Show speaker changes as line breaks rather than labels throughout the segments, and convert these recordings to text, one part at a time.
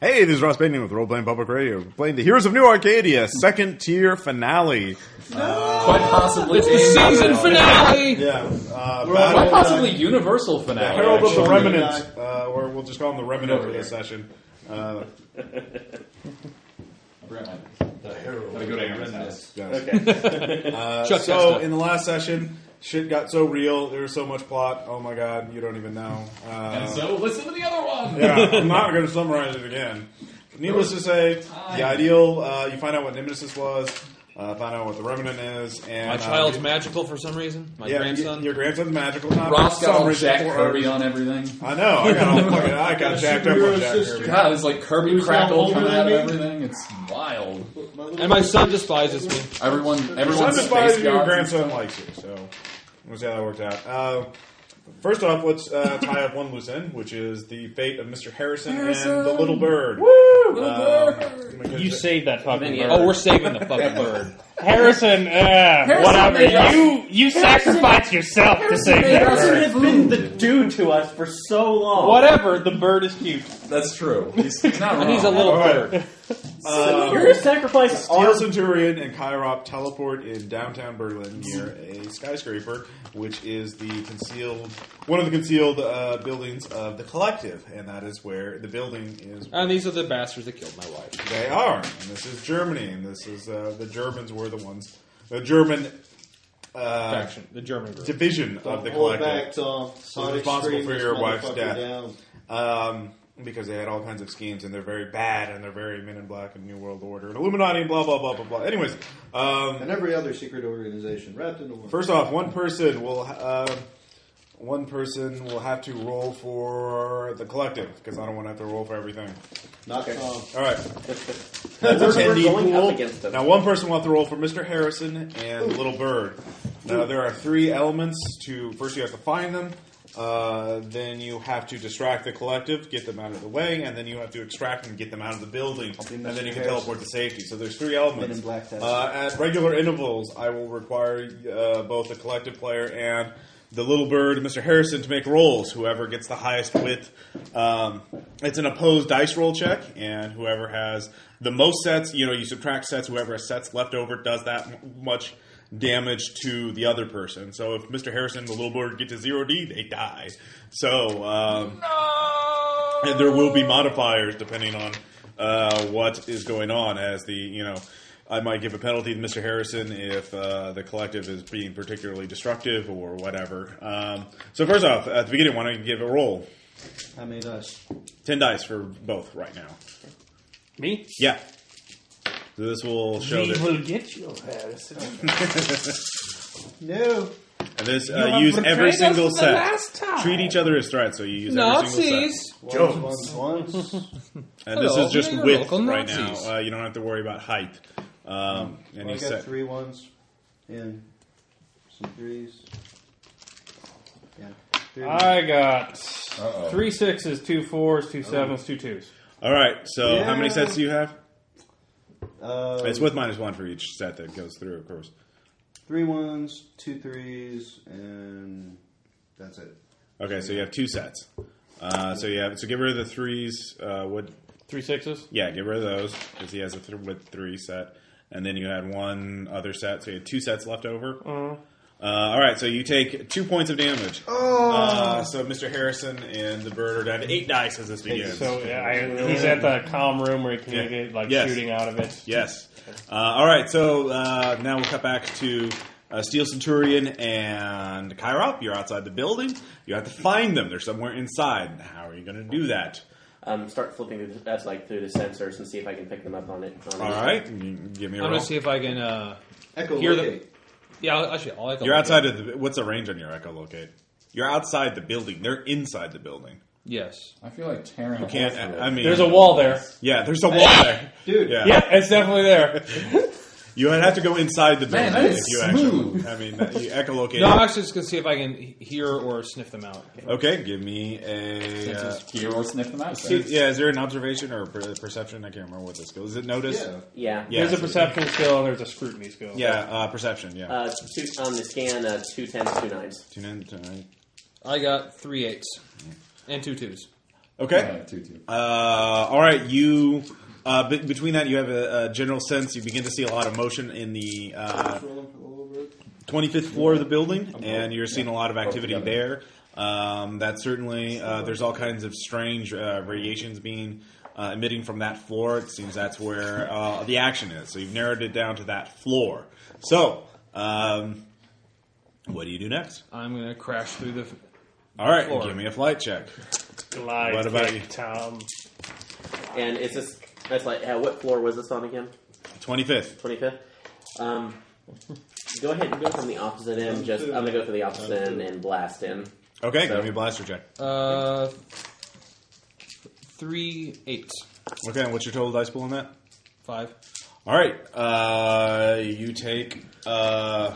Hey, this is Ross Banion with Role Playing Public Radio. We're playing the Heroes of New Arcadia second tier finale.
Quite possibly
It's the season finale!
Yeah, uh,
Quite
Battle-
possibly universal finale.
Herald of the
actually.
Remnant, uh, or we'll just call him the Remnant for this session. Uh,
uh, Gotta go to Amazon.
yes.
Uh,
Chuck
So
Testa.
in the last session, shit got so real. There was so much plot. Oh my god, you don't even know. Uh,
So listen to the other one.
yeah, I'm not going to summarize it again. Needless to say, the ideal. Uh, you find out what Nemesis was. Uh, find out what the Remnant is, and
My
uh,
child's magical for some reason. My
yeah,
grandson.
y- your grandson's magical. Not
Ross
for
got
some
all
reason
Jack
for
Kirby
our-
on everything.
I know. I got all fucking. I got jacked up on Jack Kirby.
God, it's like Kirby crackle
older
coming
than
out of
me?
everything. It's wild.
and my son despises me.
Everyone,
Son
everyone's
despises
space
you, your
guards.
grandson likes you. So we'll see how that works out. Uh, first off, let's uh, tie up one loose end, which is the fate of Mr. Harrison, and the little bird.
Little
Uh,
bird.
because-
You saved that fucking bird.
Oh, we're saving the fucking bird.
Harrison, uh, whatever.
made us-
You you sacrificed yourself to save
made
that
us
bird.
has been the dude to us for so long.
Whatever. The bird is cute.
That's true. He's, he's not wrong.
And he's a little
Oh. All right.
bird.
You're gonna sacrifice
Steel
all.
Centurion and Kyrop teleport in downtown Berlin near a skyscraper, which is the concealed one of the concealed uh, buildings of the Collective, and that is where the building is.
And these are the bastards that killed my wife.
They are. And this is Germany, and this is uh, the Germans were the ones. The German uh,
Faction, the German group.
division of the
Hold back,
Collective,
Tom. Sonic
responsible
scream
for
this
your wife's
motherfucker
death.
down.
um, because they had all kinds of schemes, and they're very bad, and they're very Men in Black and New World Order and Illuminati, and blah blah blah blah blah. Anyways. Um,
And every other secret organization wrapped into one.
First off, one person will uh, one person will have to roll for the collective because I don't want to have to roll for everything.
Not Tom.
All right,
We're- we're
10D
going
pool.
up against them.
Now, one person will have to roll for Mr. Harrison and Little Bird. Now, there are three elements to. First, you have to find them. Uh, then you have to distract the collective, get them out of the way, and then you have to extract and get them out of the building,
be
and
Mr.
then you can
Harrison.
teleport to safety. So there's three elements.
Men in Black Test.
Uh, at regular intervals, I will require uh, both the collective player and the little bird, Mr. Harrison, to make rolls. Whoever gets the highest width, um, it's an opposed dice roll check, and whoever has the most sets, you know, you subtract sets. Whoever has sets left over does that m- much damage to the other person. So if Mr. Harrison, and the little bird, get to zero D, they die. So. Um, and there will be modifiers depending on uh, what is going on. As the you know, I might give a penalty to Mr. Harrison if uh, the collective is being particularly destructive or whatever. Um, so first off, at the beginning, why don't you give a roll?
I mean us.
Ten dice for both right now.
Me?
Yeah. So this will show
We
that,
will get you, Harrison.
No.
and this uh, use every single set. Treat each other as threats, so you use every single set.
Once,
Nazis!
once, once.
And
Hello,
this is just
we are
width
local
right
Nazis.
now. Uh, you don't have to worry about height. Um, and
I
you
got
set
three ones and some threes. Yeah. Three
I got three sixes, two fours, two sevens, two twos.
All right. So how many
Yeah.
sets do you have? Ah.
uh,
It's with minus one for each set that goes through, of course.
three ones, two threes, and that's it.
Okay, so you have two sets. Uh, so you have so get rid of the threes. Uh, what?
Three sixes.
Yeah, get rid of those because he has a th- with three set, and then you had one other set, so you had two sets left over. Uh, all right, so you take two points of damage. Uh, so Mr. Harrison and the bird are down to eight dice as this begins.
So yeah, I, he's at the calm room where he can
Yeah.
get like
Yes.
shooting out of it.
Yes. Uh, all right. So uh, now we'll cut back to uh, Steel Centurion and Kyrop. You're outside the building. You have to find them. They're somewhere inside. How are you going to do that?
Um, start flipping through the, that's like through the sensors and see if I can pick them up on it. On
All
it.
right. mm, Give me a
I'm gonna
roll.
see if I can, uh.
Echo
Hear the-
locate.
Yeah, I'll- actually, I'll echo
You're
that.
outside of the. What's the range on your echolocate? You're outside the building. They're inside the building.
Yes.
I feel like tearing. a
Can't.
hole through
I
it.
mean.
There's a wall there.
Yeah. There's a wall there.
Dude.
Yeah.
Yeah, it's definitely there.
You would have to go inside the building
Man, that is
if you
smooth.
actually. I mean, you echolocate.
No, I'm actually just gonna see if I can he- hear or sniff them out.
okay. Give me a.
Can't
uh,
just gear or sniff them out.
See, yeah, is there an observation or a per- perception? I can't remember what this skill is. It notice?
Yeah.
Yeah.
Yeah.
There's a perception skill and there's a scrutiny skill.
Yeah, uh, perception. Yeah.
Uh, two, on the scan, uh, two tens, two nines.
Tune in tonight.
I got three eights and two twos.
Okay.
Uh, two, two.
Uh, all right, you. Uh, be- between that, you have a, a general sense. You begin to see a lot of motion in the uh,
Rolling for the little bird.
25th floor of the building, and you're seeing a lot of activity
together.
there. Um, that certainly, uh, there's all kinds of strange uh, radiations being uh, emitting from that floor. It seems that's where uh, the action is. So you've narrowed it down to that floor. So, um, what do you do next?
I'm gonna crash through the.
All right,
Floor.
give me a flight check.
Glide.
What about
kick,
you?
Tom?
And it's this. That's like uh, what floor was this on again?
25th.
Twenty fifth. Um, go ahead and go from the opposite end. Just I'm gonna go from the opposite end and blast in.
Okay,
So-
give me a blaster check.
Uh, three eights
Okay, and what's your total dice pool on that?
five.
All right. Uh, you take uh,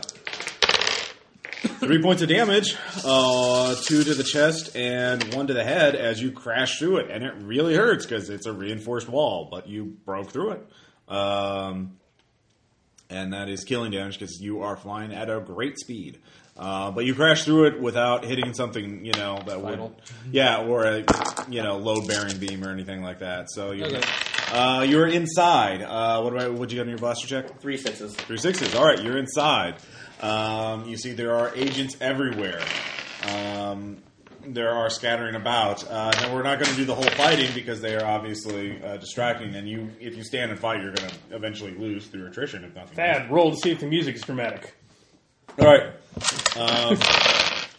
three points of damage, uh, two to the chest and one to the head as you crash through it, and it really hurts because it's a reinforced wall, but you broke through it. Um, and that is killing damage because you are flying at a great speed. Uh, but you crash through it without hitting something, you know, that would,
Vital.
yeah, or a, you know, load bearing beam or anything like that. So you,
Okay.
uh, you're inside. Uh, what about what you got on your blaster check?
Three sixes.
Three sixes. All right, you're inside. Um, you see, there are agents everywhere. Um, there are scattering about. Uh, now we're not going to do the whole fighting because they are obviously uh, distracting. And you, if you stand and fight, you're going to eventually lose through attrition, if nothing. else.
Thad, roll to see if the music is dramatic.
All right.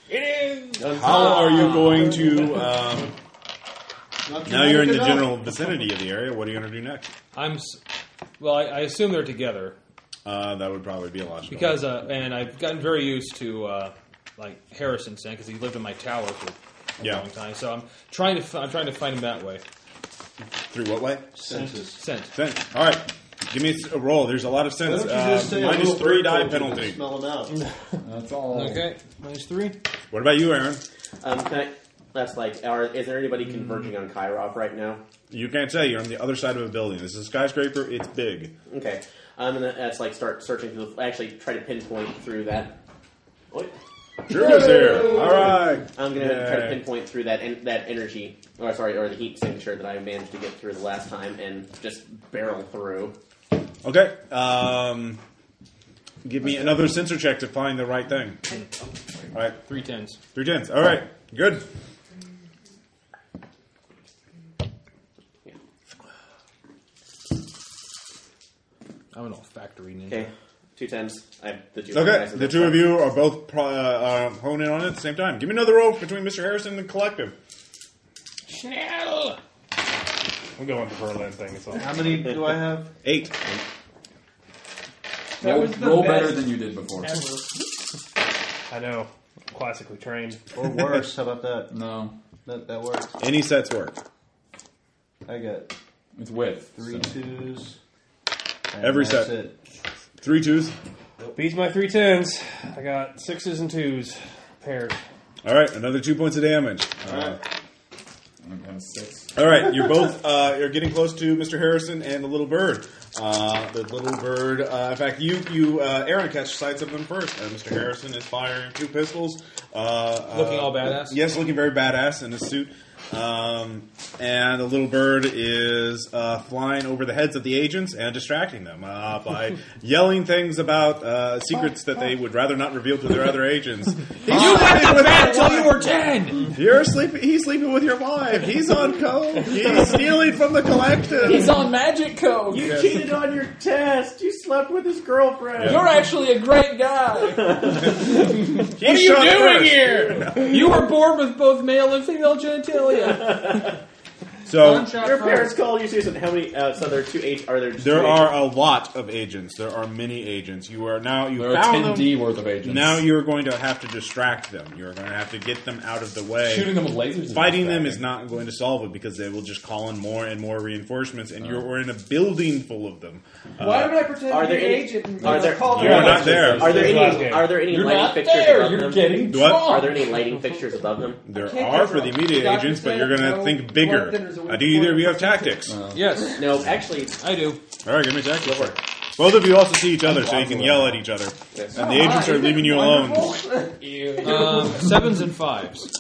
It is.
How are you going to? Um,
Not
now you're in the
dramatic
general vicinity of the area. What are you going to do next?
I'm. s- Well, I, I assume they're together
Uh, that would probably be a logical.
because, uh, and I've gotten very used to uh, like Harrison saying because he lived in my tower for a
Yeah.
long time. So I'm trying to. f- I'm trying to find him that way.
through what way?
Senses.
Sent.
Sense. All right. Give me a s- a roll. There's a lot of
Why
sense.
don't you just
Uh,
say a
minus
little
three
bird
die
told you to
penalty.
Smell them out.
That's all.
Okay, minus three.
What about you, Aaron?
Um, can I, that's like. Are, is there anybody converging on Kairov right now?
You can't say you're on the other side of a building. This is a skyscraper. It's big.
Okay. I'm gonna that's like start searching through. The, actually, try to pinpoint through that. Oi.
Drew is here. All right.
I'm gonna try to
Yay.
pinpoint through that en- that energy, or sorry, or the heat signature that I managed to get through the last time and just barrel through.
Okay. Um, give me another sensor check to find the right thing. All right.
Three tens.
Three tens. All right. Good.
I'm an olfactory ninja.
Okay, two tens. I have the two.
Okay.
guys in
The
this
two of
one.
you are both pro- uh, uh, honing in on it at the same time. Give me another roll between Mr. Harrison and the collective.
Schnell.
I'm going for Berlin thing. It's all.
How many do I have?
Eight.
Roll,
was the
roll
best
better than you did before.
I know. Classically trained.
Or worse? How about that?
No,
That, that works.
Any sets work.
I got
it's with.
three
so.
twos. and
Every
that's
set.
It.
Three twos.
Beats my three tens. I got sixes and twos paired.
All right. Another two points of damage. Uh,
All right.
I'm kind of six.
All right, you're both uh, you're getting close to Mr. Harrison and the little bird. Uh, the little bird. Uh, in fact, you you uh, Aaron catch sights of them first, and Mr. Harrison is firing two pistols. Uh, uh,
Looking all badass?
Yes, looking very badass in his suit. Um, and the little bird is uh, flying over the heads of the agents and distracting them uh, by yelling things about uh, secrets that they would rather not reveal to their other agents. Uh,
You went to bed till you were ten.
You're sleeping. He's sleeping with your wife. He's on code. He's stealing from the collective. He's
on magic code.
You
Yes.
cheated on your test. You slept with his girlfriend.
You're
actually a great guy.
what are
here? you were born with both male and female genitalia.
So
Your parents call you Susan. How many? Uh, so there are two eight. Are there? Just
there
two
are a lot of agents. There are many agents. You are now you
There are
found
ten
them.
D worth of agents.
Now you are going to have to distract them. You are going to have to get them out of the way.
shooting them with lasers. is
Fighting them
bad.
is not going to solve it because they will just call in more and more reinforcements, and
Uh-huh.
you're in a building full of them. Uh,
Why would I pretend
Are
to be
there
an
any-
agent?
are there-
called
You're
out?
not there.
Are there
Last
any?
game.
Are there any
You're
lighting
not
fixtures
there.
above
You're
them?
getting
What?
drunk.
Are there any lighting fixtures above them?
There
can't
are
go
for the
wrong.
immediate
The doctor
agents, but
said
you're going to
no
think
blood thinners
bigger.
are
Uh, do either of you have tactics?
Uh-huh.
yes,
No, actually,
I do.
All right, give me a tactics. Both of you also see each other, so you can yell at each other.
Yes.
And the agents are leaving you alone.
Um, sevens and fives.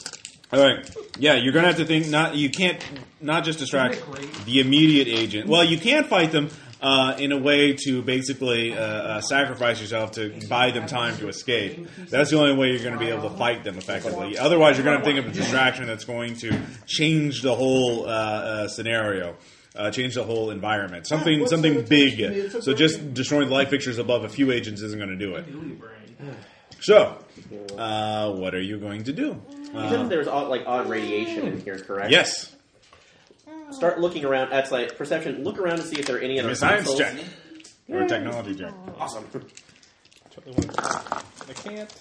All right. Yeah, you're gonna have to think. Not you can't not just distract the immediate agent. Well, you can fight them uh, in a way to basically uh, uh, sacrifice yourself to buy them time to escape. That's the only way you're going to be able to fight them effectively. Otherwise, you're going to think of a distraction that's going to change the whole uh, uh, scenario. Uh, change the whole environment. Something,
what's
something
the attention?
big.
It's a
So just
brain.
destroying the light fixtures above a few agents isn't going to do it. So, uh, what are you going to do? Uh,
You said that there was odd, like odd radiation in here, correct?
Yes,
Start looking around. That's like perception. Look around to see if there are any
give me
other
a science
consoles.
check or a technology check.
Awesome.
I can't.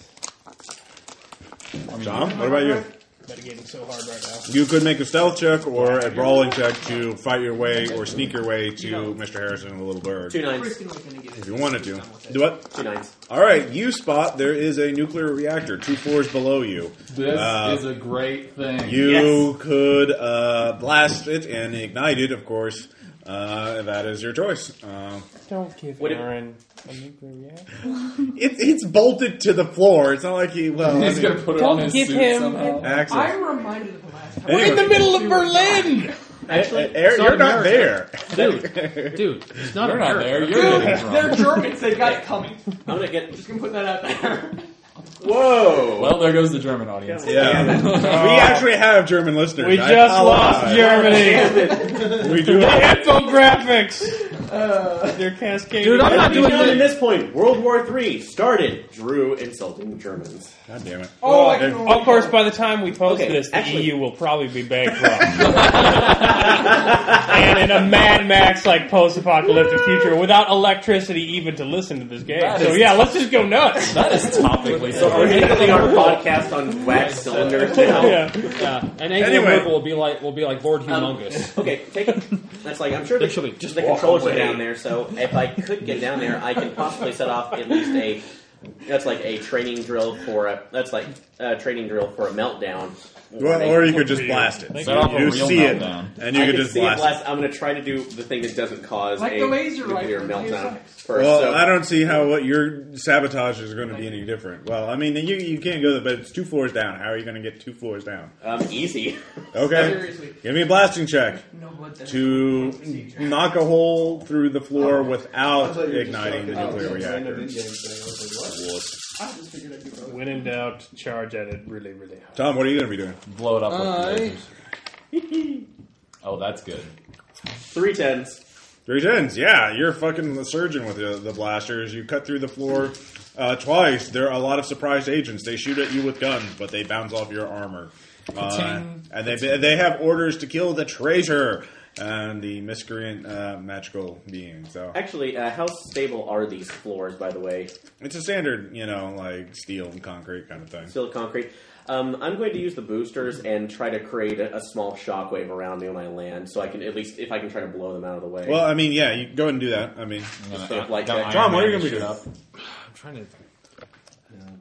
John, what about you?
Mitigating so hard right
You could make a stealth check or a brawling check to fight your way or sneak your way to Mr. Harrison and the little bird.
Two
now.
nines.
If you wanted to. Do what?
Two nines.
All right, you spot there is a nuclear reactor two floors below you.
This
Uh,
is a great thing.
You
Yes.
could uh, blast it and ignite it, of course. Uh, that is your choice. Uh,
Don't give
Would it-
Aaron a nuclear reactor.
it, it's bolted to the floor. It's not like he. Well, I
He's
mean-
gonna put it on his
give
suit
him-
somehow.
Access.
I'm reminded of the last time.
Anyway.
In the middle of Berlin.
Actually, Eric, you're not there.
Dude, dude, it's not
You're not there.
America.
You're getting
They're
drunk.
Germans. They got it coming.
I'm gonna get.
Just gonna put that out there.
Whoa.
Well, there goes the German audience.
Yeah, we
Oh.
actually have German listeners.
We
I
just lost
apologize.
Germany.
We do.
Infographics. They're cascading.
Dude, I'm not doing
At
this.
this point, World War Three started. Drew insulting the Germans.
God damn it!
Oh, I
They're-
can
Of course, by the time we post
Okay,
this, the
actually-
EU will probably be bankrupt. and in a Mad Max like post-apocalyptic future, without electricity even to listen to this game.
That
So
is-
yeah, let's just go nuts.
That is topically
So are
so.
we getting our podcast on wax cylinders now?
Yeah.
Yeah, and
Anyway.
anyway. Merkel will be like will be like Lord
Um,
Humongous.
okay, take it. That's like I'm sure
There
the,
should be- just
the
walk
controllers
away.
are down there. So if I could get down there, I can possibly set off at least a. That's like a training drill for a. That's like a training drill for a meltdown.
Well,
They-
or you could just blast it.
Set off a
you
real
see it,
meltdown.
and you
I
could
can
just
see a
blast. it.
blast. I'm going to try to do the thing that doesn't cause
Like
a
the laser
nuclear
rifle in
meltdown
Deus Ex.
first.
Well,
so
I don't see how what your sabotage is going to be any different. Well, I mean, you you can't go there, but it's two floors down. How are you going to get two floors down?
um, easy.
Okay,
Seriously.
give me a blasting check
No blood thinner.
to knock a hole through the floor
I
without
thought you were just
igniting the
talking about
nuclear
some
reactor.
random Indian thing. I was like, what?
I just figured I'd do both.
When in doubt, charge at it really, really hard.
Tom, what are you going to be doing?
Blow it up
Aye.
with lasers. Oh, that's good.
Three tens.
Three tens, yeah. You're fucking the surgeon with the, the blasters. You cut through the floor uh, twice. There are a lot of surprised agents. They shoot at you with guns, but they bounce off your armor. Uh, and they they have orders to kill the traitor and the miscreant uh, magical being. So
Actually, uh, how stable are these floors? By the way,
it's a standard, you know, like steel and concrete kind of thing.
still concrete. Um, I'm going to use the boosters and try to create a, a small shockwave around me when I land, so I can at least if I can try to blow them out of the way.
Well, I mean, yeah, you go ahead and do that. I mean,
I'm gonna
sort of
out-
like
down
that.
Iron
Tom, what are you
Man
gonna be
shit
doing?
up.
I'm trying to.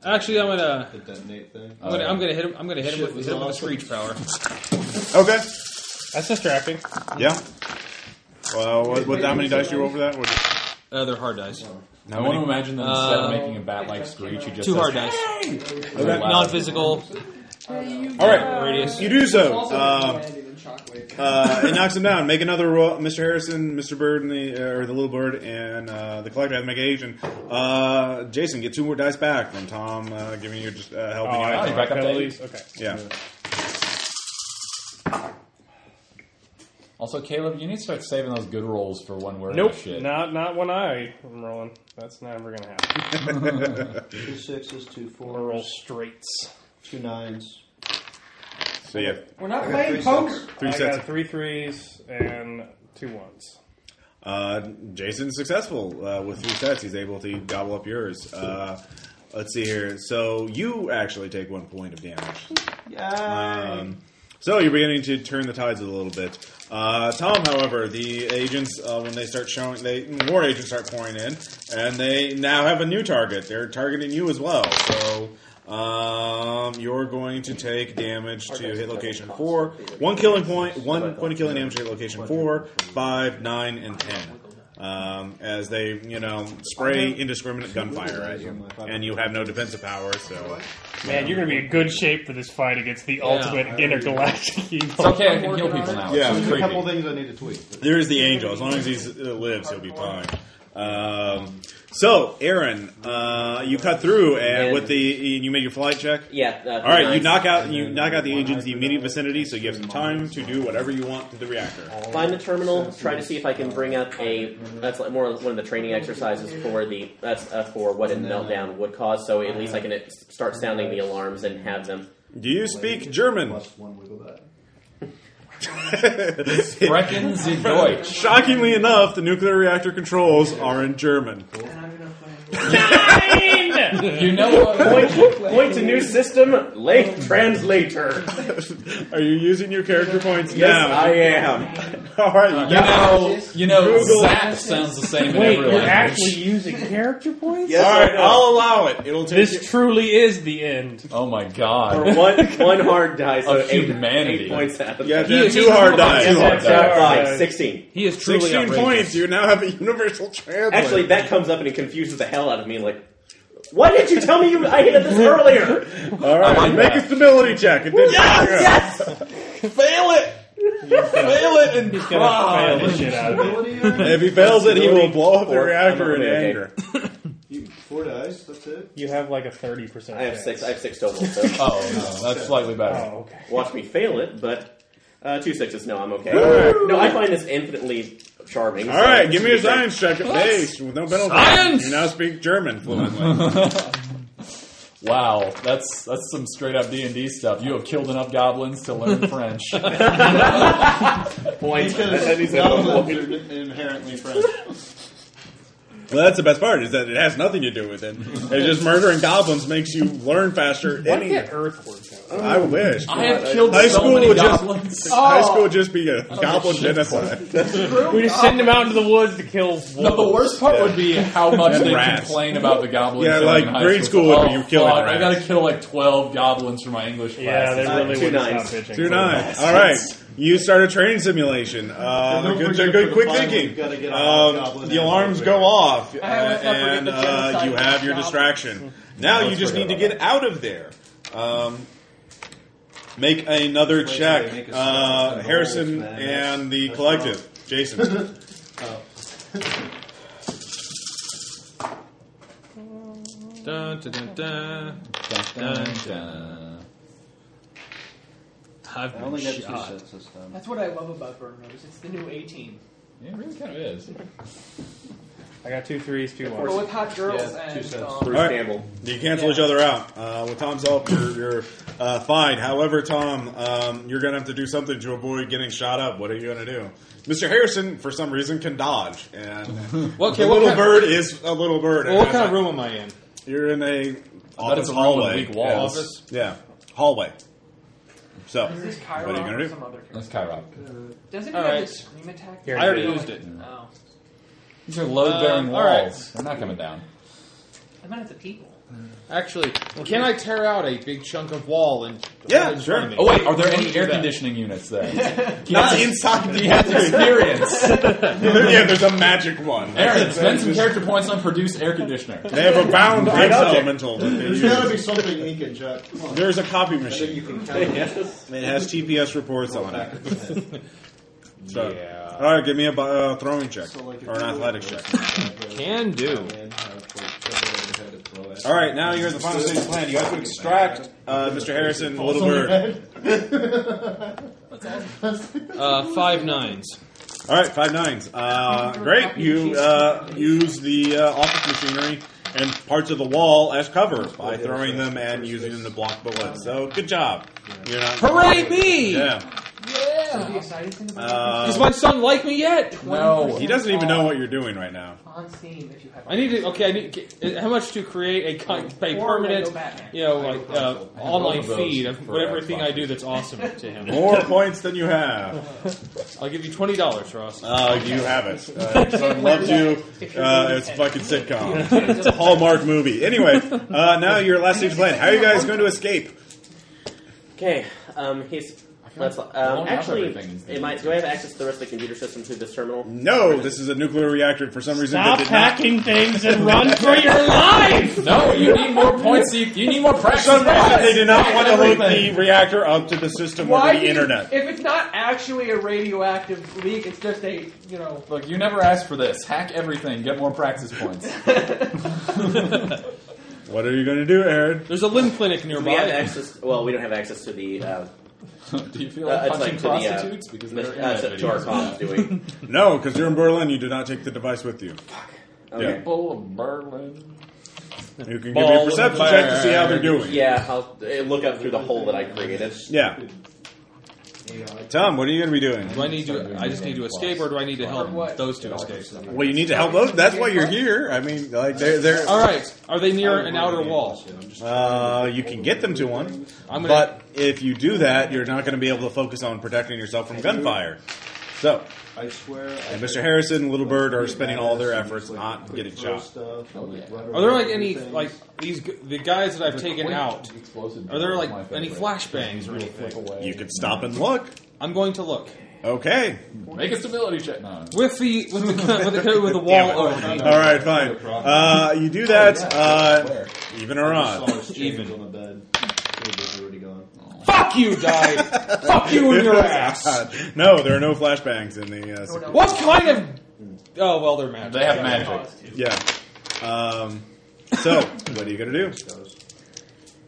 Actually, I'm gonna.
The detonate thing.
Uh,
I'm gonna, I'm gonna hit him. I'm gonna hit him with, hit him with a screech power.
okay,
That's distracting. Oh,
yeah. Well, what, what how many dice you roll for that? What-
Uh, they're hard dice.
I want to imagine that instead of
Uh,
making a bat-like screech, you just
Two
says,
hard dice.
"Hey!"
Okay.
Loud.
Non-physical.
All right,
Radius.
you do so.
Also,
Um,
landed in shockwave.
uh, it knocks him down. Make another roll, Mr. Harrison, Mr. Bird, and the uh, or the little bird, and uh, the collector have to make an agent. Uh, Jason, get two more dice back from Tom, uh, giving you just uh,
Oh,
helping you
I
out.
think back up to
penalties. Okay.
Yeah,
Also, Caleb, you need to start saving those good rolls for when we're
Nope.
in Oh, shit.
Not not when I am rolling. That's never gonna happen.
Two sixes, two
I roll
fours,
straights.
two nines.
so yeah,
We're
I
not
got
playing
three
poker.
sets.
three
I
sets.
got three threes and two ones.
Uh, Jason's successful uh, with three sets. He's able to gobble up yours. Uh, let's see here. So you actually take one point of damage. Um, so you're beginning to turn the tides a little bit. Uh, Tom, however, the agents uh, when they start showing, they more agents start pouring in, and they now have a new target. They're targeting you as well. So. Um, you're going to take damage to hit location four. One killing point, one point of killing damage to hit location four, five, nine, and ten. um, as they you know spray indiscriminate gunfire at you, and you have no defensive power. So
Man, you're gonna be in good shape for this fight against the ultimate intergalactic
It's
evil.
okay, I can heal people now.
Yeah,
There's a
It's creepy.
couple things I need to tweak.
there is the angel. As long as he uh, lives, he'll be fine. Um, so Aaron, uh, you cut through, and
And-
with the you made your flight check.
Yeah. Uh,
All right, you
nice.
knock out you knock out the agents in the immediate vicinity, so you have some time to do whatever you want to the reactor.
Oh.
Find the terminal. Try to see if I can bring up a. That's like more one of the training exercises for the. That's uh, for what a meltdown would cause. So at least I can uh, start sounding the alarms and have them.
Do you speak German?
Plus one wiggle that.
Sprechen Sie Deutsch.
Shockingly enough, the nuclear reactor controls are in German.
And I'm gonna play.
Nine!
You know what?
Point to new system. Late translator.
Are you using your character points now?
am.
All right, you
You
got-
know, you know,
Google.
Zap sounds the same in
Wait,
every
you're
language.
actually using character points?
Yes,
all right,
I
I'll allow it. It'll take you-
This truly is the end.
oh my
will.
god.
For one, one hard die. So
Of
eight,
humanity.
Eight points out of
You have to
He
have
is-
two
he's
hard
not about
dice.
to
Five,
Two hard
five,
dies.
16.
He is truly
Sixteen
outrageous.
points. You now have a universal translator.
Actually, that comes up and it confuses the hell out of me. Like, why did you tell me you? I hated this earlier.
all right,
like
make
that.
a stability check. It didn't figure out.
Fail it! Fail it and
He's gonna fail the shit out of it.
Ability on it?
If he fails it, he will
Stability
blow up the
four.
reactor
I'm
in
not really
anger.
You- Four dice, that's it.
You have like a 30% chance.
I have six. I have six total. So
Oh, no, that's slightly
Oh,
better.
okay.
watch me fail it, but uh, two sixes. No, I'm okay.
Alright.
No, I find this infinitely charming.
All right, give me a science check at base with no penalty.
Science!
You now speak German fluently.
Wow, that's that's some straight up D and D stuff. You have killed enough goblins to learn French.
Point.
Because goblins are inherently French.
well, that's the best part is that it has nothing to do with it. It's just murdering goblins makes you learn faster.
What
Any,
did Earthward go?
I wish.
I have killed
High
so
school
many
would just-
goblins.
High school would just be a goblin genocide.
Oh,
We just send him out into the woods to kill wolves.
No, the worst part would be how much
And
they
rats.
complain about the goblins.
Yeah,
killing
like,
in high
grade
school.
school would be
Oh,
you killing
fuck, I
rats.
gotta kill like twelve goblins for my English class.
Yeah, they
Uh,
really
two
wouldn't
nines.
stop bitching.
Two nine. All right, you start a training simulation.
And
Uh,
don't
good,
forget
good,
for
quick
the final,
thinking.
we've gotta get all the
Um,
goblin
the
animals
alarms go off, uh,
let's not forget
and
the
uh,
genocide
you have your
goblin.
distraction. Now
Let's
you just need
forget
to
about
get out of there. Um, make another
Wait,
check,
wait, make a
uh,
smash.
Harrison
Smash.
and the
Smash.
collective. Jason,
Dun, dun, dun, dun.
Dun, dun.
I've
I
been
only got two
shot.
sets this time.
That's what I love about Burn Rose. It's the new 18.
Yeah, it really kind of is.
I got two threes, two
But
ones.
with hot girls
Yeah, two
and
sets.
um,
Bruce
All right.
Campbell.
you cancel each other out. Uh, with Tom's help, you're, you're uh, fine. However, Tom, um, you're going to have to do something to avoid getting shot up. What are you going to do? Mr. Harrison, for some reason, can dodge, and
Well, okay,
the little
what kind of-
bird is a little bird.
Well, what
And
kind
I-
of room am I in?
You're in a
But
office
it's a room with
hallway.
weak walls.
Yeah.
Office?
Yeah, hallway. So,
is this
what
Chiron
are you gonna
or
do?
some other
That's
character? Uh,
Kyra.
Doesn't he
All
have
right.
the scream attack?
Here,
I already
Oh,
used it.
Oh.
These are load-bearing
Um, all right.
walls. They're not coming down.
I'm not at the people.
Actually, can I tear out a big chunk of wall and
Yeah,
wall in
sure.
front of me?
Oh wait, are there any
Do
air
that.
conditioning units there?
not inside the
He has experience.
yeah, there's a magic one.
Aaron, spend some character points on produce air conditioner.
They have a bound ice
object.
elemental. that they
There's
use.
gotta be something he can jump.
There's a copy
I think you
machine.
can count.
Yes.
It has TPS reports on it. So,
Yeah.
All right, give me a bu- uh, throwing check
So, like, if
or an
you
athletics
were-
check.
Can do.
All right, now you're at the final stage of the plan. You have to extract uh, Mr. Harrison, little bird.
Uh, five nines.
All right, five nines. Uh, great. You uh, use the uh, office machinery and parts of the wall as cover by throwing them and using them to block bullets. So good job. You're not,
Hooray me!
Yeah.
The exciting thing about
Uh,
Does my son like me yet?
No.
He doesn't even know what you're doing right now.
on Steam if you have.
I need to. Okay, I need. How much to create a, con- a
Or
permanent,
Lego Batman.
you know, like uh, online
both of
feed
those
of
for
whatever
Xbox.
thing I do that's awesome to him?
More points than you have.
I'll give you twenty dollars, Ross.
Uh, you have it. Uh, your son loves you. Uh, it's a fucking sitcom. It's a Hallmark movie. Anyway, uh, now your last stage plan. How are you guys going to escape?
Okay. Um, he's That's, um,
Blowing up
actually,
everything these
it might.
days.
Do I have access to the rest of the computer system through this terminal?
No, this is a nuclear reactor for some reason.
Stop
that did not-
hacking things and run for your life!
No, you need more points. You, you need more practice.
For some reason, they did not want to hook the
Everything.
reactor up to the system
Why
over
do
the
you-
internet.
if it's not actually a radioactive leak, it's just a you know.
Look, you never asked for this. Hack everything. Get more practice points.
What are you going to do, Aaron?
There's a limb clinic
We have
nearby.
access. Well, we don't have access to the. Uh,
Do you feel
uh,
like
it's
punching
like to the uh,
prostitutes because they're in
uh,
that
to, to our
video?
comms, do we?
No, because you're in Berlin. You do not take the device with you.
Okay.
People of Berlin.
You can give me a
Ball
perception
with a
check to see how they're doing.
Yeah, I'll uh, look up through the hole that I created.
Yeah. Tom, what are you going to be doing?
Do I need to? I just need to escape, or do I need to
Or what?
help those two escape?
Well, you need to help those. That's why you're here. I mean, like they're they're.
All right. Are they near an outer wall?
Uh, you can get them to one,
I'm gonna-
but if you do that, you're not going to be able to focus on protecting yourself from gunfire. So,
I swear.
and Mr. Harrison and Little Bird are spending all their efforts not getting shot.
Oh, Are there like any like these g- the guys that I've taken out?
Explosive
Are there
is
like
my
any
favorite.
flashbangs or
Really flip
anything?
away.
You could stop and look.
I'm going to look
Okay.
Make a stability check now.
with the with the with the, with the wall
All
over me.
right, fine. Uh, you do that. Uh, even or odd.
Even.
on the bed. They're already gone.
Fuck you, die! Fuck you in your ass!
No, there are no flashbangs in the. Uh,
No,
se-
no.
What kind of? Oh well, they're mad.
They have magic.
yeah. Um, so, what are you going to do?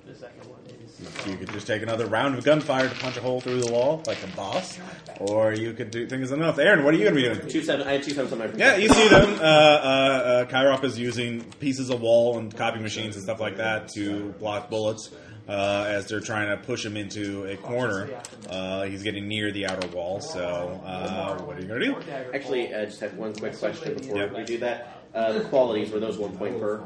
The second one is.
You could just take another round of gunfire to punch a hole through the wall like a boss, or you could do things enough. Aaron, what are you going to be doing?
Two seven. I had two sevens on my.
Yeah, you see them. Uh, uh, uh, Kyrop is using pieces of wall and copy machines and stuff like that to block bullets uh, as they're trying to push him into a corner. Uh, he's getting near the outer wall, so uh, what are you going to do?
Actually, I just have one quick question before
Yep.
we do that. Uh, the qualities were those one point per.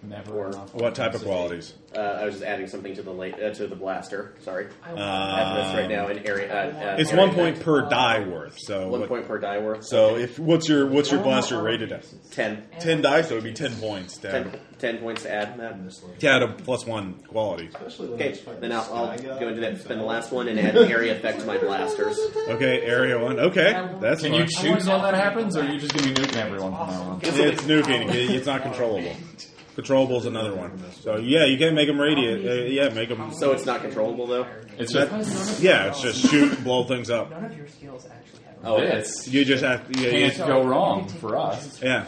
Never enough.
What type of qualities?
Uh, I was just adding something to the late, uh, to the blaster. Sorry, I
Uh,
have this right now in area. Uh, uh,
It's
area
one point per die worth. So
One
what-
point per die worth.
So if what's your what's your blaster rated at?
ten.
Ten die, so it'd be ten points. to add-
Ten, ten points to add that.
Yeah, at a plus one quality.
Okay, then I'll, I'll go into that. Spend the last one and add an area effect to my blasters.
Okay, area one. Okay, that's
Can
fine.
you choose when that happens, or are you just gonna be nuking everyone from now on?
It's nuking. It- It's not controllable. Controllable is another one. So yeah, you can make them radiate. Uh, yeah, make them.
So it's not controllable though.
It's just
Yeah, it's just shoot, blow things up.
None of your skills actually have.
Oh, okay.
this
You just have. Yeah,
can't
you,
go wrong for us.
yeah,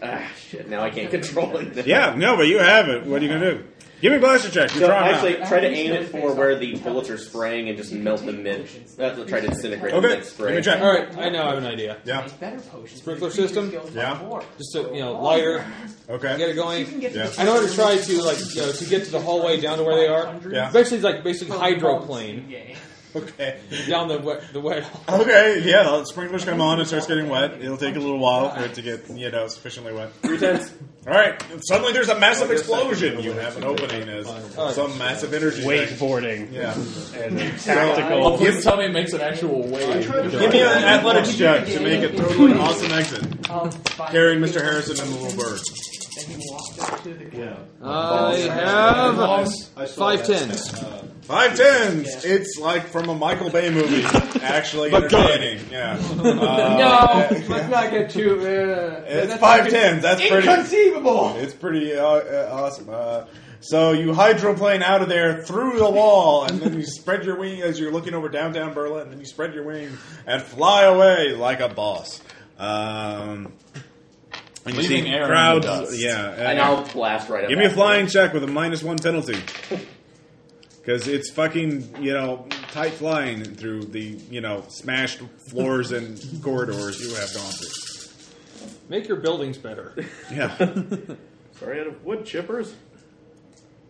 Ah, shit. Now I can't control it.
yeah. No, but you have it. What are you gonna do? Give me blaster check. You're
So
trying
actually,
out.
try to aim it for where the bullets are spraying and just melt them mid. That's what try to disintegrate them
Okay,
mid
give me
spray.
a check.
All right, I now have an idea.
Yeah.
Better potions.
Sprinkler system?
Yeah.
Just a you know lighter, get
Okay.
it going.
Yeah.
I know how to try to uh, like you know to get to the hallway down to where they are.
Yeah.
Basically, it's like basically hydroplane
Okay.
down the wet, the wet.
Okay. Yeah. The sprinklers come on. It starts getting wet. It'll take a little while for it to get you know sufficiently wet.
Three times.
All right. Suddenly, there's a massive explosion. You have an opening as some massive energy. thing.
Wakeboarding.
Yeah.
Oh,
Tactical.
please tell me it makes an actual wave.
Give me an athletics check to make a totally awesome exit. Carrying Mr. Harrison and the little bird.
Yeah.
Uh, I
I
have
saw
five
that.
tens.
Uh,
Five tens. It's like from a Michael Bay movie. Actually entertaining. Yeah. Uh,
no, let's not get too. Uh,
It's
that's
five tens. That's pretty.
Inconceivable.
It's pretty uh, uh, awesome. Uh, so you hydroplane out of there through the wall, and then you spread your wing as you're looking over downtown Berlin, and then you spread your wing and fly away like a boss. Um, and you
Leaving
see
Aaron in the
crowds.
dust.
Yeah,
And I'll blast right up.
Give me a
after.
flying check with a minus one penalty. Because it's fucking, you know, tight flying through the, you know, smashed floors and corridors you have gone through.
Make your buildings better.
Yeah.
Sorry, out of wood chippers.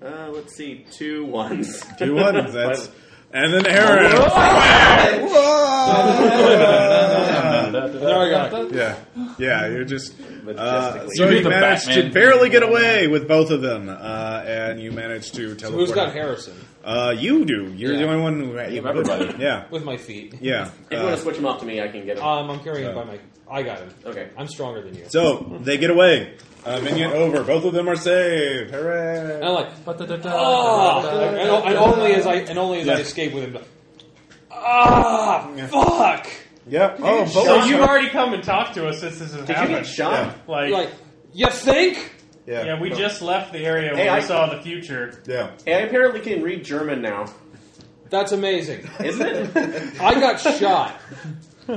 Uh, let's see, two ones.
Two ones. That's. And then Aaron.
There I go.
Yeah. Yeah, you're just. Uh,
Majestically.
so
You do
you
the
managed to
Batman.
barely get away with both of them, uh, and you managed to teleport.
Who's got Harrison
Uh, you do. You're
Yeah.
the only one who.
everybody.
Yeah.
with my feet?
Yeah.
if you want to switch them off to me, I can get
Uh,
Um,
them.
I'm carrying it by my. I got him.
Okay.
I'm stronger than you.
So they get away. Uh, minion over. Both of them are saved. Hooray!
And I'm like, oh, and, o- and "Ah." only as I and only as I
Yeah.
escape with him.
Ah, fuck!
Yep. Oh, both
So
of
you've
them.
already come and talked to us since this has
Did you
happened.
get shot?
Yeah.
Like,
Like, you think?
Yeah.
yeah, we just left the area where
Hey,
we
I-
saw the future.
Yeah.
And I apparently can read German now.
That's amazing.
Isn't it?
I got shot.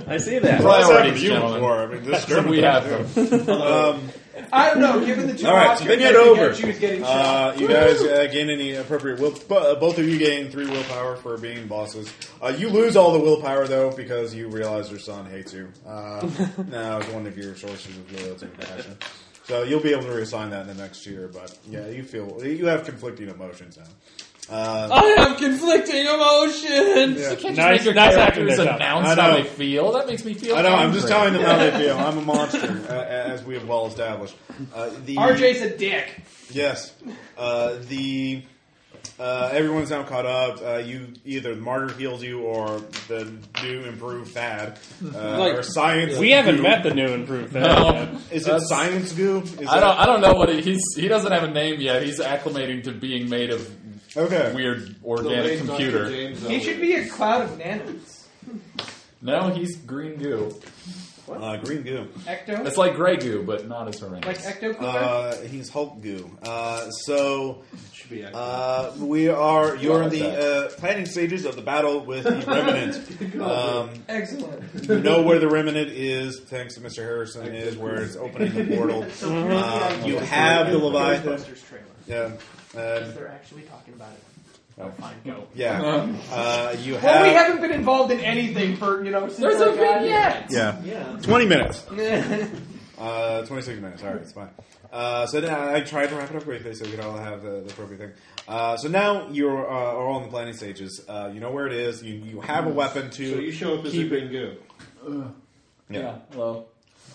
I see that.
Well, that's happened
Priorities,
to you
gentlemen.
before. I mean, this German
we
guy,
have
too.
them.
Um,
I don't know. Given the two
All right,
options,
bring
I
it
think
over.
I'd choose getting shot.
Uh, you guys uh, gain any appropriate will. But, uh, both of you gain three willpower for being bosses. Uh, you lose all the willpower though because you realize your son hates you. Uh, now it's one of your sources of loyalty and passion. So you'll be able to reassign that in the next year. But yeah, you feel you have conflicting emotions now.
Oh,
Uh,
I have conflicting emotions.
yeah.
Can't
Nice-
just make your
nice acting
characters
there, Tom.
announce
I know.
how they feel. That makes me feel.
I know. I'm just
angry.
telling them how they feel. I'm a monster, uh, as we have well established. Uh, the
RJ's a dick.
Yes. Uh, the uh, everyone's now caught up. Uh, you either the martyr heals you or the new improved Thad uh,
Like-
or science.
We haven't
goo.
met the new improved.
No.
Is it
That's-
science goo? Is
I
that-
don't. I don't know what he, he's. He doesn't have a name yet. He's acclimating to being made of
Okay.
weird
The
organic
late Dr.
computer.
James uh,
He
Elwood.
should be a cloud of nanos.
No, he's green goo.
Uh, green goo.
Ecto,
It's like gray goo, but not as
like
horrendous.
ecto cooler.
Uh, he's Hulk goo. Uh, so
should be active.
uh, we are. You're in
like
the uh, planning stages of the battle with the remnant. Um,
Excellent.
you know where the remnant is, thanks to Mr. Harrison, is where it's opening the portal.
So
Uh,
here's
you have the Leviathan.
Ghostbusters trailer.
Yeah. Uh,
They're actually talking about it. Oh, fine, go.
yeah. Uh, you have.
Well, we haven't been involved in anything for you know. Since
There's
I
a
got
vignette.
Yeah.
here.
20 minutes.
Yeah.
Uh, 26 minutes. All right, it's fine. Uh, so now I tried to wrap it up briefly so we could all have the, the appropriate thing. Uh, so now you're uh, are all in the planning stages. Uh, you know where it is. You, you have a weapon to.
So you show up as a
keep
green goo.
Yeah. Well,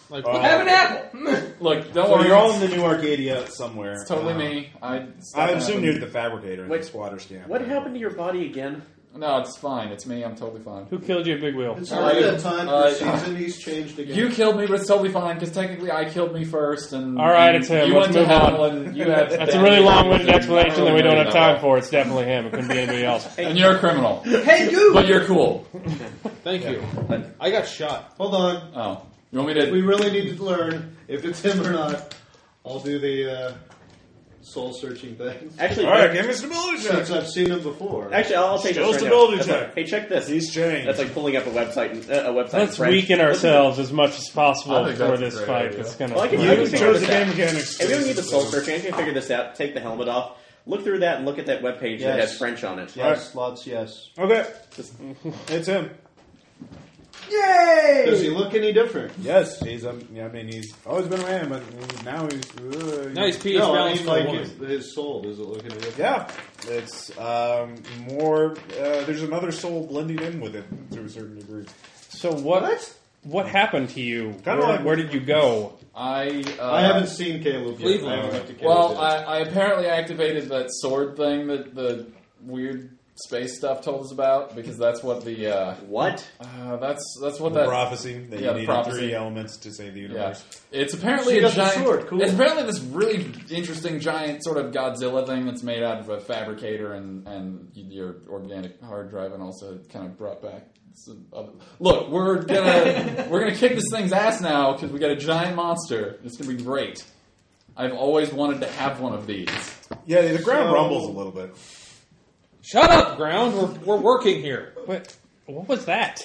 Like,
Uh,
Have an apple.
look. Don't
So
worry.
you're all in the new Arcadia somewhere.
it's totally
Uh,
me. I.
I assume you're the fabricator.
Wait,
the squatter scam.
What happened to your body again?
No, it's fine. It's me. I'm totally fine.
Who killed you, Big Wheel?
It's
All
not
right.
that time per
Uh,
season he's changed again.
You killed me, but it's totally fine because technically I killed me first, and
All right,
you-
it's him.
You went
Let's
to
move on.
hell, and you had
That's a really long-winded explanation that we don't have time for. It's definitely him. It couldn't be anybody else.
And you're a criminal,
hey, you.
but you're cool.
thank you. I got shot.
Hold on.
Oh, you want me to?
We really need to learn if it's him or not. I'll do the uh, soul searching thing.
Actually,
All right, give me stability check.
Since I've seen him before.
actually, I'll, I'll take
Show
this right
stability
now. That's
check.
like, hey, check this.
He's changed.
That's like pulling up a website. In, uh, a website. in
Let's
French.
weaken ourselves as much as
I
possible
think
for
that's a
this
great
fight.
idea.
It's gonna.
Well, I can-
you
figure
chose
this
the
out.
game mechanics.
If we don't need the soul search, I can figure this out. Take the helmet off. Look through that and look at that web page that
Yes.
has French on it.
Alright.
Yes, lots yes.
Okay,
Just-
it's him.
Does
Yay!
he look any different?
Yes, he's. Um, yeah, I mean, he's always been a man, but he's- now he's. Uh,
Now he's pH
No, I
balanced
mean
for a
like
woman.
his, his soul. Does it look any different?
Yeah, it's um, more. Uh, there's another soul blending in with it to a certain degree.
So what? What, happened to you?
Kinda
Where,
like-
where did you go?
I uh,
I haven't seen Caleb yet.
Cleveland.
I haven't got to Caleb
Well,
yet.
I, I apparently activated that sword thing that the weird space stuff told us about because that's what the uh,
What?
uh, that's that's what
The
that
prophecy that you
yeah, the
needed
prophecy.
three elements to save the
Yeah,
universe.
it's apparently
She
a
got the
giant.
sword, cool.
It's apparently this really interesting giant sort of Godzilla thing that's made out of a fabricator and and your organic hard drive, and also kind of brought back. Some other... Look, we're gonna we're gonna kick this thing's ass now because we got a giant monster. It's gonna be great. I've always wanted to have one of these.
Yeah, the ground
So-
rumbles a little bit.
Shut up, ground. We're, we're working here.
What? What was that?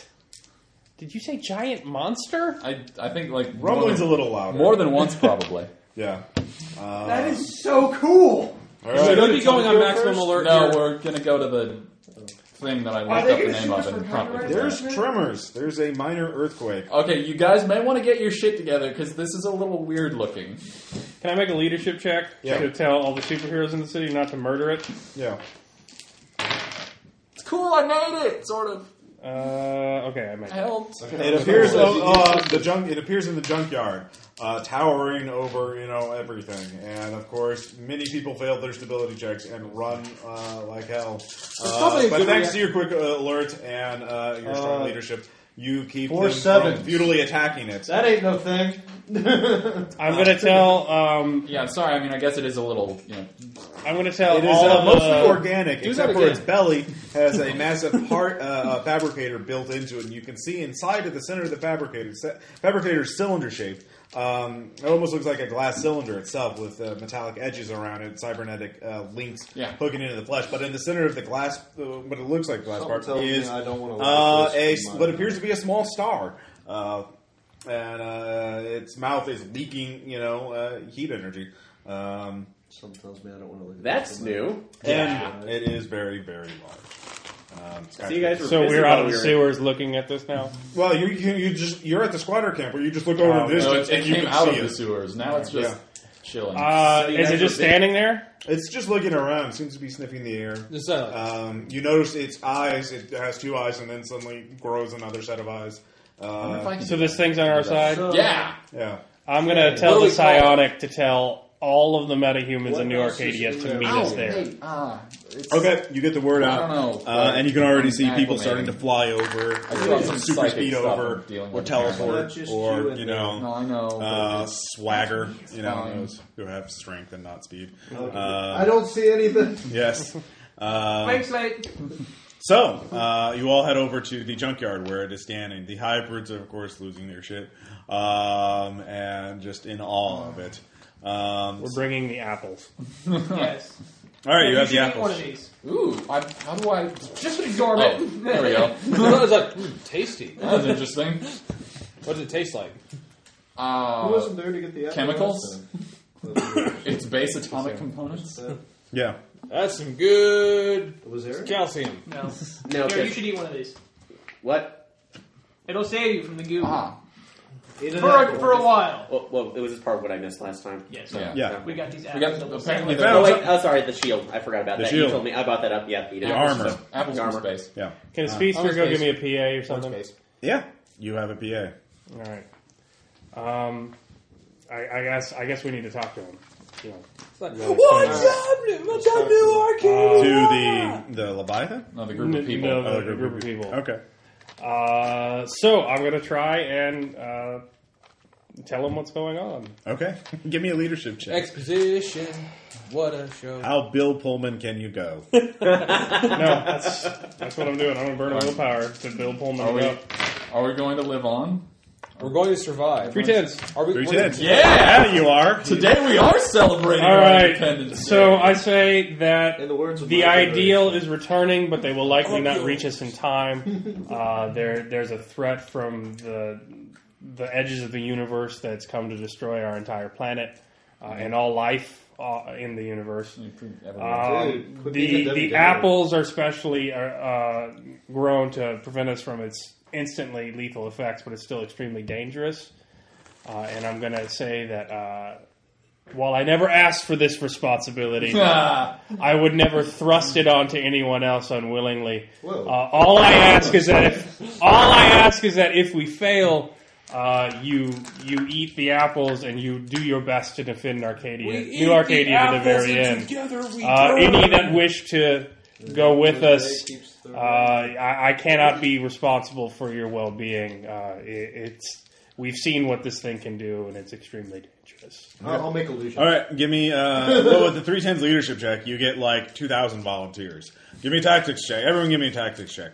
Did you say giant monster?
I I think like more
Rumbling's a
than-
little louder.
more than once probably.
yeah. Uh,
That is so cool.
all
We
right.
could be going on maximum alert.
no,
here.
we're gonna go to the thing that I looked
they
up the
gonna
name
shoot
of
us
and
for
prompted.
copyright?
it.
There's tremors. There's a minor earthquake.
Okay, you guys may want to get your shit together because this is a little weird looking.
Can I make a leadership check
Yeah.
to tell all the superheroes in the city not to murder it?
Yeah.
It's cool, I made it, sort of.
Uh, okay, I made. it.
Helped.
It appears oh, uh, the junk. It appears in the junkyard, uh, towering over you know everything, and of course, many people fail their stability checks and run uh, like hell. Uh,
probably a
but
good
thanks to your quick uh, alert and uh, your strong leadership, you keep
Four
them
sevens.
from futilely attacking it.
That ain't no thing.
I'm gonna tell. Um,
Yeah, I'm sorry. I mean, I guess it is a little. You know,
I'm gonna tell
It is
all
uh,
of
mostly
the-
organic,
Do
except
that
for its
again.
belly has a massive part uh, uh, fabricator built into it, and you can see inside at the center of the fabricator. se- Fabricator's cylinder shaped. Um, it almost looks like a glass cylinder itself, with uh, metallic edges around it, cybernetic uh, links
Yeah.
hooking into the flesh. But in the center of the glass, uh, what it looks like glass
Something
part
tells me
is
I don't wanna
uh,
like
a
this in my-
what appears to be a small star. Uh, and uh, its mouth is leaking, you know, uh, heat energy. Um,
Something tells me I don't want to look at
That's
this.
new.
and it is very, very large. Um, it's
So you guys were
So
busy
we're out
while
of
we
the
were-
sewers looking at this now.
well, you, you you just you're at the squatter camp where you just look over
Oh,
the
no,
distance
it, it
and you
came
can
out of
see
the
it.
sewers. Now it's just chilling.
Uh,
So you
is
guys
it just
were big-
standing there?
It's just looking around. Seems to be sniffing the air.
Is that-
Um, you notice its eyes. It has two eyes, and then suddenly grows another set of eyes.
I wonder if
Uh,
I can
So
do
this
that.
thing's on our side.
So-
Yeah.
yeah.
I'm gonna tell
What
the
do we call it?
psionic to tell all of the metahumans
What
in New
else is
Arcadia
in
to
there?
meet
Ow,
us there.
hey, ah, it's-
Okay, you get the word
I
out,
don't know,
uh, and you can already
I'm
see people
acclimating.
starting to fly over,
I do have
or
some
super
psychic
speed
stuff
over,
I'm dealing
or
with apparently.
teleport,
Not just you
or
and
you
me.
know,
No, I know. but
uh, swagger. You know,
Fine.
those who have strength and not speed.
Okay.
Uh,
I don't see anything.
Yes. Um,
Mike's late.
so uh, you all head over to the junkyard where it is standing. The hybrids are, of course, losing their shit um, and just in awe of it. Um,
We're bringing the apples.
yes.
all right, you have
should
the
eat One of
apples.
these.
Ooh, I, how do I?
Just absorb
Oh,
it.
there we go.
I was like, "Hmm, tasty.
That was interesting.
What does it taste like?
Who
Uh,
wasn't there to get the apple
chemicals?
last time?
its base atomic components.
Yeah.
That's some good
was there?
calcium.
No.
No,
Here, you
okay.
should eat one of these.
what?
It'll save you from the goo.
Ah,
Eat an
For, a,
apple.
for a while.
Well, well, it was part of what I missed last time.
Yes.
yeah.
Yeah.
We got these
We
apples.
got
that will
apparently
save
the,
Oh
Found-
wait, oh sorry, the shield. I forgot about
The
that.
shield.
You told me I bought that up. Yeah, you did.
The armor.
apples
The
from
armor.
space.
Yeah. Uh,
Can a speedster
Orange
go
face.
give me a PA or something?
Space.
Yeah. You have a PA.
All right. Um, I, I guess I guess we need to talk to him. You know,
It's like,
Really
what's
tasty.
happening? What's up, New Arcadia?
To the the Leviathan?
No, the group of
N-
people.
no.
Oh,
A group of people.
Okay.
Uh, so I'm gonna try and uh, tell him what's going on.
Okay. Give me a leadership check.
Exposition. What a show.
How Bill Pullman can you go?
No, that's that's what I'm doing. I'm gonna burn a willpower to build Pullman
Are
up.
we, are we going to live on?
We're going to survive.
Three tens.
Are we?
Three
we're-
tens.
Yeah!
Yeah, you are.
Today we are celebrating
All
our
right.
independence.
So I say that
In the words of
the
my
ideal is returning, but they will likely not reach us in time. Uh, there, there's a threat from the the edges of the universe that's come to destroy our entire planet uh, and all life uh, in the universe. Um,
uh,
Dude, put these
the
in
the
WWE.
apples are specially uh, uh, grown to prevent us from its instantly lethal effects, but it's still extremely dangerous. Uh, and I'm going to say that uh, while I never asked for this responsibility,
Ah,
I would never thrust it onto anyone else unwillingly. Uh,
Whoa.
all I ask is that if all I ask is that if we fail, uh, you you eat the apples and you do your best to defend Arcadia,
We eat
New Arcadia
the
to the
apples
very
and
end.
Together we
Uh,
grow.
any that wish to go with
Jose
us,
keeps
uh,
throwing-
I, I cannot be responsible for your well being. Uh, it, it's we've seen what this thing can do, and it's extremely dangerous.
I'll, I'll make a illusion.
All right, give me uh, well with the three tens leadership check, you get like two thousand volunteers. Give me a tactics check. Everyone, give me a tactics check.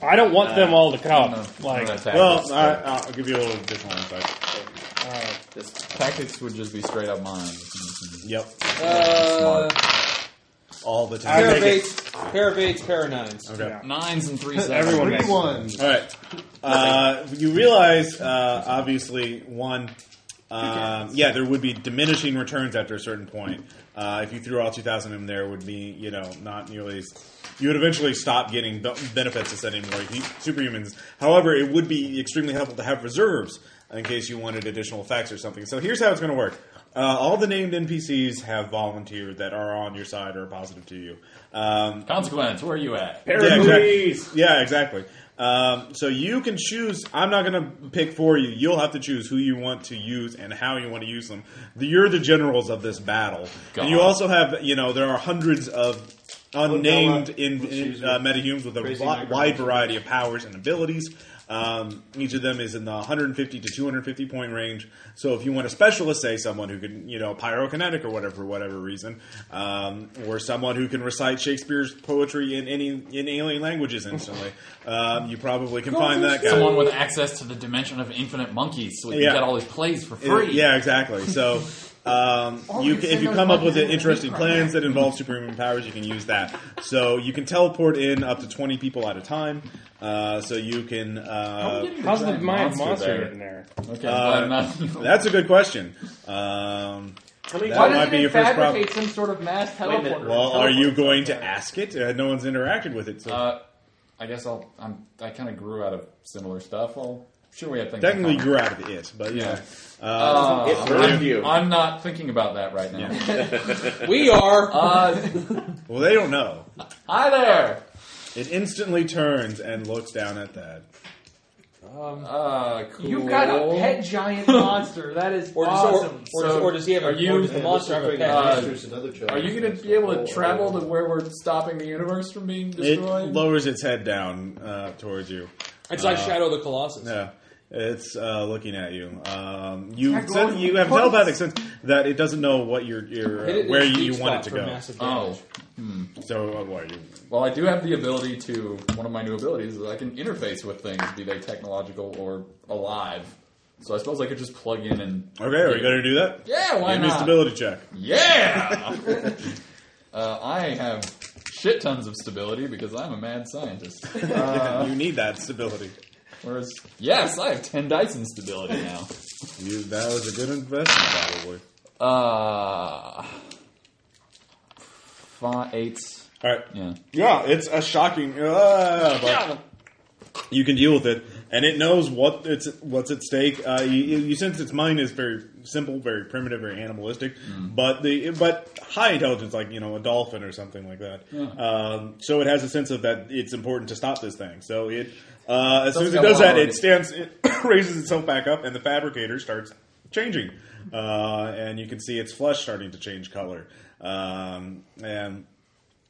I don't want them all to come.
no,
like,
no, tactics.
Well, I, I'll give you a little different insight.
Just
tactics would just be straight up mine.
Yep,
Uh,
all the time.
I
pair of
make it-
eights, pair of eights, pair of nines.
Okay.
Yeah.
Nines and three sevens.
Everyone
Three
makes
ones.
All right. Uh, you realize, uh, obviously, one, um, yeah, there would be diminishing returns after a certain point. Uh, if you threw all 2,000 in there, would be, you know, not nearly as. You would eventually stop getting be- benefits of sending more he- superhumans. However, it would be extremely helpful to have reserves in case you wanted additional effects or something. So here's how it's going to work. Uh, all the named NPCs have volunteered that are on your side or positive to you. Um,
Consequence, where are you at?
yeah, exactly. Yeah, exactly. Um, so you can choose. I'm not going to pick for you. You'll have to choose who you want to use and how you want to use them. The- You're the generals of this battle, and you
God.
also have. You know, there are hundreds of unnamed
What
in,
she's
in uh,
with
metahumes with a
crazy
wi- wide
micromanagement.
variety of powers and abilities. Um, each of them is in the 150 to 250 point range. So if you want a specialist, say someone who can, you know, pyrokinetic or whatever, for whatever reason, um, or someone who can recite Shakespeare's poetry in any in alien languages instantly, um, you probably can find that guy.
Someone with access to the dimension of infinite monkeys, so we
Yeah.
can get all these plays for
It-
free.
Yeah, exactly. So, um,
Or
you
we
can,
send
if you
those
come up with
monkeys in
interesting
the
plans that involve superhuman powers, you can use that. So you can teleport in up to twenty people at a time. Uh, so you can. Uh,
How's the mind monster,
monster
getting there?
Okay,
Uh,
I'm glad I'm not.
that's a good question. Um,
How many
That
Why
times?
might
doesn't
be your
it
first
fabricate some sort of mass
Wait a minute.
teleporter?
well, are you going to ask it? Uh, no one's interacted with it. So
Uh, I guess I'll. I'm, I kind of grew out of similar stuff. Well, sure, we had things. in
technically,
common.
grew out of it, but yeah.
Uh,
It burned you.
I'm not thinking about that right now.
We are.
Uh,
Well, they don't know.
hi there.
It instantly turns and looks down at that.
Uh, cool.
You've got a pet giant monster. That is
Or does,
awesome.
or,
So,
or, does, or does he have a,
are you-
or does the monster have a pet?
Uh, Are
Are
you going to be
Oh,
able to travel to where we're stopping the universe from being
It
destroyed?
lowers its head down uh, towards you.
it's like Shadow of the Colossus.
Yeah, it's uh, looking at you. Um, you
Attack
said
roll
you
with
have
points.
telepathic sense that it doesn't know what your your
Hit
uh,
it in
where
the
you,
weak
you want it
spot
to
for
go.
massive
oh,
damage.
So uh, what? You,
well, I do have the ability to. One of my new abilities is I can interface with things, be they technological or alive. So I suppose I could just plug in and.
okay, are you going to do that?
Yeah, why
Give me a
not?
stability check.
Yeah. uh, I have shit tons of stability because I'm a mad scientist.
Uh,
you need that stability.
Whereas, yes, I have ten dice in stability now.
You, that was a good investment, probably.
Uh, five, eight.
All right.
Yeah.
Yeah, it's a shocking. Uh, but You can deal with it, and it knows what it's what's at stake. Uh, you, you you sense its mind is very simple, very primitive, very animalistic, but the but high intelligence, like you know a dolphin or something like that. Um, so it has a sense of that it's important to stop this thing. So it uh, as soon as it
Doesn't
does that,
allow it.
it stands, it raises itself back up, and the fabricator starts changing, uh, and you can see its flesh starting to change color, um, and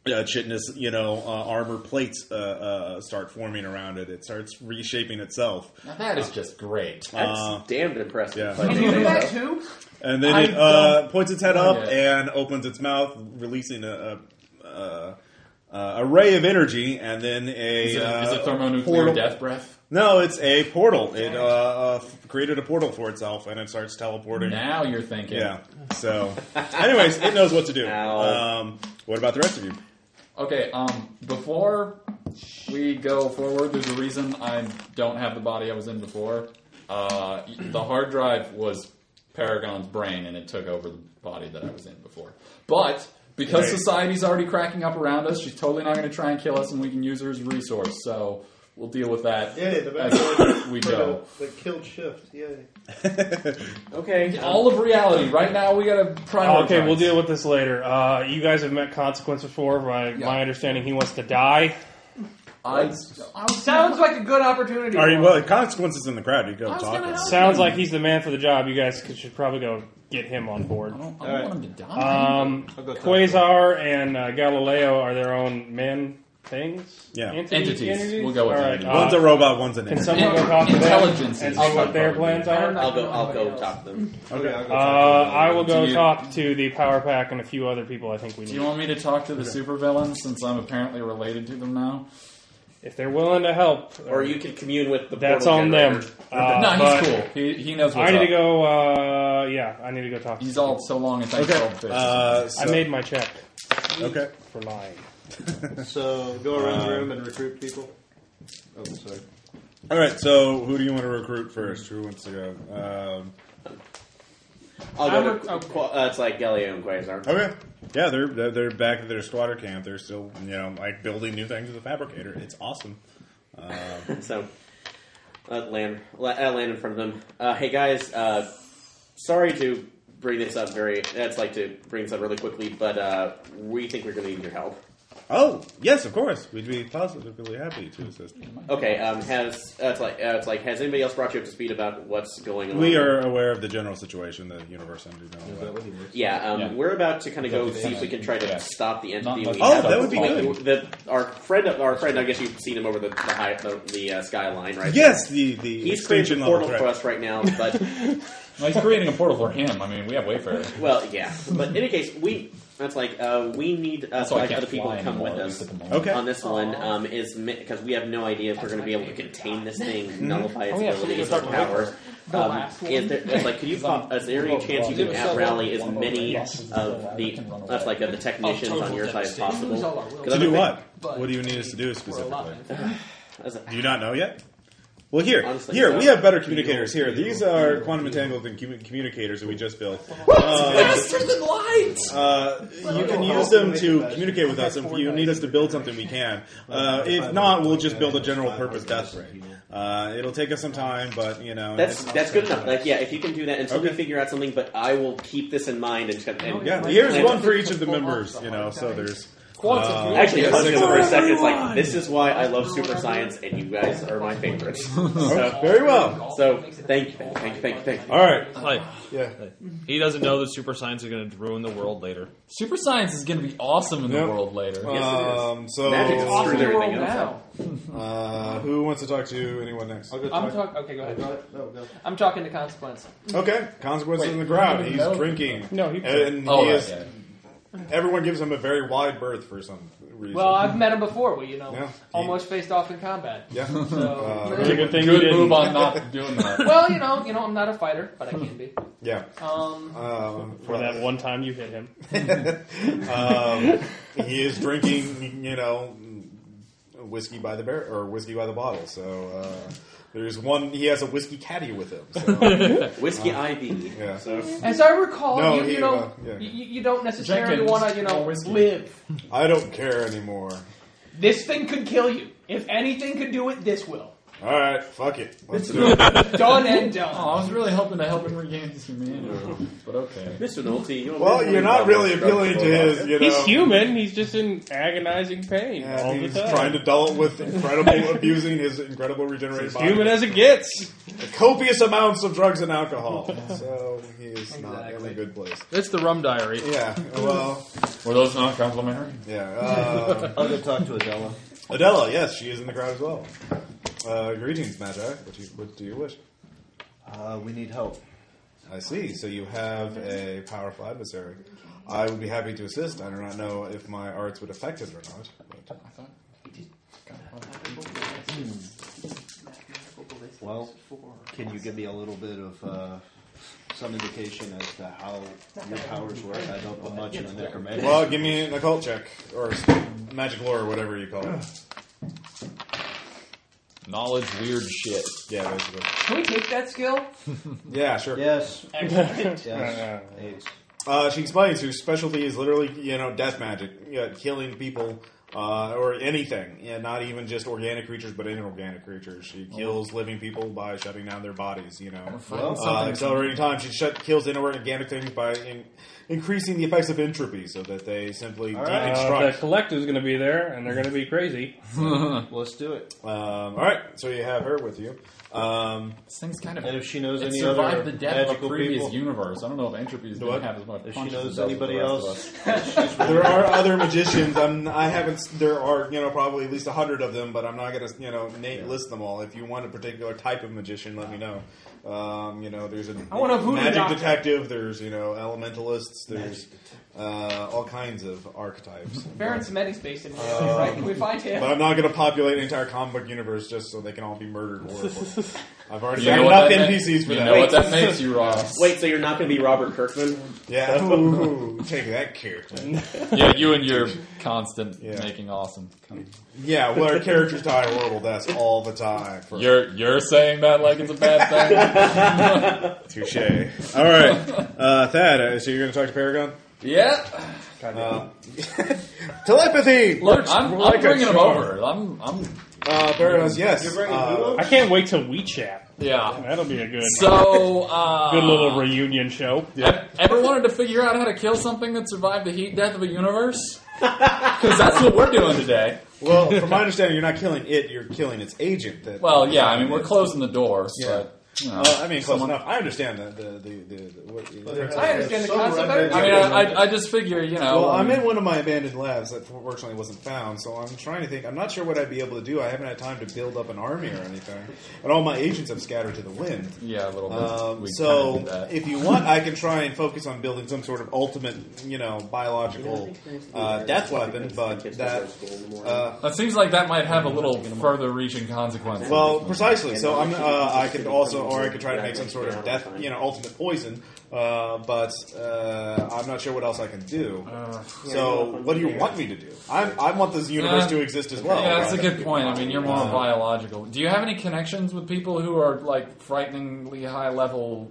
uh, chitinous, you know, uh, armor plates uh, uh, start forming around it. It starts reshaping itself,
Now that is just great.
That's damned impressive.
uh, yeah.
if I
Can
may
you
say
do that
so.
too?
and then
I
it uh, points its head up
yeah.
and opens its mouth, releasing a. a, a uh, a ray of energy, and then a
Is it,
uh,
is it thermonuclear
portal-
death breath?
No, it's a portal. It uh, uh, f- created a portal for itself, and it starts teleporting.
Now you're thinking.
Yeah. So, anyways, it knows what to do.
Ow.
Um, what about the rest of you?
Okay. Um. Before we go forward, there's a reason I don't have the body I was in before. Uh, the hard drive was Paragon's brain, and it took over the body that I was in before. But because
Right.
society's already cracking up around us, she's totally not going to try and kill us, and we can use her as a resource. So we'll deal with that
Yeah, the back
as we
for
go.
The, the killed shift. Yay.
Okay.
All of reality. Right now, we got to prioritize.
Okay, we'll deal with this later. Uh, you guys have met Consequence before. My, my understanding, he wants to die.
I, I was-
Sounds like a good opportunity.
Are you well? Consequences in the crowd. You go
was
talk.
gonna
with
ask.
them.
Sounds like he's the man for the job. You guys could- should probably go get him on board.
I don't, I
All
don't
right.
want him to die.
Um,
I'll go talk
Quasar and uh, Galileo are their own men things.
Yeah.
Entities. We'll go with
All right,
entities.
uh,
One's a robot. One's an.
can
alien.
someone go talk to them and
Intelligences
see
should
what their
probably
plans
be-
are?
I'll go. I'll go talk to them.
Okay, I'll go
Uh,
talk to
I will
Do
go
you-
talk to the Power Pack and a few other people. I think we
Do you
need
want me to talk to the supervillains since I'm apparently related to them now?
if they're willing to help.
Or you could commune with the.
That's
portal
on them.
generator.
Uh,
no, he's
but
cool. He, he knows what's
I need to
up.
go. Uh, yeah, I need to go talk. to
He's
some
all
people.
so long and thanks for all the fish.
Uh, so,
I made my check
Okay.
for lying.
them. So go around the room and recruit people. Oh, sorry.
All right. So, who do you want to recruit first? Who wants to go? Um,
I'll
I'm
go.
a-
To,
okay.
Qua- uh, it's like Galileo and Quasar.
okay. Yeah, they're they're- they're back at their squatter camp. They're still you know like building new things with the fabricator. It's awesome.
So let land, let uh, land in front of them. Uh, hey guys, uh, sorry to bring this up very. That's like to bring this up really quickly, but uh, we think we're going to need your help.
Oh, yes, of course. We'd be positively happy to assist.
Okay, um, has uh, it's like uh, it's like has anybody else brought you up to speed about what's going on?
We are aware of the general situation, the universe under
Is that what he works?
Yeah, um,
Yeah.
we're about to kind of go
Exactly.
see if we can try to
Yeah.
stop the entity.
Not
we
much-
have.
Oh, that would be
Like,
good.
The, our friend, our friend. I guess you've seen him over the the, high, the, the uh, skyline, right?
Yes, the the
He's
extinction
creating a
level
portal
threat.
for us right now, but
Well, he's creating a portal for him. I mean, we have Wayfarer.
well, yeah. But in any case, we that's like uh, we need uh,
So I
like
can't
other people
fly
to come
anymore,
with
at least
us
at the moment.
Okay.
on this one. Um, is because we have no idea if we're going to be able to contain this thing, nullify its
Oh, yeah, so we
abilities,
can
its
start with
powers.
The
Um,
last one.
is there, it's like, could you pop? Is there any chance you can out rally as many of the that's like of the technicians on your side as possible?
Lose all our will.
'Cause
To
I'm
do
a big-
what?
but-
What do you need us to do
We're
specifically?
alive.
as a-
Do you not know yet? Well, here,
Honestly,
here
no.
we have better communicators. Here, these are quantum entangled and commu- communicators that we just built.
Uh,
Faster than light!
Uh, you can use them to communicate with us. If you need us to build something, we can. Uh, if not, we'll just build a general purpose death ray. Uh, it'll take us some time, but you know,
That's
it's-
that's good enough. Like, yeah, if you can do that until we
Okay.
figure out something, but I will keep this in mind and. just-
Oh,
and
yeah. Here's one for each of the members. You know, so there's uh,
Quantum.
Actually,
Yes.
pausing for a
Everyone.
second, it's like this is why I
Oh,
love super science, and you guys are my favorites.
Okay,
so,
very well.
so thank you, thank you, thank you, thank you.
All right.
Like,
Yeah.
he doesn't know that super science is going to ruin the world later.
Super science is going to be awesome in the
Yep.
world later.
Yes, it is.
Um, so,
Magic's
It's
Screw
awesome
everything
world
else
now.
uh, who wants to talk to anyone next?
I'll go
I'm
talk.
talking. Okay, go ahead.
no, go.
I'm talking to consequence.
Okay, consequences
Wait,
in the crowd.
I
He's
know.
drinking.
No, he-
and
Oh,
he
right,
is.
yeah.
Everyone gives him a very wide berth for some reason.
Well, I've met him before. We, you know,
Yeah.
almost faced off in combat.
yeah.
So,
Uh,
It's a good thing you
Good
didn't.
move on not doing that.
well, you know, you know, I'm not a fighter, but I can be.
yeah.
Um,
Um,
For that one time you hit him.
um, he is drinking, you know, whiskey by the bear or whiskey by the bottle. So uh, there's one. He has a whiskey caddy with him. So,
Whiskey Ivy.
yeah.
So
as I recall,
No,
you,
he,
you don't,
uh, yeah.
you, you don't necessarily
Jenkins,
want to, you know,
more whiskey.
live.
I don't care anymore.
This thing could kill you. If anything could do it, this will.
All right, fuck it. Let's do it.
Done and done.
Oh, I was really hoping to help him regain his humanity, but okay.
Mr. Nolte, you're
Well, you're not really appealing to his. You know,
He's human. He's just in agonizing pain
Yeah,
all
he's
the time.
trying to dull it with incredible abusing his incredible regenerated
As
body.
human as it gets.
Copious amounts of drugs and alcohol. So he's not in
Exactly.
a good place.
It's the Rum Diary.
Yeah, well,
Were those not complimentary?
yeah. Uh,
I'll go talk to Adela.
Adela, yes, she is in the crowd as well. Uh, greetings, Magi. What do, you, what do you wish?
Uh, we need help.
I see. So you have a powerful adversary. I would be happy to assist. I do not know if my arts would affect it or not. but-
I thought
Well, can you give me a little bit of uh, some indication as to how your powers work? I don't put much in the necromancy.
Well, give me an occult check or magic lore or whatever you call it.
Knowledge, weird shit.
Yeah, basically.
Can we take that skill?
Yeah, sure.
yes,
Excellent.
yes, AIDS.
Uh, she explains her specialty is literally, you know, death magic, you know, killing people uh, or anything. Yeah, not even just organic creatures, but inorganic creatures. She kills living people by shutting down their bodies. You know,
Well,
uh, accelerating time. She shut, kills inorganic things by in, increasing the effects of entropy, so that they simply
right.
Uh, the
deconstruct.
collective's going to be there, and they're going to be crazy.
Let's do it.
um, all right, so you have her with you. Um,
This thing's kind of.
And if she knows
it
any
survived
other
the death of a
magical
previous
people,
universe. I don't know if entropy is going
What?
to have as much.
if she
punch as
knows
it does with
anybody
the rest of
else,
us.
there are other magicians. I'm, I haven't. There are you know probably at least a hundred of them, but I'm not gonna you know Nate list them all. If you want a particular type of magician, let me know. Um, you know, there's a
I want a voodoo
magic
doctor.
detective. There's you know elementalists. There's uh, all kinds of archetypes.
Baron's Medispace in here,
Uh,
right? Can we find him?
But I'm not going to populate an entire comic book universe just so they can all be murdered horribly. I've already
You know
got
what
enough
that ma-
NPCs for
You
that.
know what that makes you, Ross?
Wait, so you're not going to be Robert Kirkman?
Yeah, Ooh, take that character.
Yeah, you and your constant
Yeah.
making awesome.
Yeah, well, our characters die horrible deaths all the time. For
You're you're saying that like it's a bad
Touche. All right, uh, Thad. uh, So you're going to talk to Paragon?
thing. yeah,
Uh, telepathy.
look,
works
I'm,
like
I'm
a
bringing him
charm.
over. I'm I'm
Uh, Paragon's yes.
You're bringing
Uh,
who up?
I can't wait till we chat.
yeah.
That'll be a good,
So uh, e-,
good little reunion show.
Ever wanted to figure out how to kill something that survived the heat death of a universe? Because that's what we're doing today.
Well, from my understanding, you're not killing it; you're killing its agent. That
Well, yeah, I mean, we're closing the door,
Yeah.
but, you know,
Uh, I mean, close
someone-
enough. I understand the the the. the, the what,
I understand the concept. I
I
don't
mean,
know.
I, I, I just figure, you know.
well, I'm in one of my abandoned labs that fortunately wasn't found, so I'm trying to think. I'm not sure what I'd be able to do. I haven't had time to build up an army or anything, and all my agents have scattered to the wind.
Yeah, a little bit.
Um,
We
so,
kinda did that.
if you want, I can try and focus on building some sort of ultimate, you know, biological uh, death weapon. But that, uh,
That seems like that might have a little further-reaching consequence.
well, precisely. So I'm, uh, I could also, or I could try to make some sort of death, you know, ultimate poison. Uh, but uh, I'm not sure what else I can do. So, what do you want me to do? I, I want this universe
Uh,
to exist as well.
yeah, that's a
right?
good point. I mean, you're more
Uh,
biological. Do you have any connections with people who are like frighteningly high-level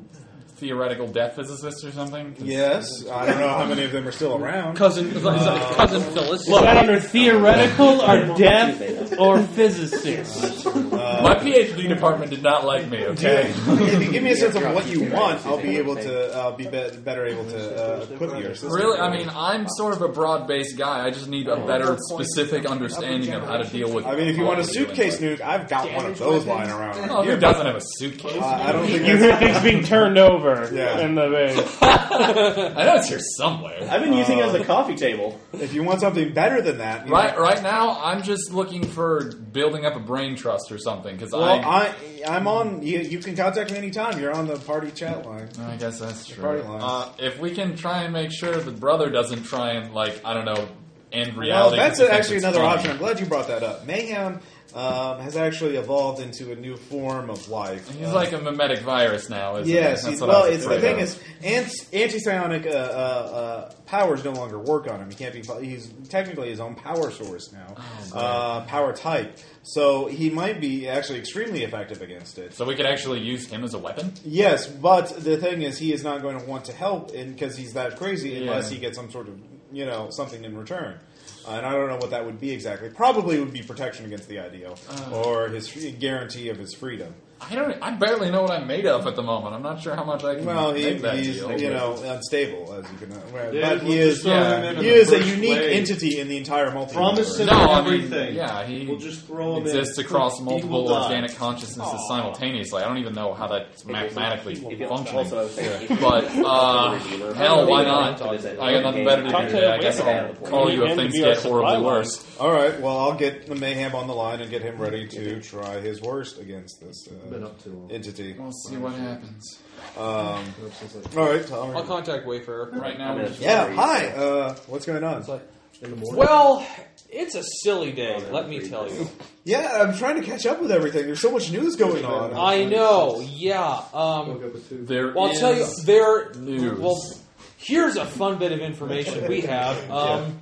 theoretical death physicists or something? 'Cause-
Yes, I don't know how many of them are still around.
Cousin, cousin Phyllis.
Is that under theoretical or death or physicist?
Uh,
My PhD department did not like me. Okay.
if you give me a sense of what you want, I'll be able to uh, be, be better able to uh, equip your system.
Really, I mean, I'm sort of a broad-based guy. I just need Oh, a better, specific understanding of how to deal with.
I mean, if you want a
what I'm dealing
suitcase
with.
nuke, I've got one of those lying around.
oh,
right
who
here.
doesn't have a suitcase?
Uh, I don't think
You hear
that's.
things being turned over
Yeah.
in the bay.
I know it's here somewhere.
I've been using it
Uh,
as a coffee table.
If you want something better than that, you
Right,
know-
right now, I'm just looking for building up a brain trust or something because
Well,
I,
I, I'm on. You, you can contact me anytime. You're on the party chat line.
I guess that's
party
true.
line.
Uh, if we can try and make sure the brother doesn't try and like I don't know end
Well,
reality.
that's
because he
actually
thinks
another
it's
option. I'm
funny.
glad you brought that up. Mayhem um, has actually evolved into a new form of life.
He's
Uh,
like a mimetic virus now. Isn't
Yes.
he?
he's-
That's what I
well,
was
it's the
afraid
thing
of.
is, ant- anti-psionic uh, uh, uh, powers no longer work on him. He can't be. He's technically his own power source now,
Oh,
uh, power type. So he might be actually extremely effective against it.
so we could actually use him as a weapon.
Yes, but the thing is, he is not going to want to help because he's that crazy unless
Yeah.
he gets some sort of you know something in return. Uh, and I don't know what that would be exactly. Probably would be protection against the ideal
Oh.
or his free- guarantee of his freedom.
I don't. I barely know what I'm made of at the moment. I'm not sure how much I can.
Well, he,
make that
he's
deal,
you
but-
know unstable as you can. Uh,
Dude,
but he
we'll
is
just throw
yeah,
him in
he
in the
is a
first
unique
wave.
entity in the entire multiverse.
Promise him
No, I mean,
everything.
yeah, he
We'll just throw him
exists
in.
across
He will
multiple
die.
organic consciousnesses simultaneously. I don't even know how that's mathematically
If you-
functioning.
also, I was saying, if you-
But uh,
Redeemer.
hell, why
Redeemer.
not? I got nothing better to do
Talk to
today. I guess I'll
Mayhem.
call you if
Mayhem to
things
be our
get horribly
supply line.
worse.
All right. Well, I'll get the mayhem on the line and get him ready to try his worst against this
Been
uh,
up too long.
entity.
We'll see what happens.
Um,
Oops, it's like-
all right, Tom.
I'll contact Wayfarer.
Right now, we're just
Yeah, hi. Uh, what's going on?
It's like,
In the morning.
well, it's a silly day. Let me tell you.
Yeah, I'm trying to catch up with everything. There's so much news going on.
I know. Yeah. Um,
Woke up at two.
there
well, I'll tell you.
is-
There.
news.
Well, here's a fun bit of information we have. Um,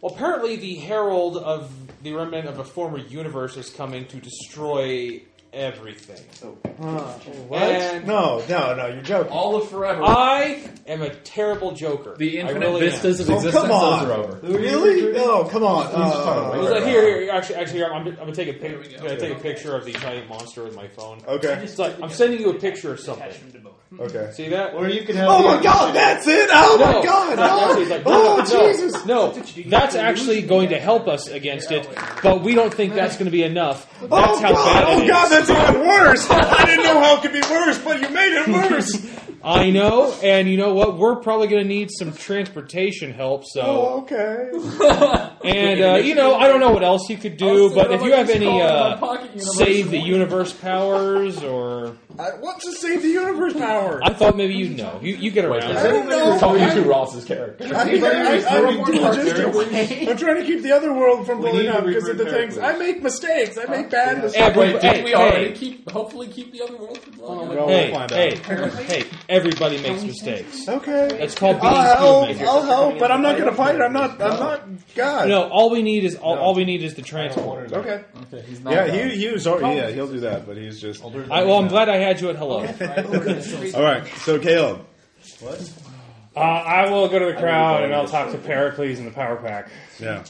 well, apparently, the Herald of the remnant of a former universe is coming to destroy everything.
What?
And-
No, no, no. You're joking.
all of forever.
I am a terrible joker.
the
Ah, I
infinite
really am.
vistas of
Oh,
existence
come on.
those are over.
Really? No, come on.
I
Uh,
was like, here, here, actually, actually, I'm, I'm gonna take a pic, gonna take a picture of the giant monster with my phone.
okay,
It's like, I'm sending you a picture of something.
okay.
See that?
Or you could have.
Oh
the-
my god, that's it! Oh
No,
my god!
not
no.
actually, it's like,
oh
no, no,
Jesus!
No, that's actually going to help us against it, but we don't think that's going to be enough. That's
Oh
how
god!
bad it
Oh
is.
god! That's even worse. I didn't know how it could be worse, but you made it worse.
I know, and you know what? We're probably going to need some transportation help.
oh,
So,
okay.
and uh, you know, I don't know what else you could do, but if you have any uh, save the universe powers, or
I want to save the universe power.
I thought maybe you'd know. You you get
Wait,
around.
is
I
it.
don't know.
talking to Ross's character?
I mean, I, I, I mean,
Recruit
logistics. I'm trying to keep the other world from
We
blowing
need to
up because of the
recruit
things. I
Hercules.
make mistakes. I make bad mistakes.
Every-
Wait,
hey,
did we already Oh,
hey,
keep? Hopefully, keep the other world. from blowing up?
Well, we'll
hey,
find
hey,
out.
hey, everybody makes mistakes.
Okay.
That's called being
I'll Uh, help.
human.
I'll help, but I'm not going to fight. I'm not. I'm not God.
No, all we need is all, all we need is the transport.
Okay.
Okay, he's not
Yeah,
done.
he, he was. already- Yeah, he'll do that, but he's just. All
I, well, I'm glad I had you at hello.
right. So Caleb.
Uh, I will go to the crowd and I'll talk to Pericles in the power pack.
Yeah.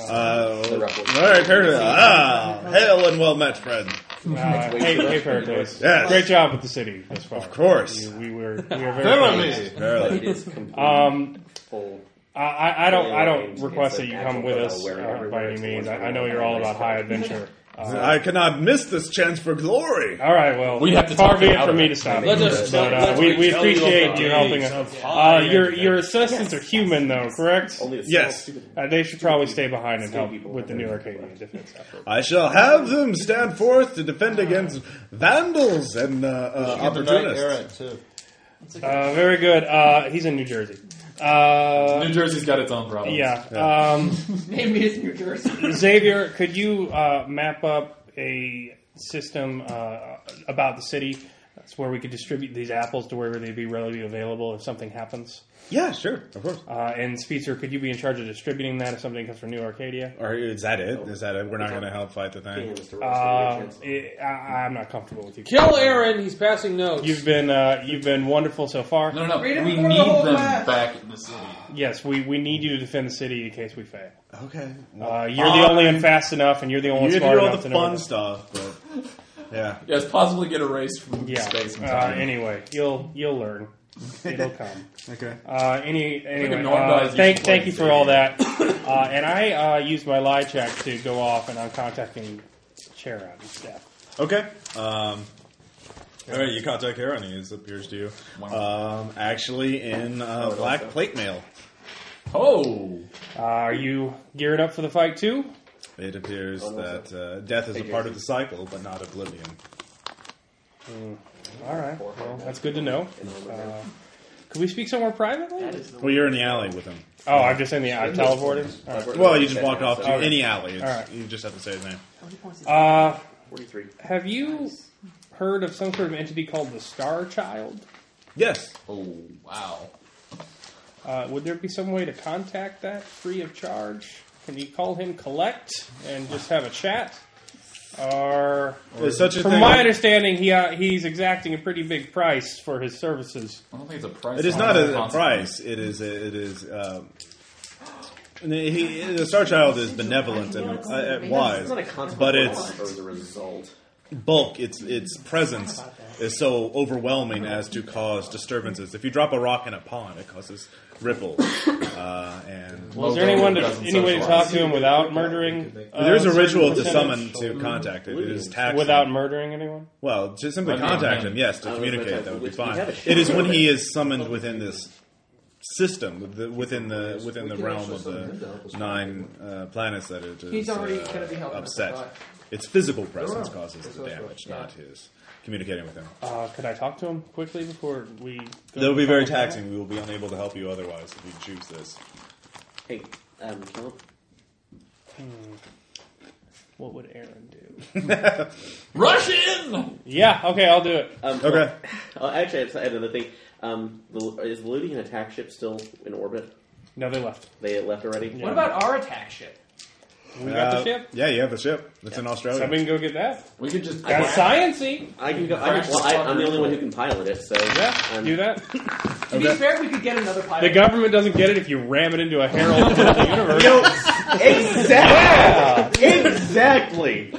Uh, all
ruffles.
right, Curtis. Ah, hail and well met, friend.
Uh, hey, hey, Pericles.
Yes.
Great job with the city thus far.
Of course.
We were we were very.
But
Verily.
it is complete
Um,
full.
I, I I don't. I don't
It's
request
an
that you
actual
come with
photo
us
wearing
uh,
everywhere.
by any
It's the
means.
ones
I,
that
I know
are
you're
on
all
the
about
ice.
high adventure. Uh,
I cannot miss this chance for glory.
all right. Well,
We have to
far
talk
be
it
it
out
for me
about
to
it.
stop.
Let
you,
us-
but uh,
let-
we,
let
we
us-
appreciate
let
you
us-
helping us. Uh, your your assistants are human though, correct?
Only the
Yes.
small, stupid-
Uh, they should probably stay behind and
Stupid
help
people
with the
have
new
their-
Arcadian defense effort.
I shall have them stand forth to defend against vandals and uh, uh,
Get the knight
opportunists.
errant too.
Uh, very good. Uh, he's in New Jersey. Uh,
New Jersey's got its own problems.
yeah. Um,
Maybe it's New Jersey.
Xavier, could you uh, map up a system uh, about the city? That's where we could distribute these apples to wherever they'd be readily available if something happens.
Yeah, sure, of course.
Uh, and Speedster, could you be in charge of distributing that if something comes from New Arcadia?
Or is that it? Is that it? We're not going to help fight the
Yeah,
thing.
Mr. Ross,
Uh,
give me a chance.
it, I, I'm not comfortable with you.
Kill Aaron. He's passing notes.
You've been uh, you've been wonderful so far.
No, no, no.
Read it
We
before the
need
whole
them
class.
back in the city.
Yes, we, we need you to defend the city in case we fail.
Okay.
Uh, you're the only
Um,
one fast enough, and you're the only
you
one
did
smart
all
enough
the
to know.
fun
that-
stuff, but yeah.
Yes, possibly get erased from
Yeah.
space and
Uh,
time.
anyway, you'll you'll learn. It'll come.
Okay.
Uh, any anyway,
normalized
uh, thank
use of
thank you for
language.
all that. Uh, and I uh, used my lie check to go off, and I'm contacting Charon and stuff.
Okay. Um, all right, you contact Aaron. He is- appears to you. Um, actually, in uh, black plate mail,
Oh,
Uh, are you geared up for the fight too?
it appears
Oh,
that uh, death is a part of the cycle, but not oblivion.
All right, well that's good to know. Uh, could we speak somewhere privately?
Well, you're in the alley with him.
Oh, I'm just in the I teleported. All right.
Well, you just walked off to
Okay.
any alley. It's,
All right.
You just have to say his name.
Uh,
43.
have you heard of some sort of entity called the Star Child?
Yes.
oh, wow.
Uh, would there be some way to contact that free of charge? Can you call him collect and just have a chat? Or,
There's such a
from
thing.
my understanding, he uh, he's exacting a pretty big price for his services.
I don't think it's a price.
It is
on
not
that
a, a
consequence.
price. It is. A, it is. Um, and he, the Star Child is benevolent and uh, uh,
It's
wise,
not a consequence,
but its
or as a result.
bulk, its its presence is so overwhelming as to cause disturbances. If you drop a rock in a pond, it causes ripples. Uh, and
Is there anyone to, any way to talk to him without murdering? uh,
there's a
certain
ritual to summon
percentage?
to contact it. It is taxing.
without murdering anyone.
Well, to simply
Let me
contact
know.
him, yes, to
I was gonna
communicate,
say,
that would
we-
be
we
fine.
have a
It is
shit
when
load
he is summoned within this system, with the- within the within the realm of the nine uh, planets that it is
He's already
uh,
gonna be helping us, I
upset.
thought.
Its physical presence causes the damage, not his communicating with him.
Uh, could I talk to him quickly before we? go
That
to
would be very
the final
taxing. We will be unable to help you otherwise if you choose this.
Hey, um, Caleb,
battle? What would Aaron do?
Rush in.
Yeah. Okay, I'll do it.
Um,
Okay.
Oh, actually, I just had another thing. Um, the, is the Ludian attack ship still in orbit?
No, they left.
They left already.
Yeah.
What about our attack ship?
We got
Uh,
the ship.
Yeah, you have the ship. It's in Australia.
So we can go get that.
We could just.
Got sciency.
I can go. I can, well, I, I'm the only one who can pilot it, so um,
Yeah,
I'm,
do that.
To be fair, we could get another pilot.
The government doesn't get it if you ram it into a herald of the universe.
Exactly. exactly.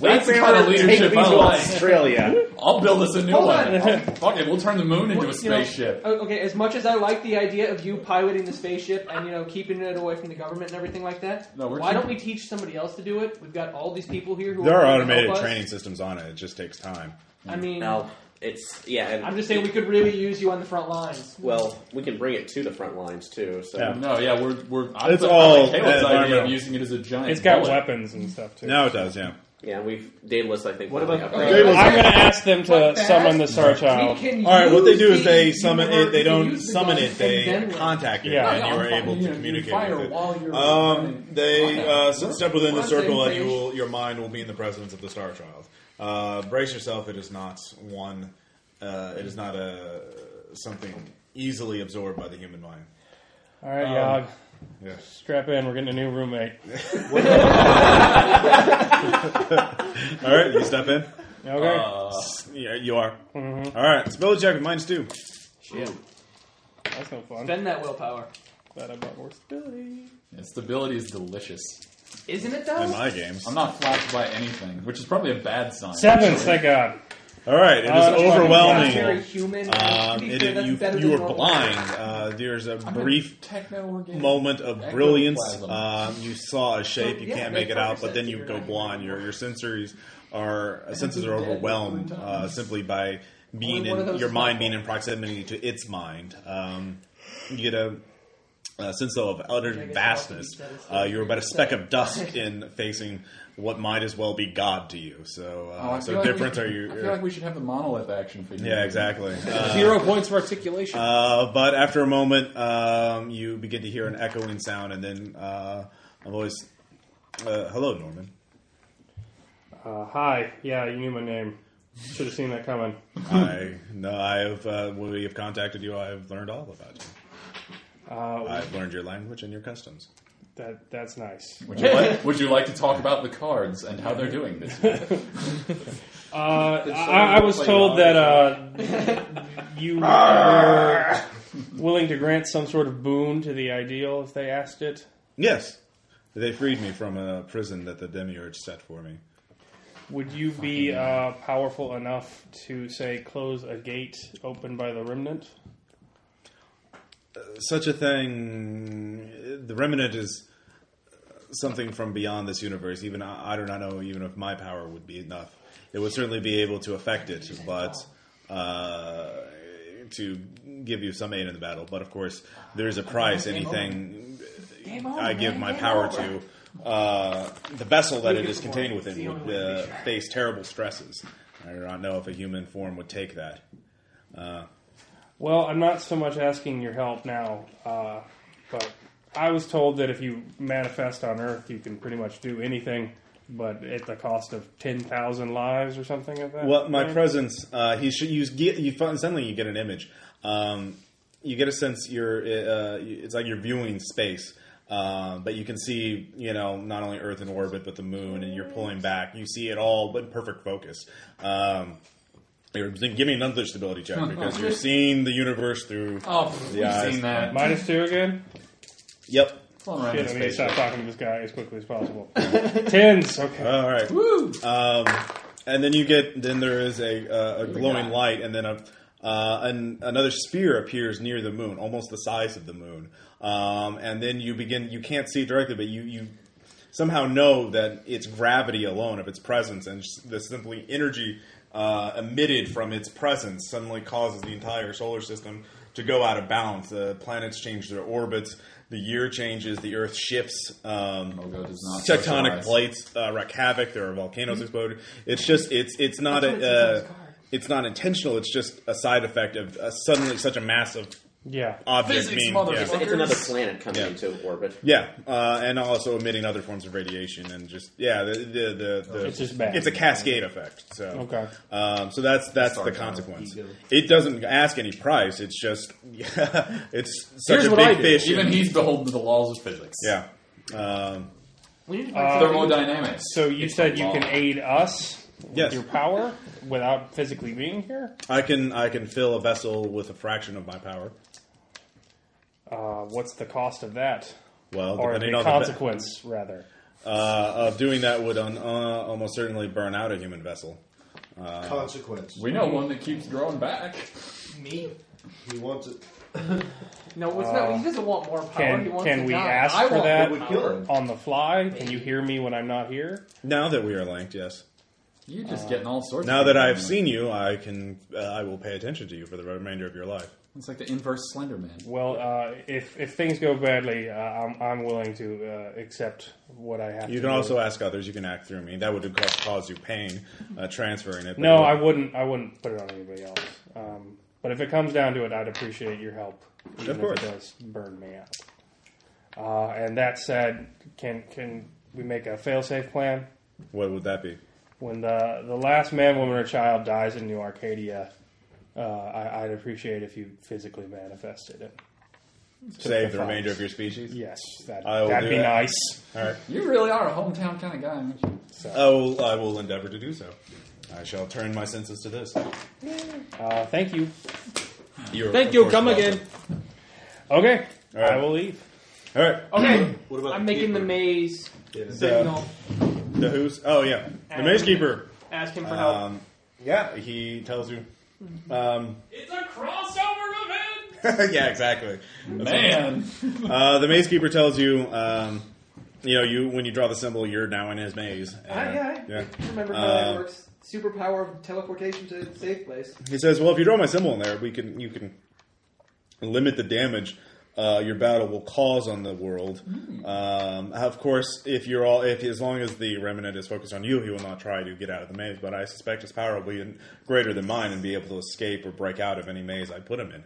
That's the kind of leadership I like.
Australia.
I'll build us a new
Hold
one.
on.
Fuck it, we'll turn the moon into
Well,
a
you know,
spaceship.
o- Oh, okay, as much as I like the idea of you piloting the spaceship and you know keeping it away from the government and everything like that,
No, we're
why
keep-
don't we teach somebody else to do it? We've got all these people here who
there
willing
are
to
automated
help us.
training systems on it. It just takes time.
I mean,
Now it's yeah. And,
I'm just saying we could really use you on the front lines.
well, we can bring it to the front lines too. So
Yeah.
No, yeah, we're we're. I'm
It's
I like
all
Caleb's idea
environmental.
of using it as a giant.
It's got
bullet.
weapons and stuff too.
Now it does, yeah.
yeah, we've Daedalus. I think.
What
finally
about-
upgraded.
They will-
I'm going to ask them to
But that-
summon the Star
We
Child.
can
All right. What they
use
do is
the
they summon
universe-
it. They
we can
don't
use the
summon
gun
it. They
and then
contact it,
Yeah.
and you are
Yeah,
able
you-
to
you
communicate
fire
with
while you're-
it. Um, they uh,
Okay.
step within the
One
circle,
thing
and you
finished.
will. Your mind will be in the presence of the Star Child. Uh, brace yourself. It is not one. Uh, it is not a something easily absorbed by the human mind.
All right, Yog,
Yes.
strap in. We're getting a new roommate.
All right. You step in.
Okay.
Uh,
Yeah, you are. All right. Spell check with mine's too.
Shit.
That's no fun.
Spend that willpower,
Glad I brought more stability.
yeah, stability is delicious.
isn't it
In
though?
my games.
I'm not flapped by anything, which is probably a bad sign.
Sevens, thank God.
All right, it is
Uh,
overwhelming.
Very human.
Um,
To be
it,
fair, that's
you
better
you
than
are
normal.
blind. Uh, there's a brief
Techno organic.
moment of
Ectoplasm. Oh,
brilliance. Um, you saw a shape, you
yeah,
can't
make
make it out,
perfect
but then
sense
you
if
go
you're not-
blind. Your your sensories are uh, senses
been
are
dead
overwhelmed
three
uh,
times.
simply by being
Only one of
in
those
your
is
mind
my
being in proximity to its mind. Um, you get a, a sense though of utter
guess
vastness.
I'll have to be satisfied.
Uh, you're about a speck of dust in facing what might as well be God to you. So
Oh, I
uh,
feel
so
like we
different
should-
are you? uh,
I feel like we should have the monolith action figure.
yeah, exactly. Uh,
Zero points of articulation.
uh, but after a moment, um, you begin to hear an echoing sound, and then uh, a voice. Uh, hello, Norman.
Uh, hi. Yeah, you knew my name. Should have seen that coming.
I no, I have. Uh, when we have contacted you. I have learned all about you.
Uh,
I've learned your language and your customs.
that that's nice.
Would you, like, would you like to talk about the cards and how they're doing this? year?
Uh, I, I was told that uh, you were willing to grant some sort of boon to the ideal if they asked it.
Yes, they freed me from a prison that the demiurge set for me.
Would you be uh, powerful enough to say close a gate opened by the remnant?
Such a thing. The remnant is something from beyond this universe. Even I, I do not know. Even if my power would be enough, it would certainly be able to affect it. But uh, to give you some aid in the battle, but of course, there is a price. Anything I give my power to. Uh, the vessel that it is contained within would uh, face terrible stresses. I do not know if a human form would take that.
Well, I'm not so much asking your help now, uh, but I was told that if you manifest on Earth, you can pretty much do anything, but at the cost of ten thousand lives or something of that.
Well, my
kind.
presence. Uh, he should. You get. You find, suddenly you get an image. Um, you get a sense. You're. Uh, it's like you're viewing space. Uh, but you can see, you know, not only Earth in orbit, but the Moon, and you're pulling back. You see it all, but in perfect focus. Um, you're giving another stability check because you're seeing the universe through.
Oh, we've
Yeah,
seen that.
minus two again.
Yep.
It's all right.
Shit, I need to stop talking to this guy as quickly as possible. Tens. Okay.
All right.
Woo!
Um, and then you get then there is a, uh, a glowing
God.
light, and then a uh, an, another sphere appears near the moon, almost the size of the moon. Um, and then you begin you can't see it directly, but you you somehow know that it's gravity alone of its presence, and s- the simply energy uh, emitted from its presence suddenly causes the entire solar system to go out of balance. The planets change their orbits. The year changes, the Earth shifts. Um,
Mogo Oh, does not
tectonic
socialize.
plates uh, wreak havoc. There are volcanoes exploded. It's just it's it's not a, uh, it's not intentional. It's just a side effect of uh, suddenly such a massive
Yeah.
object
Physics,
being
motherfucker.
yeah.
It's another planet coming
Yeah.
into orbit.
Yeah, uh, and also emitting other forms of radiation, and just yeah, the the, the, the
It's just bad.
It's a cascade effect. So
Okay.
um, so that's that's
Start
the
out with
consequence.
ego.
It doesn't ask any price. It's just yeah, it's such
Here's
a
what
big
I do.
fish.
Even
and-
he's beholden to the laws of physics.
yeah. Um,
We need to
Uh,
Thermodynamics.
So you
It's
said
the
you
law.
can aid us with
Yes.
your power without physically being here.
I can I can fill a vessel with a fraction of my power.
Uh, what's the cost of that,
Well,
or
depending
the
on the,
consequence rather?
uh, of doing that would un, uh, almost certainly burn out a human vessel.
Consequence.
We know one that keeps growing back.
me.
He wants it.
No, it's not. He doesn't want more power.
uh, can-
he wants
can
to
we
die.
ask
I
for
want
that?
more
It would kill
power.
him.
On the fly, can you hear me when I'm not here?
Now that we are linked, yes.
You're just getting all sorts.
Now
of
that
things
I've
going
seen
on.
you, I can uh, I will pay attention to you for the remainder of your life.
it's like the inverse Slenderman.
Well, uh, if if things go badly, uh, I'm I'm willing to uh, accept what I have.
You
to
can
do.
also ask others. You can act through me. That would of course cause you pain uh, transferring it. but
No,
it
I
would-
wouldn't. I wouldn't put it on anybody else. Um, but if it comes down to it, I'd appreciate your help, even
Of course.
if it does burn me out. Uh, and that said, can can we make a failsafe plan?
What would that be?
When the the last man, woman, or child dies in New Arcadia, uh, I, I'd appreciate if you physically manifested it.
Save
the
the remainder
funds.
of your species.
Yes, that,
I will
that'd
do
be
that.
nice.
All right.
You really are a hometown kind of guy, aren't you?
I will. I will endeavor to do so. I shall turn my senses to this.
Uh, thank you.
You're,
Thank
of
you.
course,
Come
welcome.
again.
Okay,
All right.
I will leave.
All right.
Oh.
Okay,
What about
I'm making the maze
The,
signal.
the who's? Oh yeah, the maze keeper.
Ask him for help.
Um, Yeah, he tells you.
Mm-hmm.
Um,
It's a crossover event.
yeah, exactly. That's
Man.
awesome. uh, the maze keeper tells you, um, you know, you when you draw the symbol, you're now in his maze.
I,
Uh,
yeah, I remember how
Uh,
that works. Superpower of teleportation to a safe place.
He says, "Well, if you draw my symbol in there, we can you can limit the damage uh, your battle will cause on the world.
Hmm.
Um, of course, if you're all if as long as the remnant is focused on you, he will not try to get out of the maze. But I suspect his power will be in- greater than mine and be able to escape or break out of any maze I put him in.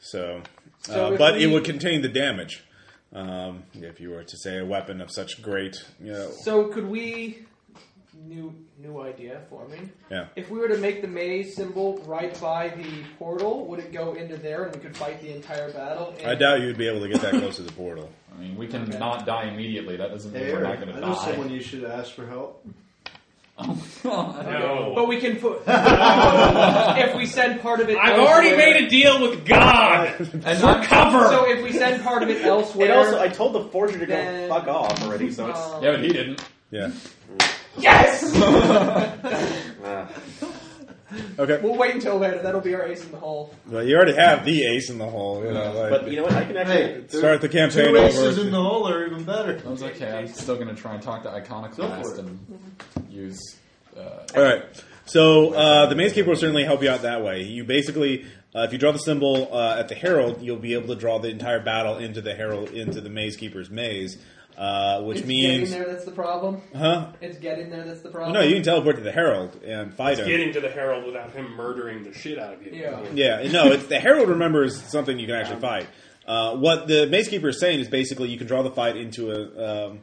So,
So
uh,
if
but it
we-
would contain the damage." Um, if you were to say a weapon of such great, you know,
So could we? New new idea forming.
Yeah.
If we were to make the maze symbol right by the portal, would it go into there and we could fight the entire battle? And
I doubt you'd be able to get that close to the portal.
I mean, we can not die immediately. That doesn't mean
Hey,
we're not
Eric,
going
I
to
know
die.
someone you should ask for help.
No.
But we can put. if we send part of it.
I've already
elsewhere-
made a deal with God.
And
For cover.
So if we send part of it elsewhere,
And also, I told the forger to
then-
go fuck off already, so it's.
um,
yeah, but he didn't.
Yeah.
Uh,
Yes. okay.
we'll wait until later. That'll be our ace in the hole.
Well, you already have the ace in the hole. You know, like,
But you know what? I can actually.
Hey,
start the campaign
two aces
over.
in the hole are even better.
That's okay. I'm still going to try and talk to Iconoclast
Go for it.
and use. Uh,
All right. So uh, the maze keeper will certainly help you out that way. You basically, uh, if you draw the symbol uh, at the herald, you'll be able to draw the entire battle into the herald into the maze keeper's maze, uh, which
it's
means,
getting there that's the problem.
huh?
It's getting there that's the problem.
No, you can teleport to the herald and fight him.
Getting to the Herald without him murdering the shit out of you.
Yeah.
Yeah, no, it's the Herald Remember is something you can actually fight. Uh, what the Maze Keeper is saying is basically you can draw the fight into a um,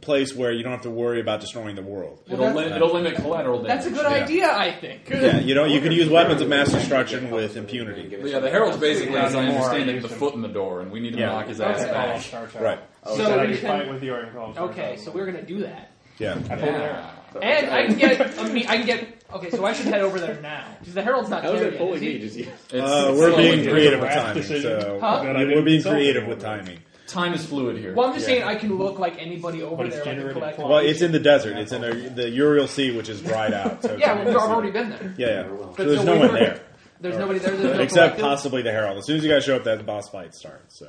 place where you don't have to worry about destroying the world.
it'll, lim- it'll limit collateral damage.
That's a good idea, I think.
Yeah, you know, you can use weapons of mass destruction with impunity.
But yeah, the Herald's basically, as I
Yeah, the more
understand
I
it, the
use
foot in the door, and we need to
Yeah.
knock his ass
Call
back.
Star Trek.
Right.
Oh,
So
is that-
How
we
you
can-
fight with the Orion Call Star
Okay,
Trek.
so we're gonna do that.
Yeah. Uh,
I pulled it out.
Yeah.
And I can get, I mean, I can get. Okay, so I should head over there now because the Herald's not
How is
there
it
yet.
fully
Is he?
me? Just you.
It's-
Uh,
it's
we're
slowly
being
doing.
creative with
Draft
timing,
decision.
so
Huh?
That I
we're
didn't
being
consult
creative
anyone
with
with.
timing.
Time is fluid here.
Well, I'm just saying I can look like anybody over
But it's
there. Like a
generated
collect-
plot.
Well, it's in the desert. It's in a, the Ural Sea, which is dried out. So
yeah, well, we've already been there.
Yeah, yeah. So
But
there's
so
no
we
one
were-
there.
There's nobody there. There's no
Except
collective.
possibly the Herald. As soon as you guys show up, that boss fight starts. So,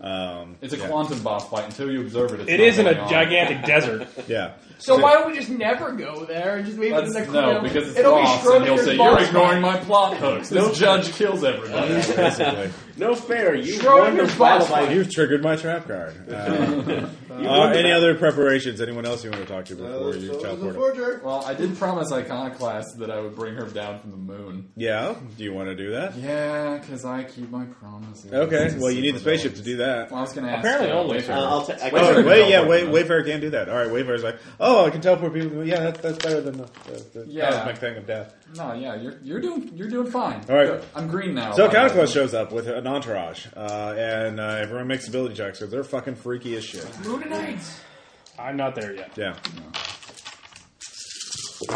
um,
It's a
yeah.
quantum boss fight. Until you observe it, it's
It
not
is in a
Oh,
going on.
gigantic desert.
Yeah.
So why don't we just never go there and just leave it in
That's,
the
no, because it's
It'll
boss,
be
and he'll
Schrodinger's
say,
boss
"You're ignoring my plot hooks." This judge kills everybody.
Basically.
No fair. You
Throw
won
in
the
your
battle
boss
by.
You've triggered my trap card.
you
Uh, Uh,
won the
any
battle.
other preparations? Anyone else you want to talk to
Uh,
before you
so is the
teleport? him?
forger.
Well, I did promise Iconoclast that I would bring her down from the moon.
Yeah. Do you want to do that?
Yeah, because I keep my promises.
Okay. Well, you need the spaceship to do that.
Well, I was going to ask.
Apparently
uh,
only
Wayfarer.
Uh, I'll ta- I
Oh,
can-
wait, yeah,
teleport,
wait,
huh?
Wayfarer can do that. All right, Wayfarer's like, oh, I can teleport people. Yeah, that's that's better than the, the, the
Yeah.
cosmic thing of death.
No, yeah, you're you're doing you're doing fine.
All right.
Look, I'm green now.
So
by the way.
Conquest shows up with an entourage, uh, and uh, everyone makes ability checks because they're fucking freaky as shit.
Moon Knight.
I'm not there yet.
Yeah.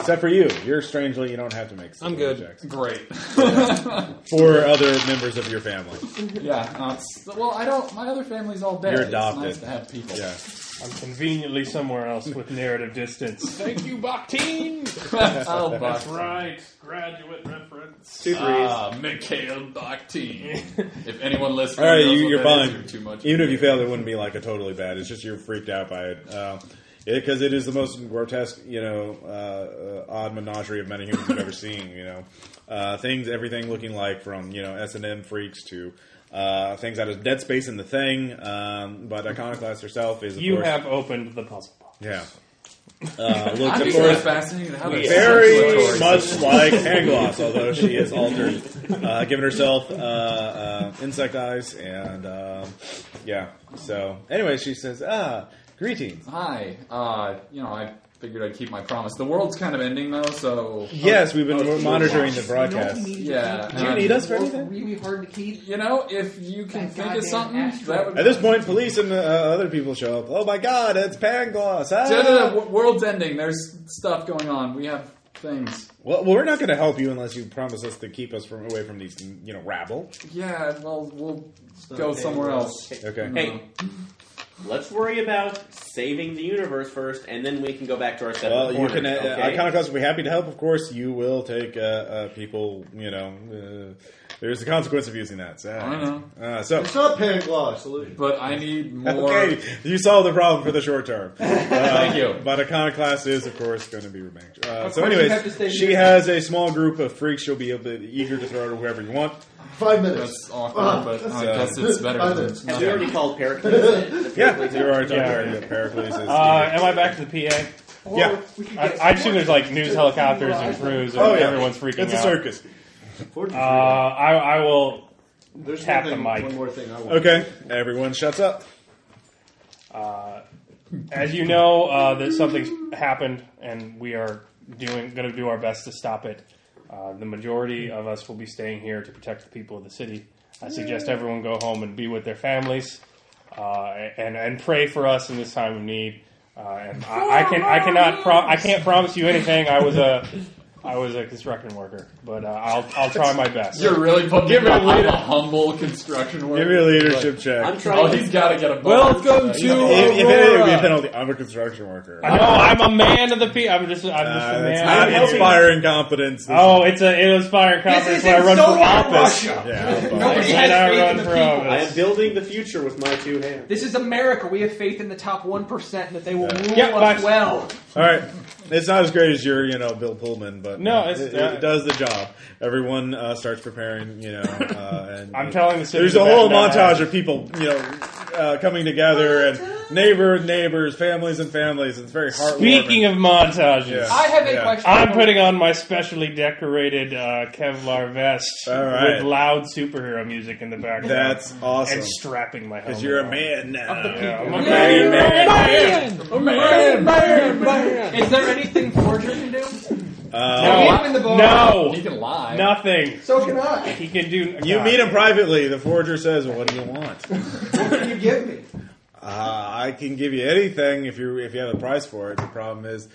Except for you, you're strangely you don't have to make.
I'm
ability
good.
Checks.
Great.
For other members of your family,
Yeah. Uh, s- well, I don't. My other family's all dead.
You're
It's
adopted.
nice to have people.
yeah.
I'm conveniently somewhere else with narrative distance.
Thank you, Bakhtin.
oh, Bach.
right, graduate reference.
Two threes.
Ah, Mikhail Bakhtin. if anyone listening,
All right,
knows
you,
what
you're
that is,
fine.
you're Too much.
Even if you failed, it wouldn't be like a totally bad. It's just you're freaked out by it. Because it is the most grotesque, you know, uh, uh, odd menagerie of many humans I've ever seen. You know, uh, things, everything looking like from you know S and M freaks to uh, things out of Dead Space and the Thing. Um, but Iconoclast herself is, of
You
course,
have opened the puzzle box.
yeah, uh, looks of
I'm just really
course
fascinated how there's
very
circulatory
much
system.
like Hangloss, although she is altered, uh, giving herself uh, uh, insect eyes, and um yeah. So, anyway, she says, "Ah, greetings."
Hi. Uh, you know, I figured I'd keep my promise. The world's kind of ending though, so uh,
Yes, we've been monitoring the
No,
broadcast.
we need to
yeah.
keep-
Do you
um,
need us for
Work
anything?
Really hard to keep.
You know, if you can
That
think
goddamn
of something,
asteroid.
that would.
At this point, police and uh, other people show up. Oh my God, it's Pangloss! Ah!
No, no, no, w- world's ending. There's stuff going on. We have things.
Well, we're not going to help you unless you promise us to keep us from away from these, you know, rabble.
Yeah, well, we'll
not
go
okay.
somewhere else.
Okay.
Hey.
Let's worry about saving the universe first, and then we can go back to our seven
Well, you
corners.
can. Uh,
okay?
Iconoclast will be happy to help. Of course, you will take uh, uh, people. You know, uh, there's the consequence of using that. So,
I know.
Uh, so
It's not panic law solution.
But I need more.
okay, you solved the problem for the short term. Uh,
Thank you.
But Iconoclast is, of course, going to be remained. Uh,
Of
so,
course you have to
anyways,
stay
she
here.
has a small group of freaks. She'll be able to, eager to throw to whoever you want.
Five minutes.
That's awkward,
Ah,
but I
so-
guess it's better
Five
than
minutes.
Have
nothing.
we already called Pericles?
Yeah, you're already talking
Yeah.
already about Pericles. Is,
Uh, am I back to the PA?
Or
Yeah.
we could
I,
get
I
some
assume
more-
there's like news helicopters and crews, and
Oh, yeah.
everyone's freaking
it's a
out.
circus.
Uh, I, I will.
There's one
Tap the
thing-
mic.
One more thing I want.
Okay, everyone shuts up.
Uh, as you know, uh, that something's happened, and we are doing going to do our best to stop it. Uh, the majority of us will be staying here to protect the people of the city. I suggest everyone go home and be with their families, uh, and and pray for us in this time of need. Uh, and I, I can I cannot pro- I can't promise you anything. I was a I was a construction worker, but uh, I'll I'll try my best.
You're really putting
Give me a
I'm
leader.
humble construction worker.
Give me a leadership check.
I'm
Like, oh,
trying.
he's got to get a bonus.
Welcome
today.
to-
if, if it would be a
Aurora.
penalty, I'm a construction worker.
I know I'm a man of the people. I'm just I'm just
Uh,
a
it's
man.
not
I'm helping.
inspiring confidence.
Oh, it's a it was fire
This
conference
is
when I
in
run
Soviet
for office.
Russia.
yeah, but-
Nobody
When I
has faith
run
in the
for
people.
I
office.
am building the future with my two hands.
This is America. We have faith in the top one percent that they will
Yeah.
rule
Yeah,
us
bye.
well.
All right, it's not as great as your, you know, Bill Pullman, but
No,
uh,
it's-
it,
uh,
it does the job. Everyone uh, starts preparing, you know. Uh, and
I'm telling the city
there's a
that
whole
that
montage
happened.
of people, you know, uh, coming together and neighbor neighbors, families and families. It's very heartwarming.
Speaking of montages,
Yeah.
I have a
Yeah.
question.
I'm putting on my specially decorated uh, Kevlar vest
All right.
with loud superhero music in the background.
that's awesome
and strapping my helmet.
because you're a
on.
man now.
Yeah, I'm a
people.
man.
Oh, man.
Is there anything Forger can do?
Uh,
Have you opened the bar?
No,
He can lie.
no, nothing.
So can I.
He can do.
you meet him privately. The forger says, "What do you want?" uh,
What can you give me?
I can give you anything if you if you have a price for it. The problem is,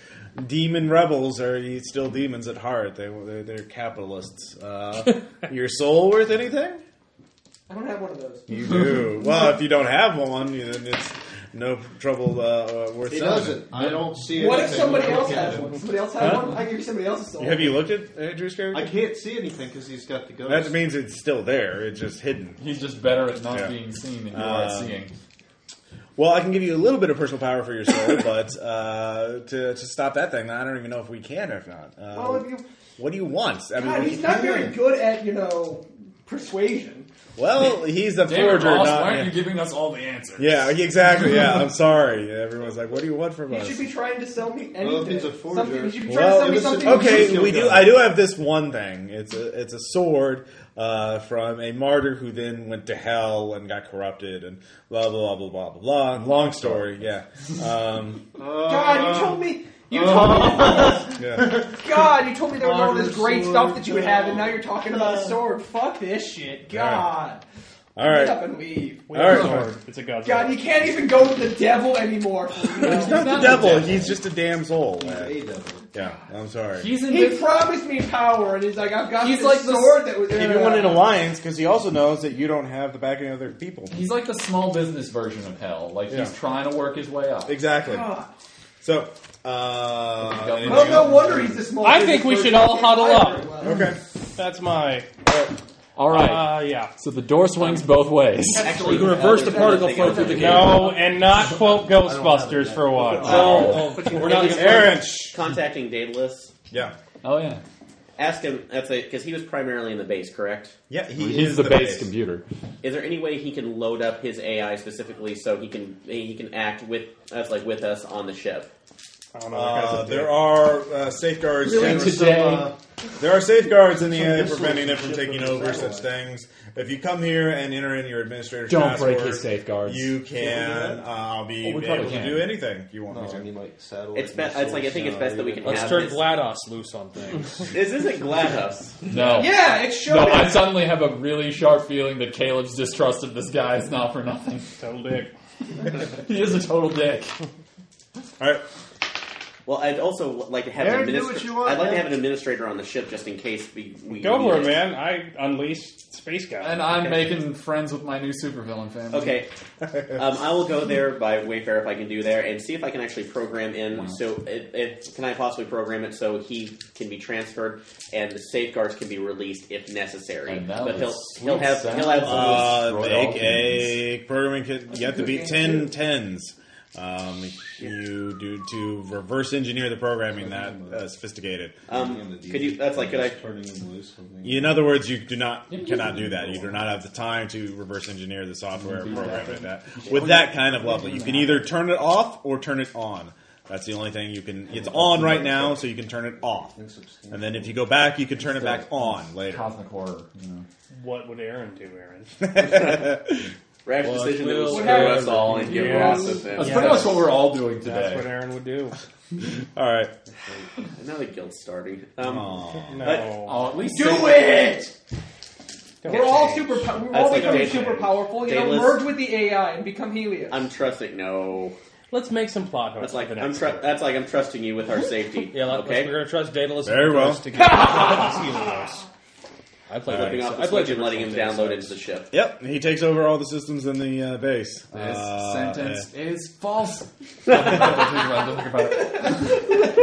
demon rebels are e, still demons at heart. They they're, they're capitalists. Uh, your soul worth anything?
I don't have one of those.
You do. well, if you don't have one, you- then it's no trouble uh, worth.
It
selling
doesn't. I don't see it.
What if somebody else has one? Somebody else has one. I can give somebody else a soul.
Have you looked at Andrew's
I
character?
can't see anything because he's got the ghost.
That means it's still there. It's just hidden.
He's just better at not
Yeah.
being seen than you are
Uh,
at seeing.
Well, I can give you a little bit of personal power for your soul, but uh, to, to stop that thing, I don't even know if we can or if not. Uh,
Well, if you,
what do you want? I mean,
God,
what do
he's
you-
not very good at you know persuasion.
well, he's the
Damn it,
forger,
Ross,
not
why aren't you giving us all the answers?
yeah, exactly. Yeah, I'm sorry. Everyone's like, "What do you want from
He
us?"
should be trying to sell me anything.
Well, if he's a forger-
something, he should be trying
Well,
to
it was-
sell me something.
okay,
Concealed
we do.
gun.
I do have this one thing. It's a it's a sword uh, from a martyr who then went to hell and got corrupted and blah blah blah blah blah blah. blah. Long story. Yeah. Um,
God, you told me. You told
Uh,
Oh.
me.
yeah.
God, you told me there was all this
Honor
great
sword.
stuff that you would have, and now you're talking about a sword. Fuck this shit. God.
All
Get
right.
up and leave.
We
All
have a
right.
sword. It's a god.
God, you can't even go to the devil anymore. you know?
He's not the devil. He's just a damn soul.
He's
man.
a devil.
Yeah. I'm sorry.
He's in
he
this,
promised me power, and he's like, I've got
He's
this
like the-
sword that was.
If you want an alliance, because he also knows that you don't have the backing of other people.
he's like the small business version of hell. Like
Yeah.
he's trying to work his way up.
Exactly.
God.
So, uh,
Well,
anything
Well, no
else?
wonder he's the small.
I
business
think we
person.
should all
He
huddle
can't
up.
fight very well.
Okay.
That's my.
All
Uh, yeah.
so the door swings both ways.
Actually,
You
reverse the particle flow
through the gate.
No, and not quote Ghostbusters for a while.
No, we're not
Oh. Aaron.
contacting Daedalus.
Yeah.
Oh yeah,
Ask him. That's it, because he was primarily in the base, correct?
Yeah. He
he's
is
the, base,
base.
computer.
Is there any way he can load up his AI specifically so he can he can act with us like with us on the ship?
I don't know, that guy's a
Uh,
dick.
there are uh, safeguards.
There
in-
was some,
today-
uh,
There are safeguards in the
Some
AI
missiles
preventing it
and
from
shit
taking
from the
over
satellite.
such things. If you come here and enter in your administrator's
Don't
password,
break his safeguards.
You
Can we do
can. uh,
that?
I'll be
Well, we
able
probably
to
can.
do anything you want
no, I
me
mean, like saddle.
It's be- it's like, I think it's best that we can
Let's
have
turn
this-
GLaDOS loose on things.
This isn't GLaDOS.
No.
Yeah, it should.
No, I suddenly have a really sharp feeling that Caleb's distrust of this guy is not for nothing.
Total dick.
He is a total dick.
to. All right.
Well, I'd also like to have
Aaron,
an
do
administrator.
what you want,
I'd like to
man.
have an administrator on the ship just in case we. we
Go
need
for
it.
it, man. I unleashed space guy.
And I'm making friends with my new supervillain family.
Okay, um, I will go there by Wayfair if I can do there and see if I can actually program in. So, it, it, can I possibly program it so he can be transferred and the safeguards can be released if necessary?
And now
But
the
he'll
sweet
he'll have
sounds
he'll have
of-
Uh,
Roy
make
Dawkins.
a programming kit. You have to
good
beat
game,
10
too.
tens. Um, you do to reverse engineer the programming that uh, sophisticated.
Um, could you? That's like could I?
turning him loose? Something.
In other words, you do not you cannot do that. You do not have the time to reverse engineer the software or program it that with that kind of level. You can either turn it off or turn it on. That's the only thing you can. It's on right now, so you can turn it off. And then if you go back, you can turn it back on later.
Cosmic horror. You know.
What would Aaron do, Aaron?
Rash decision that will
Well,
screw
Aaron-
us all and get
Yeah.
lost of them.
That's pretty much what we're all doing
That's
today.
what Aaron would do.
All right.
Another guild starting. Um,
Aw.
No.
Oh, at least
Do
they-
it!
Don't
We're all
change.
super. po- We're
That's
all
like
becoming
Dayton.
super powerful. You know,
Dayton's-
merge with the AI and become Helios.
I'm trusting. No,
Let's make some plot holes.
that's like
for the
I'm
next
tru-
one.
that's like I'm trusting you with our safety.
Yeah, like,
okay.
we're going to trust Daedalus
Very
and
well.
Chris to get Helios. I played
Flipping off the
I played
switch and letting him download into the ship.
Yep. He takes over all the systems in the uh, base.
This
Uh,
sentence is false. don't think about it. Don't think about it.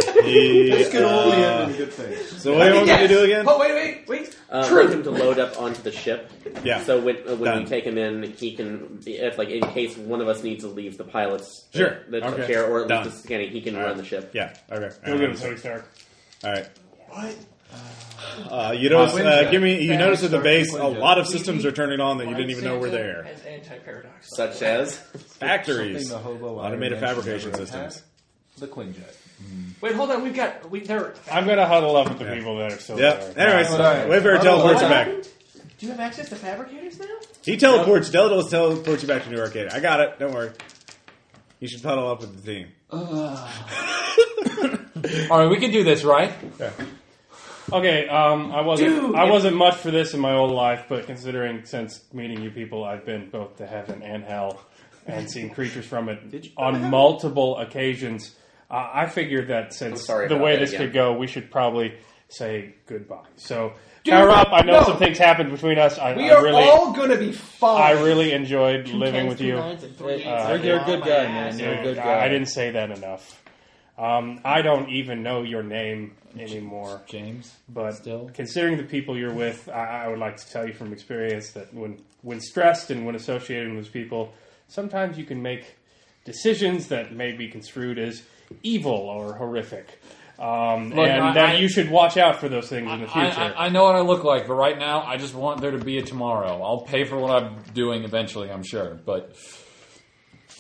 Uh, yeah. He,
Let's get all the
uh,
end in good face.
so what do you want me to
Yes.
do again?
Oh wait, wait, wait.
Uh,
True.
want him to load up onto the ship.
Yeah.
So when, uh, when
Done.
we take him in, he can, if like in case one of us needs to leave the pilot's uh,
Sure.
the, the
Okay.
chair or at least
Done.
the scanning, he can
All
run
right.
the ship.
Yeah. Okay.
Go get him, Tony Stark.
All right. Uh, you notice,
Wait,
uh,
yeah.
give me. You
Yeah,
notice at the
sorry,
base,
wait,
a
yeah.
lot of systems are turning on that you didn't even know were there.
And anti-paradox.
Such as
Factories,
Something the hobo I
automated
mentioned
fabrication
never
systems.
had, The Quinjet.
Wait, hold on. We've got we there.
I'm gonna huddle up with the
Yeah.
people that are still
Yep.
there.
Anyways,
All right.
wait for it
All
teleports you
right.
back.
Do you have access to fabricators now?
He teleports. Deldos teleports you back to New Arcade. I got it. Don't worry. You should huddle up with the team.
All right, we can do this, right?
Okay, um, I wasn't
Dude!
I wasn't much for this in my old life, but considering since meeting you people, I've been both to heaven and hell, and seen creatures from it on multiple occasions. Uh, I figured that since
sorry
the
about
way
that
this
again.
could go, we should probably say goodbye. So, power up! I know
no.
some things happened between us. I,
We
I
are
really,
all gonna be
I
fine.
really enjoyed living with you.
Uh, you're a good guy, man. You're a good guy.
I, I didn't say that enough. Um, I don't even know your name anymore.
James.
But
Still?
considering the people you're with, I, I would like to tell you from experience that when when stressed and when associating with people, sometimes you can make decisions that may be construed as evil or horrific, um,
Look,
and
I-
that
I-
you should watch out for those things in the
I,
future.
I, I know what I look like, but right now I just want there to be a tomorrow. I'll pay for what I'm doing eventually, I'm sure. But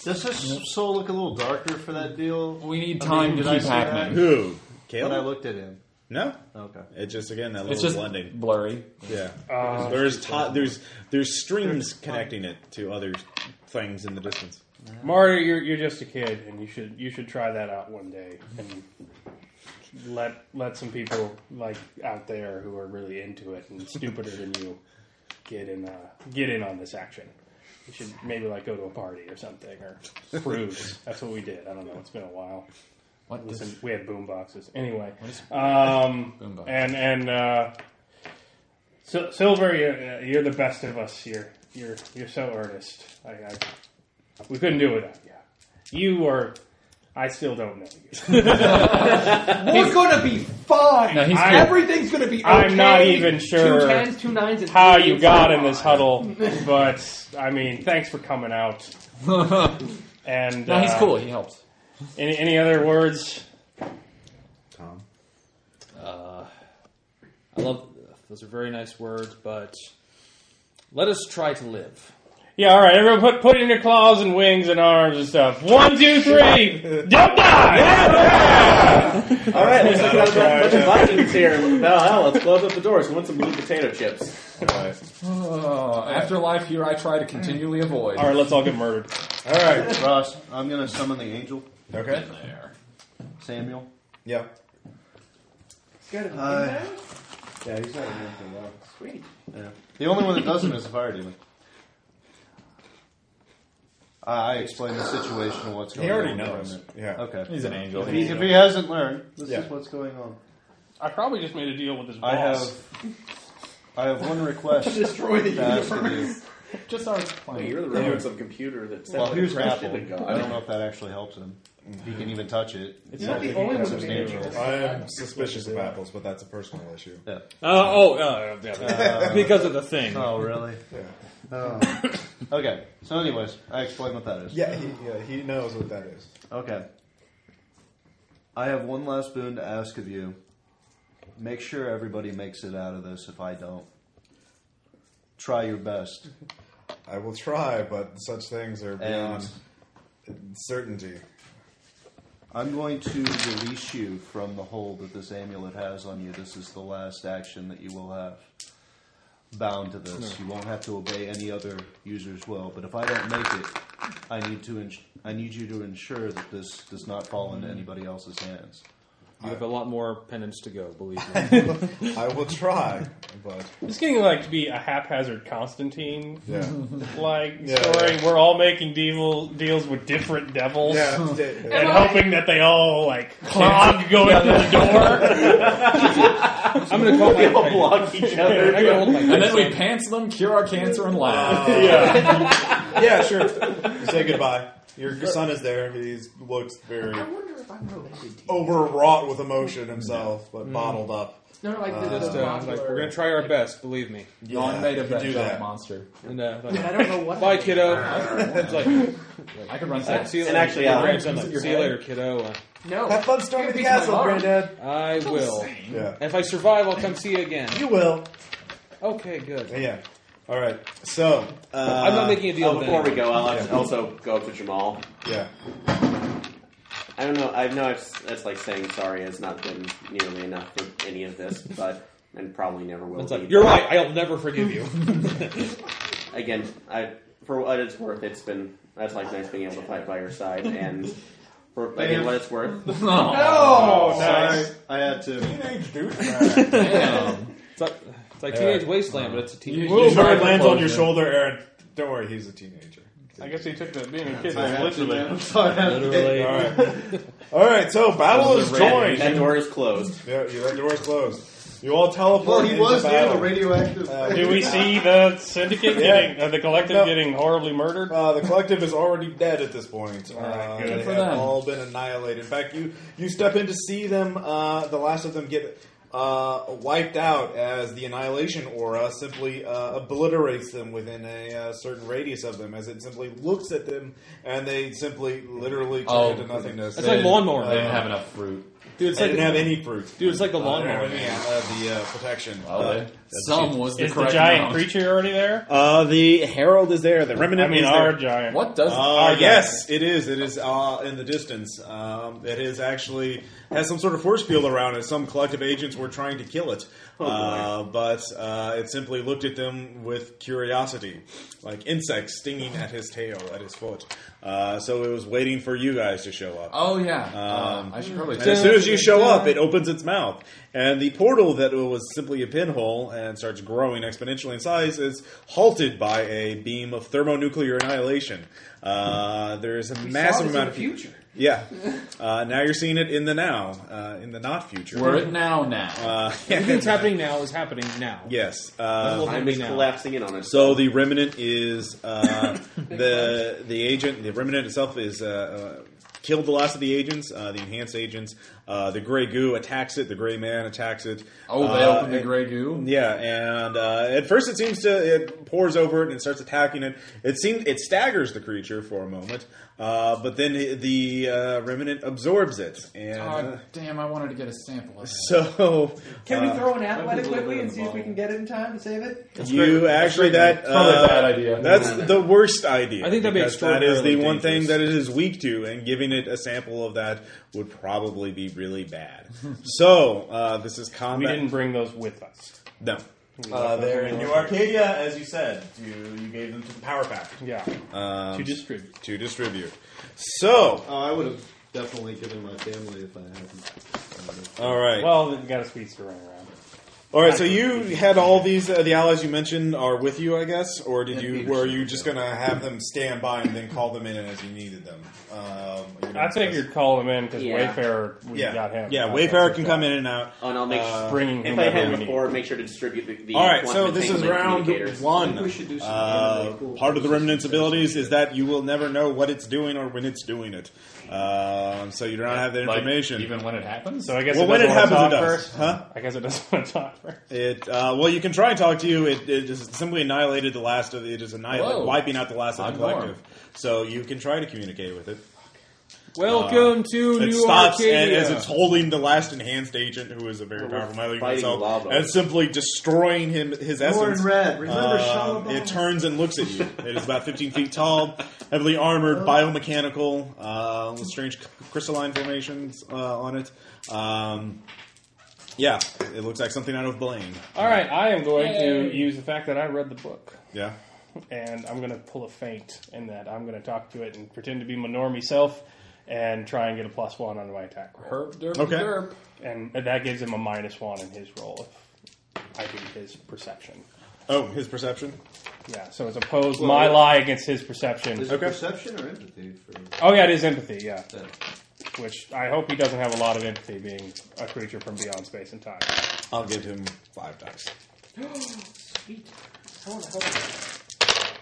Does his soul look a little darker for that deal?
we need
I
time
mean,
to
did I
keep
see
happening.
Who?
When I
Caleb?
looked at him.
No.
Okay.
It just again that little
It's just
blending.
blurry.
Yeah. there's to- there's there's streams connecting it to other things in the distance.
Mario, you're you're just a kid, and you should you should try that out one day, and let let some people like out there who are really into it and stupider than you get in uh, get in on this action. You should maybe like go to a party or something or cruise. That's what we did. I don't know. It's been a while.
What does
Listen, we had boom boxes anyway. Um,
Boom box.
and and uh, Sil Silver, you're, you're the best of us. You're you're you're so earnest. I, I we couldn't do it without you. You are. I still don't know you.
We're gonna be fine.
No, he's
I-
Everything's gonna be. Okay.
I'm not even sure
Two tens, two nines, and
How
three
you
eights.
got in this huddle, but I mean, thanks for coming out. And
No, he's
uh,
cool. He helps.
Any any other words?
Tom.
I love those are very nice words, but let us try to live.
Yeah, all right. Everyone, put put in your claws and wings and arms and stuff. One, two, three. Don't die.
all right, let's look
Alright,
at bunch of
yeah.
Vikings here. Well, hell, let's close up the doors. We want some blue potato chips.
All right.
Uh, afterlife here, I try to continually avoid.
All right, let's all get murdered.
All right.
Ross, I'm going to summon the angel,
Okay.
There.
Samuel.
Yeah.
It's gotta be
Uh,
in there.
Yeah, he's not an angel, though.
Sweet.
The only one that doesn't is a fire demon. I I explain the situation and what's
He
going on.
already
with
knows.
Remnant.
Yeah.
Okay.
He's an angel.
If
He's
he,
an
if
angel.
he hasn't learned, this
Yeah.
is what's going on.
I probably just made a deal with his boss.
I have. I have one request.
Destroy the
to ask of you.
Just our plan.
Wait, Oh, you're the remnants of a computer that said
Well,
that
here's an
crashed
apple.
into God.
I don't know if that actually helps him. If he can even touch it.
It's
I
not
think
the
he
only
can
one with
substantiate
angels.
it.
I am suspicious of apples, but that's a personal issue.
Yeah.
Uh, oh, uh, yeah, because of the thing.
Oh, really? Oh. Okay. So, anyways, I explain what that is.
Yeah, he, yeah, he knows what that is.
Okay. I have one last boon to ask of you. Make sure everybody makes it out of this. If I don't, try your best.
I will try, but such things are beyond certainty.
I'm going to release you from the hold that this amulet has on you. This is the last action that you will have bound to this. You won't have to obey any other user's will. But if I don't make it, I need to. Ins- I need you to ensure that this does not fall into anybody else's hands.
You have a lot more penance to go, believe me.
I will try, but
It's getting like to be a haphazard Constantine,
Yeah.
like
Yeah,
story.
yeah.
We're all making deal, deals with different devils,
Yeah.
and hoping that they all like clog going
Yeah,
through the door.
I'm
Oh,
gonna call my friend.
block each other.
I gotta hold my
And then we
grandson.
pants them, cure our cancer, and laugh.
Uh, yeah, sure. Say goodbye. Your son is there. He looks very
I wonder if I'm related to you.
overwrought with emotion himself, but bottled up.
No, no, like
Uh,
the,
Just,
the
uh, like,
modular-
we're gonna try our best, believe me.
Yeah,
I'm made of
you
that
do
giant
that.
monster.
And, uh, like,
I don't know what.
Bye, kiddo. It's like,
I could run
it's like,
sex.
see you
And
later.
actually, yeah,
Your grandson,
is it
like,
your
see you
head?
later, kiddo. Uh,
No.
Have fun storming the
Beats my
castle,
mom.
Granddad.
I will.
Yeah,
If I survive, I'll come see you again.
you will.
Okay, good.
Yeah. All right. So uh,
I'm not making a deal
Uh,
with
before we
anyone.
go, I'll have to also go up to Jamal.
Yeah.
I don't know. I know it's, it's like saying sorry has not been nearly enough for any of this, but and probably never will.
It's
be.
like, you're right. I'll never forgive you.
Again, I for what it's worth, it's been that's like nice being able to fight by your side, and for again, what it's worth,
Oh, nice! I had to.
Teenage douchebag.
It's like, it's like
Yeah.
Teenage Wasteland, but it's a teenage.
His
tried
heart
to
lands
close
on your
it.
shoulder, Aaron. Don't worry, he's a teenager.
I guess he took that being a kid.
I had to,
literally.
man. I'm sorry. I had to get-
All right. All right. So battle is joined.
that door is closed.
Yeah, you, that door's closed. You all teleport.
Well, he
into
was near
battle.
the radioactive.
Uh,
thing.
Do we see the syndicate
Yeah.
getting, uh, the collective
No.
getting horribly murdered?
Uh, the collective is already dead at this point. Uh,
good.
they
Good
for
have
them.
all been annihilated. In fact, you you step in to see them. Uh, the last of them get uh, wiped out as the annihilation aura simply uh, obliterates them within a uh, certain radius of them. As it simply looks at them, and they simply literally turn
Oh.
into nothingness.
It's like lawnmower.
They didn't have enough fruit.
Dude, it's
They didn't
like,
have any fruit.
dude, it's like the lawnmower.
Uh, yeah, uh, the uh, protection.
Oh,
eh?
Uh,
they- some was the
Is the
correct
giant
amount.
creature already there?
Uh, the herald is there. The remnant
I mean,
is
our
there.
giant.
What does?
Uh, yes, it is. It is uh, in the distance. Um, it is actually has some sort of force field around it. Some collective agents were trying to kill it, uh, but uh, it simply looked at them with curiosity, like insects stinging at his tail, at his foot. Uh, so it was waiting for you guys to show up.
oh yeah. Uh,
Um,
I should probably.
And as soon as you show up, it opens its mouth, and the portal that was simply a pinhole and starts growing exponentially in size is halted by a beam of thermonuclear annihilation. Uh, there is a massive amount of
future.
Yeah, uh, now you're seeing it in the now, uh, in the not future.
We're it now. Now.
uh,
Everything's happening now is happening now.
yes.
That's a
Uh,
little
I'm
bit
just
now.
collapsing in on it.
so the remnant is uh, the the agent. The remnant itself is. Uh, uh, Killed the last of the agents, uh, the enhanced agents. Uh, the gray goo attacks it. The gray man attacks it.
oh, they
Uh,
opened the gray goo.
Yeah, and uh, at first it seems to it pours over it and starts attacking it. It seems it staggers the creature for a moment, uh, but then it- the uh, remnant absorbs it, and
Oh, damn! I wanted to get a sample of that.
so
Can
uh,
we throw an outlet
Everything's
quickly
in
and
the
see if we
bottle.
can get it in time to save it?
you actually that
Probably
uh,
a bad idea.
That's the worst idea.
I think that'd be
because that is the
extraordinarily
one thing that
dangerous.
it is weak to, and giving it a sample of that would probably be really bad. so uh, this is
We
combat.
didn't bring those with us.
No. Uh, they're in New Arcadia, as you said. You, you gave them to the Power Pack
Yeah.
um,
to distribute.
to distribute. So,
Oh, I would have definitely given my family if I hadn't.
all right.
Well, they've got a speedster running around.
All right, so you had all these uh, the allies you mentioned are with you, I guess, or did
Yeah,
you?
Peter's
Were you just gonna have them stand by and then call them in as you needed them? Um, you know,
I figured call him in because
Yeah.
Wayfarer, we
Yeah.
got him.
Yeah,
Uh,
Wayfarer can come in and out.
Um,
Oh, and I'll make
Uh,
bringing
if I
whomever we
had
need.
before, make sure to distribute the. the
All right,
quantum
so this is
entanglement
round
communicators.
one. Uh, part of the remnant's abilities is that you will never know what it's doing or when it's doing it. Um, so you do not have the
Like,
information.
even when it happens?
So I guess well, when it
doesn't
happens,
wanna
it
talk
does.
first?
Huh?
I guess it doesn't want to talk first.
It uh, well, you can try and talk to you. It, it just simply annihilated the last of it is
Whoa.
annihilating, wiping out the last of the
Odd norm.
collective. So you can try to communicate with it.
Welcome
Uh,
to
it
New
stops
Arcadia.
and, as it's holding the last enhanced agent, who is a very
We're
powerful mother
fighting
himself,
lava.
and simply destroying him his
You're in
essence.
red. Remember
Um,
Shalabah.
it turns and looks at you. It is about 15 feet tall, heavily
Oh.
armored, biomechanical, uh, with strange c- crystalline formations uh, on it. Um, yeah, it looks like something out of Blaine.
All right, I am going
Yay.
to use the fact that I read the book.
Yeah.
And I'm going to pull a feint in that I'm going to talk to it and pretend to be my normie self and try and get a plus one on my attack roll.
Herp, derp, Okay. derp.
And that gives him a minus one in his roll if I do his perception.
Oh, his perception?
Yeah, so it's opposed
Well,
my
it-
lie against his perception.
Is it perception or empathy? For,
Oh yeah, it is empathy. Yeah, which I hope he doesn't have a lot of empathy, being a creature from beyond space and time.
I'll give him five dice.
Sweet. I want to help.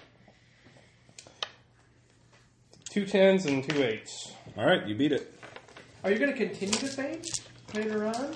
Two tens and two eights.
All right, you beat it.
Are you going to continue to faint later on?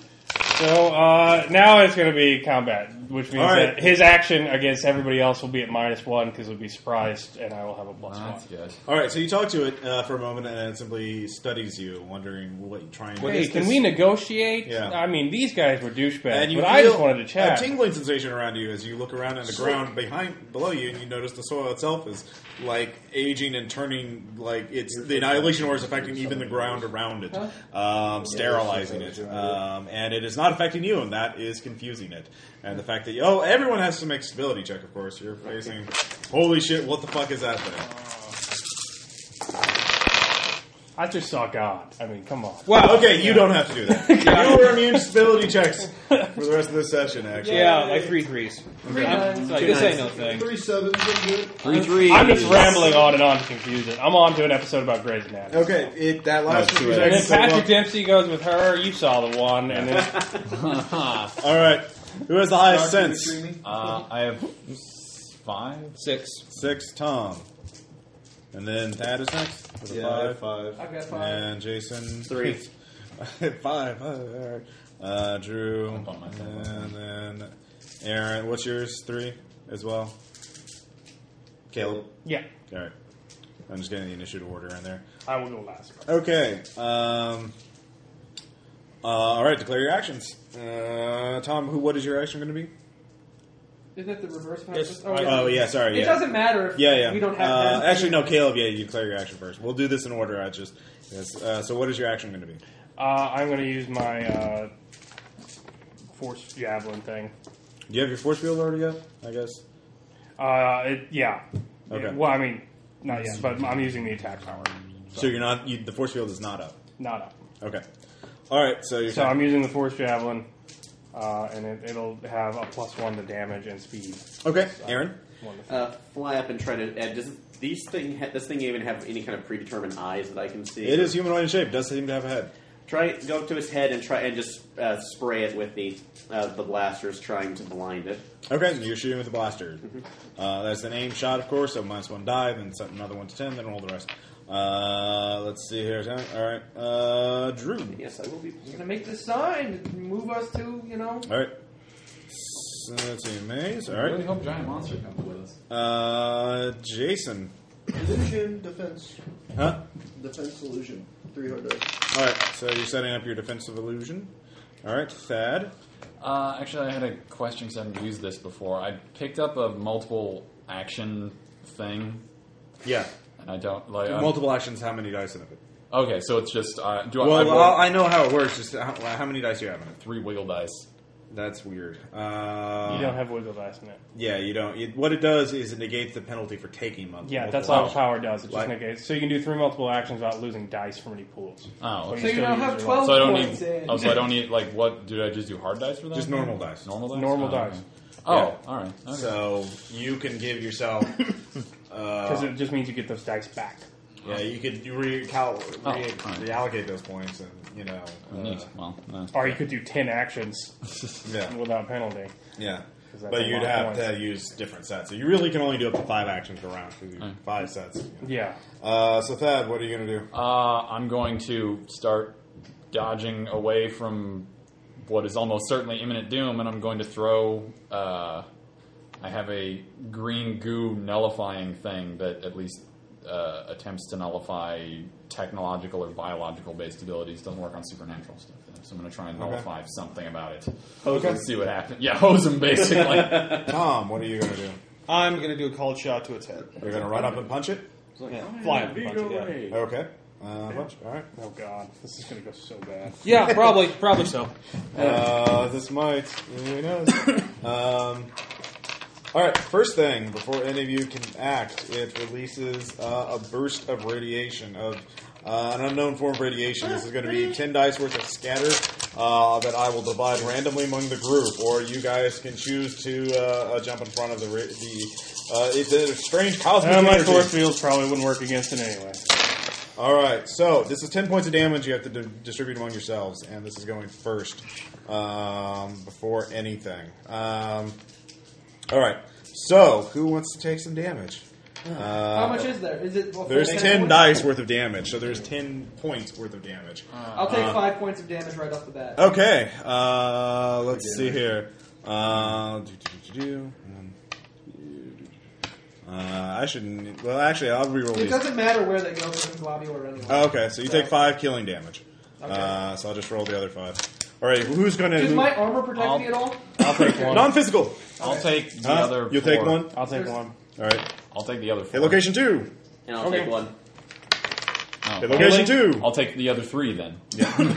So uh, now it's going to be combat, which means
All right.
that his action against everybody else will be at minus one because it'll be surprised, and I will have a plus one.
All right, so you talk to it uh, for a moment, and it simply studies you, wondering what you're trying to
Hey, can we negotiate?
Yeah.
I mean, these guys were douchebags,
And you
but I just
feel
wanted to chat.
A tingling sensation around you as you look around at the
So-
ground behind below you, and you notice the soil itself is like aging and turning. Like it's the annihilation ore is affecting even the ground around it, um, sterilizing it, um, and it is not affecting you, and that is confusing it. And the fact that oh, everyone has to make stability check. Of course, you're facing holy shit. What the fuck is that thing?
I just saw God. I mean, come on.
Wow. Okay, you don't have to do that. you were immune to stability checks for the rest of this session. Actually,
Yeah, like three threes.
Three
I'm,
nines.
like,
Two
this ain't no
nines.
thing.
Three sevens, I'm good.
I'm just rambling on and on to confuse it. I'm on to an episode about Grey's Anatomy.
Okay, it, that last
and
confusing
then
episode
Patrick
will-
Dempsey goes with her. You saw the one, and then
All right. Who has the highest
Dark,
sense?
can you dream me? Uh, I have five,
six,
six. Tom, and then Thad is next. With a
Yeah, I have five.
I've got five.
And Jason,
Three.
five. Uh, uh, Drew, and then Aaron. What's yours? Three as well. Caleb.
Yeah.
All right. I'm just getting the initiative order in there.
I will go last.
Okay. Um, uh, all right. Declare your actions. Uh, Tom, who? What is your action going to be?
Isn't it the reverse? of how
Yes,
it's-
I- oh, yeah, sorry,
It
yeah.
doesn't matter if
Yeah, yeah.
we don't have
uh,
that.
actually no, Caleb. Yeah, you declare your action first. We'll do this in order. I just yes. Uh, so what is your action going to be?
uh, I'm going to use my uh, force javelin thing.
Do you have your force field already up? I guess.
Uh, it, yeah.
Okay.
well, I mean, not yet, but I'm using the attack power.
So, you're not. You, the force field is not up.
Not up.
Okay. All right. So you're.
So I'm using the force javelin, uh, and it, it'll have a plus one to damage and speed.
Okay, Aaron.
Wonderful.
Uh, fly up and try to. Uh, does these thing ha- this thing even have any kind of predetermined eyes that I can see?
It is humanoid in shape. Does seem to have a head.
Try go up to its head and try and just uh, spray it with the uh, the blasters, trying to blind it.
Okay, you're shooting with the blaster.
Mm-hmm.
Uh, that's an aim shot, of course. So minus one die, then set another one to ten, then roll the rest. Uh, let's see here. All right, uh, Drew.
Yes, I will be.
Going to make the sign to move us to you know.
All right. So let's see, maze. All
I really
right.
hope Giant Monster comes with us.
Uh, Jason.
Illusion, defense.
Huh?
Defense, illusion. Three hard dice.
All right. So you're setting up your defensive illusion. All right, Thad.
Uh, actually, I had a question because I haven't used this before. I picked up a multiple action thing,
Yeah.
and I don't like I'm-
Multiple actions. How many dice in it?
Okay, so it's just uh, do I, I
Well,
roll
I, I know how it works. Just how, how many dice you have in it?
three wiggle dice?
That's weird. Uh,
you don't have wiggle dice in it.
Yeah, you don't. It, what it does is it negates the penalty for taking multiple.
Yeah, that's all
actions.
power does. It just
Like-
negates. So you can do three multiple actions without losing dice from any pools.
Uh.
Oh, okay. So
can
you
still
don't
use
have
your
12
luck.
So I don't
points
need.
in.
Oh, so I don't need like what? Did I just do hard dice for that?
Just normal dice.
Normal dice.
Normal
oh,
dice.
okay. Oh,
Yeah.
all right. Okay.
So you can give yourself.
because
uh,
it just means you get those dice back.
yeah, you could you recal- re-
all right.
reallocate those points, and you know. uh,
Neat. Well, uh,
Or you could do ten actions
Yeah.
without penalty.
Yeah.
'Cause that's a
But you'd
lot of
have
points.
to use different sets. So you really can only do up to five actions per round. 'cause you- Five sets.
Yeah.
Uh, so Thad, what are you going to do?
Uh, I'm going to start dodging away from what is almost certainly imminent doom, and I'm going to throw. Uh, I have a green goo nullifying thing that at least uh, attempts to nullify technological or biological based abilities. Doesn't work on supernatural stuff. Though. So I'm going to try and
Okay.
nullify something about it.
Hose
and
him.
see what happens. Yeah, hose him basically.
Tom, what are you going to do?
I'm going to do a cold shot to its head.
You're going to run up and punch it?
Yeah, fly up a bunch of yeah.
Okay. Uh, punch. All right.
Oh god, this is gonna go so bad.
yeah, probably, probably so.
Uh, this might. Who knows? um, all right. First thing, before any of you can act, it releases uh, a burst of radiation of uh, an unknown form of radiation. This is going to be ten dice worth of scatter uh, that I will divide randomly among the group, or you guys can choose to uh, uh, jump in front of the. Ra- the uh, it's a strange cosmic.
Uh, my
energy.
force fields probably wouldn't work against it anyway.
All right, so this is ten points of damage you have to di- distribute among yourselves, and this is going first um, before anything. Um, all right, so who wants to take some damage? Uh,
How much is there? Is it? well,
There's
full
ten
points?
dice worth of damage, so there's ten points worth of damage.
I'll take
Uh, oh.
five points of damage right off the bat.
Okay, uh, let's see here. Uh, do, do, do, do, do. One, two, uh, I shouldn't. Well, actually, I'll reroll
It
these.
doesn't matter where they go from lobby order anyway.
Oh, Okay, so you take
So-
five killing damage.
Okay.
Uh, so I'll just roll the other five. All right, who's gonna?
Does
who-
my armor protect me at all?
I'll take one.
Non-physical.
I'll take the
Huh?
other.
You'll take
four.
one.
I'll take one.
All right.
I'll take the other.
Hit
Four.
location two.
And I'll
Okay.
take one.
Oh,
Hit location
really?
two.
I'll take the other three then.
And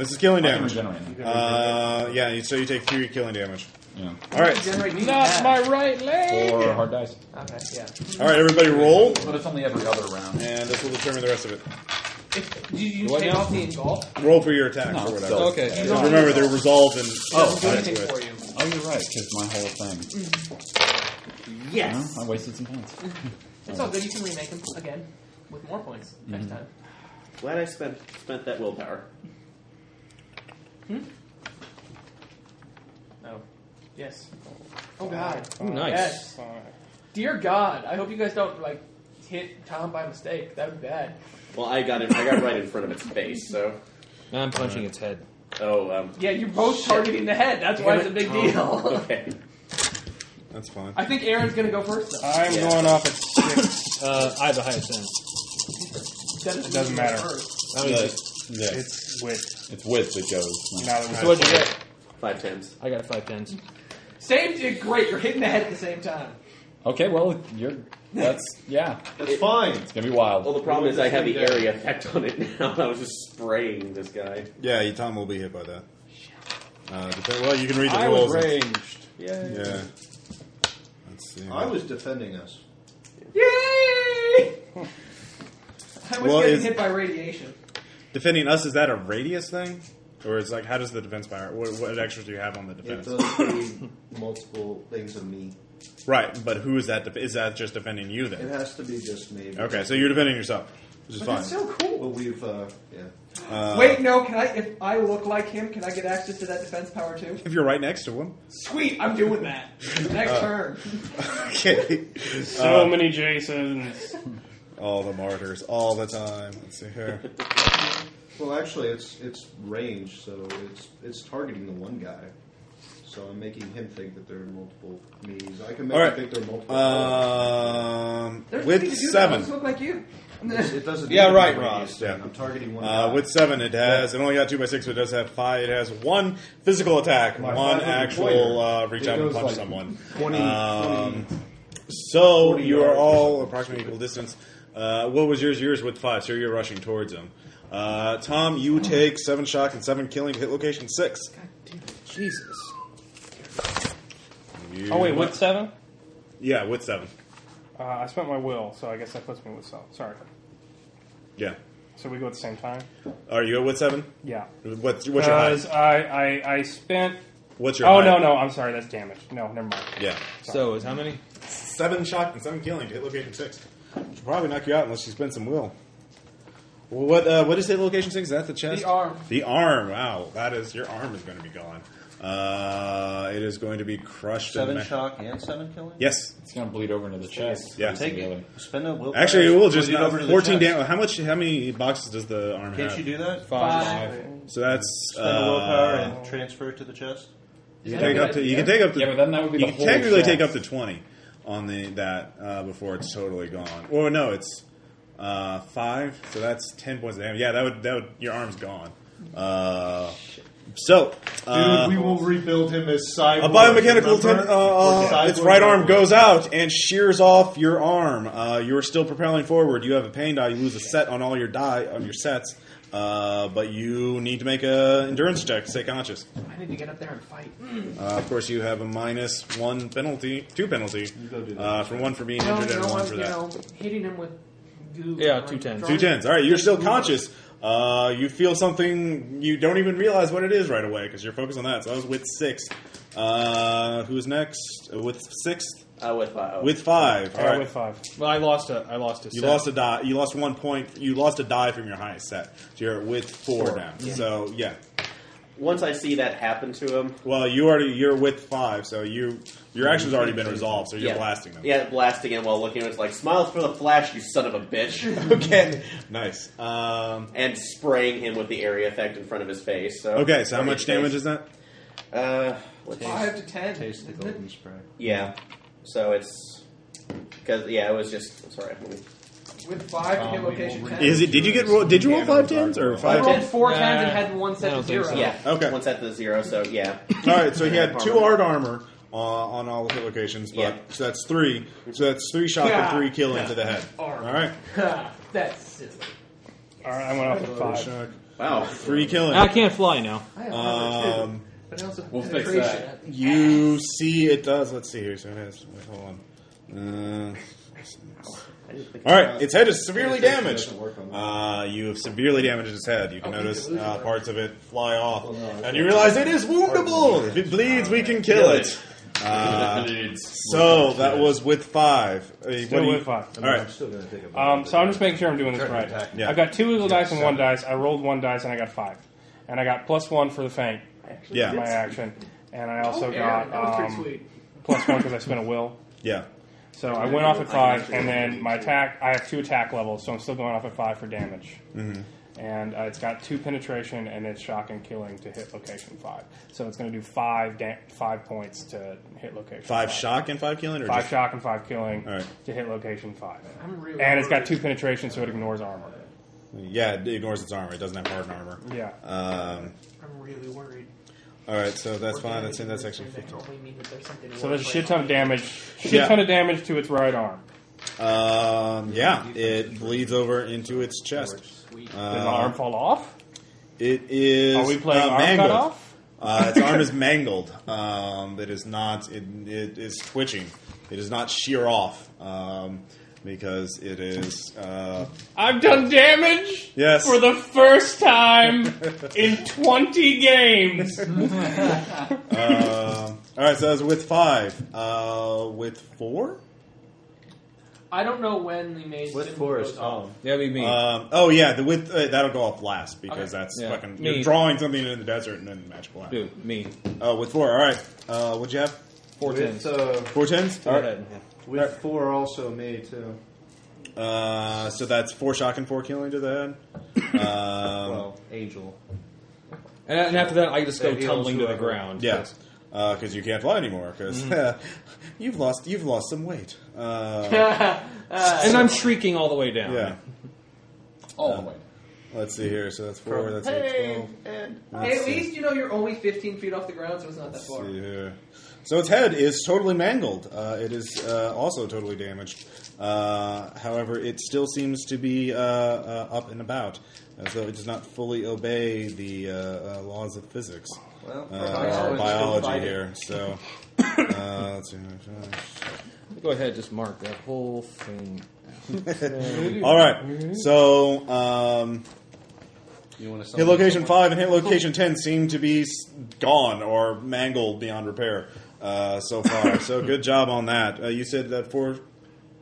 this is killing
I can
damage.
regenerate them.
Uh, yeah. you- So you take three killing damage.
Yeah.
All right.
Generate new
Not
attack.
my right leg.
Or hard dice.
Okay, yeah.
All right. Everybody roll,
But it's only every other round.
and this will determine the rest of it.
If, did you
What
take
now?
off the engulf?
Roll for your attacks
No,
or whatever.
so-
Okay.
Because remember, they're resolved in.
Oh, do
I
anything
see it.
for you.
Oh, you're right, because my whole thing.
Yes.
No, I wasted some points.
It's all good. You can remake them again with more points next time.
Glad I spent spent that willpower.
Yes. Oh God.
Ooh, nice.
Yes.
Alright.
Dear God, I hope you guys don't like hit Tom by mistake. That would be bad.
Well, I got it. I got right in front of its face. So,
Now I'm punching its head.
oh, um,
Yeah, you're both targeting the head. That's why it's a big deal.
okay.
That's fine.
I think Aaron's gonna go first. Though.
I'm
Yeah.
going off at six.
Uh, I have the highest end.
That is
It doesn't matter.
first.
That was just,
Yeah.
it's width.
It's width that goes.
Now that
so what'd you
we're-
get?
Five tens.
I got a five tens.
Same. Great. You're hitting the head at the same time.
Okay, well, you're. That's. Yeah.
That's fine.
It's gonna be wild.
Well, the problem is I have the
Yeah.
area effect on it now. I was just spraying this guy.
Yeah, you- Tom will be hit by that. Uh, depend- well, you can read the
I was
rules.
ranged.
Yeah.
yeah. Let's see.
I was defending us.
Yay! I was
Well,
getting
it's-
hit by radiation.
defending us. Is that a radius thing, or is like how does the defense fire? What, what extras do you have on the
It
defense?
does do multiple things of me.
Right, but who is that? Def- is that just defending you
It
then?
has to be just me.
Okay, so you're defending yourself, which is
But
fine.
that's so cool.
But we've, uh, yeah.
Uh,
Wait, no. Can I? If I look like him, can I get access to that defense power too?
if you're right next to him.
Sweet, I'm doing that. Next
Uh,
turn.
Okay.
So many Jasons.
all the martyrs, all the time. Let's see here.
Well, actually, it's it's range, so it's it's targeting the one guy. So I'm making him think that there are multiple me's. I can make
All right. Uh,
him think there are multiple.
Um,
There's nothing
with
to do, I just
seven,
look like you.
It it doesn't.
Yeah,
need
right,
the radius
Ross,
thing.
yeah.
I'm targeting one.
uh,
guy.
with seven, it has. It only got two by six, but it does have five. It has one physical attack,
My
one
500
actual
pointer.
uh, reach
It
out and
goes
punch
like
someone.
20,
Um, so
40
you are
yards or
all
something.
approximately equal distance. Uh, what was yours? Yours with five, so you're rushing towards him. Uh, Tom, you take seven shock and seven killing to hit location six.
Jesus.
You-
Oh, wait, with seven?
Yeah, with seven.
Uh, I spent my will, so I guess that puts me with seven. Sorry.
Yeah.
So we go at the same time?
Are you at with seven?
Yeah.
What's, what's your height?
Because I, I, I spent.
What's your
Oh,
height?
no, no, I'm sorry, that's damage. No, never mind.
Yeah.
So is how many?
Seven shock and seven killing to hit location six. Should probably knock you out unless you spend some will. Well, what uh, what is hit location six? Is that the chest?
The arm.
The arm. Wow, that is your arm is going to be gone. Uh, it is going to be crushed. in
Seven
ma-
shock and seven killing.
Yes.
It's going to bleed over into the chest.
Yeah.
Take it. Spend a will.
Actually, it will just
Bleed
not-
over to the
fourteen
chest.
damage. How much? How many boxes does the arm
Can't
have?
you do that?
Five.
So that's
Spend a willpower
uh,
and transfer it to the chest.
You can take up to. You can take up to.
Yeah, but then that would be
You
the
can
whole
technically
chest.
take up to twenty on the that uh, before it's totally gone. Or no, it's uh, five. So that's ten points of damage. Yeah, that would that would your arm's gone. Uh, so uh,
Dude, we will rebuild him as cyborg.
a biomechanical ten,
remember?
uh, uh,
Cyborg
its right arm
Cyborg.
goes out and shears off your arm. Uh, you're still propelling forward. You have a pain die. You lose a set on all your die on your sets, uh, but you need to make a endurance check to stay conscious.
I need to get up there and fight.
Mm.
Uh, of course, you have a minus one penalty, two penalty uh, for one for being
No,
injured
no,
and one
I'm,
for
you
that.
know, hitting him with goo.
Yeah,
like
two tens.
Two
throwing-
tens. All right, you're still conscious. Uh, you feel something you don't even realize what it is right away because you're focused on that. So I was with six. Uh, who's next? Uh, With sixth.
Uh, with five.
With five.
I
All
got
right.
with five.
Well, I lost a. I lost a.
You
set.
lost a die. You lost one point. You lost a die from your highest set. So you're with four, now. So yeah.
Once I see that happen to him,
Well, you already you're with five. So you your action's already been resolved. So you're
yeah.
blasting them.
Yeah, blasting him while looking at him. It's like, smiles for the flash, you son of a bitch.
Okay. Nice. Um,
and spraying him with the area effect in front of his face. So
Okay, so how
Or
much
his
damage is
face.
that?
Uh, let's
Five to ten.
Taste the
isn't it?
golden spray.
Yeah. So it's because yeah, it was just I'm sorry. I'm-
With five to
Um,
hit
we will
location
re-
ten.
Is it? Did you get? roll- Did you roll five tens or
I
five?
rolled four
Nah,
tens and had one set
I
to
don't think
zero.
so.
Yeah.
Okay.
One set to zero. So yeah.
All right, so he had two
Armor.
art armor uh, on all the hit locations, but
Yeah.
so that's three. So that's three shots
Yeah.
and three killing to the head.
Armor.
All right,
Ha, That's silly.
All right, I went off at
Three
five.
shock,
Wow.
three killing.
I can't fly now.
I have another two,
Um,
but I also have
We'll fix
penetration.
you see, it does. Let's see here. So it has. Wait, hold on. Uh,
I didn't think
all right, its head is severely
Yeah, it
damaged.
doesn't work on that.
Uh, you have severely damaged its head. You can
Oh, we
notice
could lose
uh,
it.
parts of it fly off,
no, it's
and you realize it is woundable. If it bleeds, we can kill it. Uh, So that was with five. Uh,
Still
what do you-
with five.
All right.
still going to take a
Um, so I'm just making sure I'm doing this
Threatening
right.
attack.
Yeah.
I've got two evil dice and one dice. I rolled one dice and I got five, and I got plus one for the faint.
Yeah.
my uh, action, and I also
Oh, Aaron,
got
that was pretty
um,
sweet.
plus one because I spent a will.
Yeah.
So I went off at five, and then my attack. I have two attack levels, so I'm still going off at five for damage. Mm-hmm. And uh, it's got two penetration, and it's shock and killing to hit location five. So it's going to do five da- five points to hit location.
Five shock and five killing, or
Five
just-
shock and five killing
All right.
to hit location five.
I'm really
and it's got two penetration, so it ignores armor.
Yeah, it ignores its armor. It doesn't have hardened armor.
Yeah.
Um,
I'm really worried.
all right, so that's
We're
fine.
gonna
That's
do
in. That's
this
actually
and that
fifteen.
probably mean that there's something
So there's a
worth
shit
playing.
ton of damage. Shit
Yeah.
ton of damage to its right arm.
Um, yeah, it bleeds over into its chest.
Does the arm
Um,
fall off?
it is.
Are we playing
uh,
arm
mangled.
cut off?
Uh, its arm is mangled. Um, it is not. It, it is twitching. It is not shear off um, because it is. Uh,
I've done damage.
Yes.
For the first time in 20 games.
um, all right, so that's with five. Uh, with four.
I don't know when the maze.
With um,
didn't
forest
go off.
arm.
That'd be me.
Um, oh yeah, the with uh, that'll go off last because
Okay.
that's
Yeah.
fucking.
Me.
You're drawing something in the desert and then magical app.
Dude, me.
Uh, with four, all right. Uh, what'd you have?
Four tens.
With, uh,
Four tens. All right.
With four also me too.
Uh, so that's four shock and four killing to the head. Um,
well, angel.
And, and after that, I just go
That heals
tumbling to the
whoever.
ground.
yeah, because you can't fly anymore. Because you've lost you've lost some weight. Uh,
And I'm shrieking all the way down.
yeah. Uh,
All the way.
Let's see here. So that's four. That's eight, twelve.
Hey, at least you know you're only 15 feet off the ground, so it's not that
Let's
far.
see here. So its head is totally mangled. Uh, it is uh, also totally damaged. Uh, however, it still seems to be uh, uh, up and about, as though it does not fully obey the uh, uh, laws of physics.
Well,
uh,
biology.
biology
Biology.
here. So uh, let's see.
Go ahead, just mark that whole thing.
All right. So um,
You want
hit location five and hit location ten seem to be s- gone or mangled beyond repair uh, so far. so good job on that. Uh, you said that for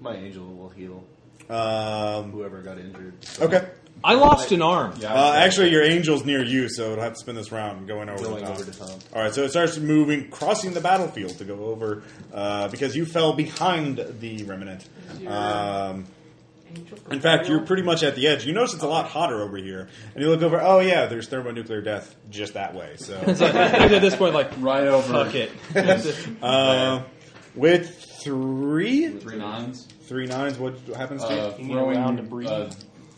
My angel will heal
um,
whoever got injured.
Okay.
I lost an arm.
uh, actually, your angel's near you, so it'll have to spin this round going over,
Going
to, Tom.
over to Tom.
All right, so it starts moving, crossing the battlefield to go over uh, because you fell behind the remnant. Um, in fact, you're pretty much at the edge. You notice it's a lot hotter over here, and you look over. Oh yeah, there's thermonuclear death just that way. So
It's like- it's at this point like
right over.
Fuck it.
uh, with three,
Three nines.
three nines. What happens to
Uh,
you?
throwing
round to breathe.
uh,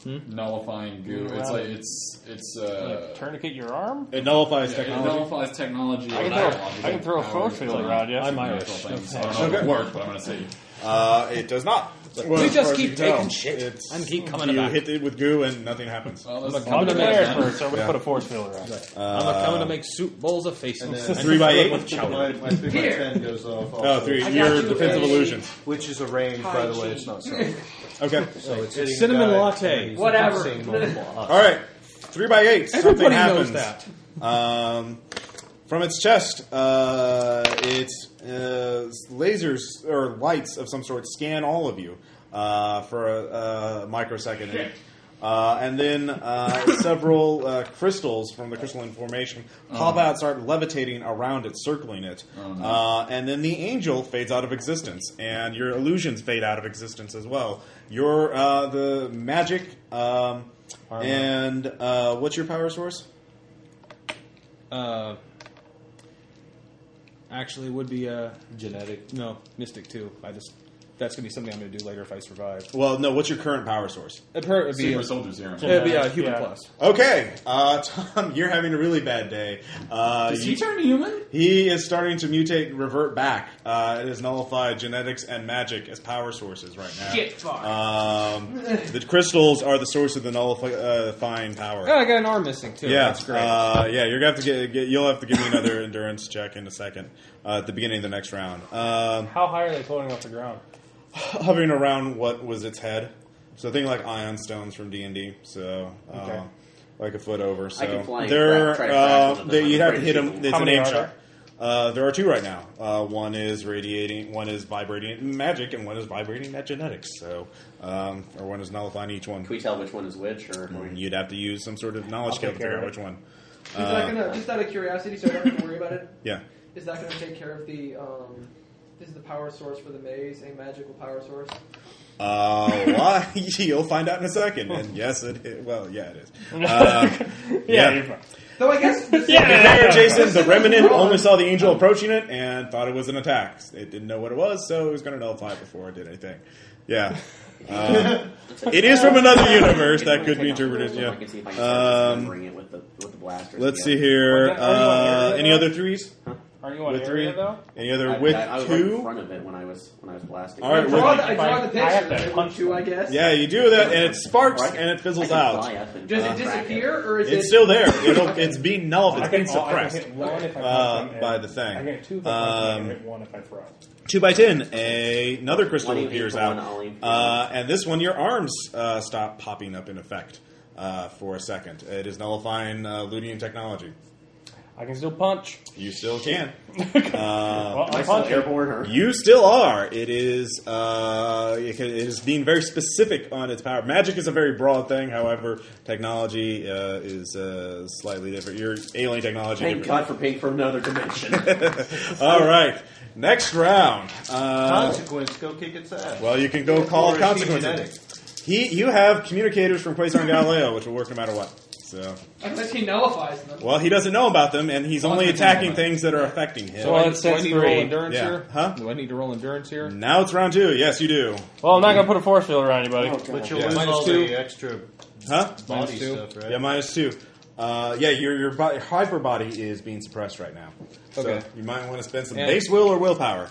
Hmm?
nullifying goo.
Hmm?
It's like it's it's uh,
Tourniquet your arm?
It nullifies
yeah, it
technology.
nullifies technology.
I can
or
throw-
biology.
I can throw a
Power
force field
technology.
around, yes.
I'm
Okay.
Irish. Things. I don't know
Okay.
if it'll work, but I'm gonna see.
Uh, it does not.
We
as
just
far as
keep
you can
taking
tell,
shit.
it's-
I'm keep coming
You
back.
hit it with goo and nothing happens.
Well, that's-
I'm
I'm
a
gonna
player
make-
first, so I'm going to
Yeah.
put a force field around. it.
Uh,
I'm coming to make soup bowls of faces.
And then
And
three by
fill it
eight?
with chowder.
My, my three by
Here.
ten goes off.
Oh,
also.
three.
I got
Your
you
defensive
a-
illusion.
which is a range, by the way. It's not so.
Okay.
So it's
It's
hitting
cinnamon
the guy,
latte.
and he's
Whatever.
saying multiple us.
All right, three by eight. Something
Everybody
happens.
knows that.
Um, from its chest, uh, its uh, lasers or lights of some sort scan all of you uh, for a, a microsecond. Uh, and then uh, several uh, crystals from the crystalline formation pop out, start levitating around it, circling it. uh, and then the angel fades out of existence, and your illusions fade out of existence as well. Your uh, the magic um,
Armor.
and uh, what's your power source?
Uh, actually, it would be uh,
Genetic.
no mystic too. I just that's gonna be something I'm gonna do later if I survive.
Well, no. What's your current power source?
It would be
Super
a,
soldier serum.
it'd be a human
Yeah.
plus.
Okay, uh, Tom, you're having a really bad day. Uh,
Does
you-
he turn human?
he is starting to mutate, and revert back. Uh, it has nullified genetics and magic as power sources right now.
Shit, fuck.
Um, the crystals are the source of the nullifying power.
Yeah, I got an arm missing too.
yeah,
that's great.
Uh, yeah, you're gonna have to get, get. You'll have to give me another endurance check in a second uh, at the beginning of the next round. Um,
How high are they floating off the ground?
hovering around what was its head, so think like ion stones from D and D. So. Uh,
Okay.
Like a foot over, so
I can fly and
they're
crack- try to
uh,
crack one of
they,
them.
you'd have to
I'm
hit
afraid
them.
to
It's
How
an
many
aim
are
shot. Uh, there are two right now. Uh, one is radiating, one is vibrating magic, and one is vibrating at genetics. So, um, or one is nullifying each one.
Can we tell which one is which, or
And You'd have to use some sort of knowledge
I'll
skill to
take care
figure out
of
which one.
Is that gonna, just
Uh,
out of curiosity, so I don't have to worry about it,
Yeah.
is that going to take care of the, um, is the power source for the maze a magical power source?
Uh, why? You'll find out in a second. And yes, it, it well, yeah, it is. Uh,
Yeah,
yeah.
you're fine.
Though I guess, this
Yeah.
There, Jason, the remnant only saw the angel approaching it and thought it was an attack. It didn't know what it was, so it was going to nullify it before it did anything. Yeah. Um, it is from another universe that could be interpreted.
I can see if I can
Yeah.
start
Um,
dismembering it with the with the blaster.
let's see here. Uh, any other threes?
Are you on
With
area,
three?
though?
Any other
I,
with
I, I was right in
two?
front of it when I was when I was blasting.
All right,
I
we're-
draw, the, I draw the
I- I have to
picture,
punch
too, I guess.
Yeah, you do that, and it sparks
Or I can-
and it
I
fizzles
can
out.
fly up and uh,
Does it
crack
disappear, or is
Uh, It's
it...
still there. It'll, it's being null. It's
I can,
being
oh, I can
suppressed.
hit one if I
uh,
punch them, and
by the thing.
I can hit two if I punch them, and I can
Um,
hit one if I throw.
Two by ten. A, another crystal
One aim
appears
for
out,
one, I'll aim for
uh, and this one, your arms uh, stop popping up in effect uh, for a second. It is nullifying uh, Ludian technology.
I can still punch.
You still can. uh,
Am
well,
I
I'm
still
punching.
airborne or?
You still are. It is. Uh, it, can, it is being very specific on its power. Magic is a very broad thing. However, technology uh, is uh, slightly different. Your alien technology.
Thank
different.
God for being from another dimension.
All right. Next round. Uh,
Consequence, go kick its ass.
Well, you can go call
Or is he
consequences. He, you have communicators from Quasar and Galileo, which will work no matter what. So,
Unless he nullifies them.
well, he doesn't know about them, and he's only
doesn't know
attacking
about them.
things that are affecting him.
So I, do I
that's
need to roll
three.
endurance
Yeah.
here?
Huh?
Do I need to roll endurance here?
now it's round two. Yes, you do.
Well, I'm not going to put a force field around anybody.
But you'll
Yeah.
lose
Minus
all
two.
the extra
Huh?
body
two.
stuff, right?
Yeah, minus two. Uh, yeah, your your, body, hyper body is being suppressed right now.
Okay.
So you might want to spend some
Yeah.
base will or willpower.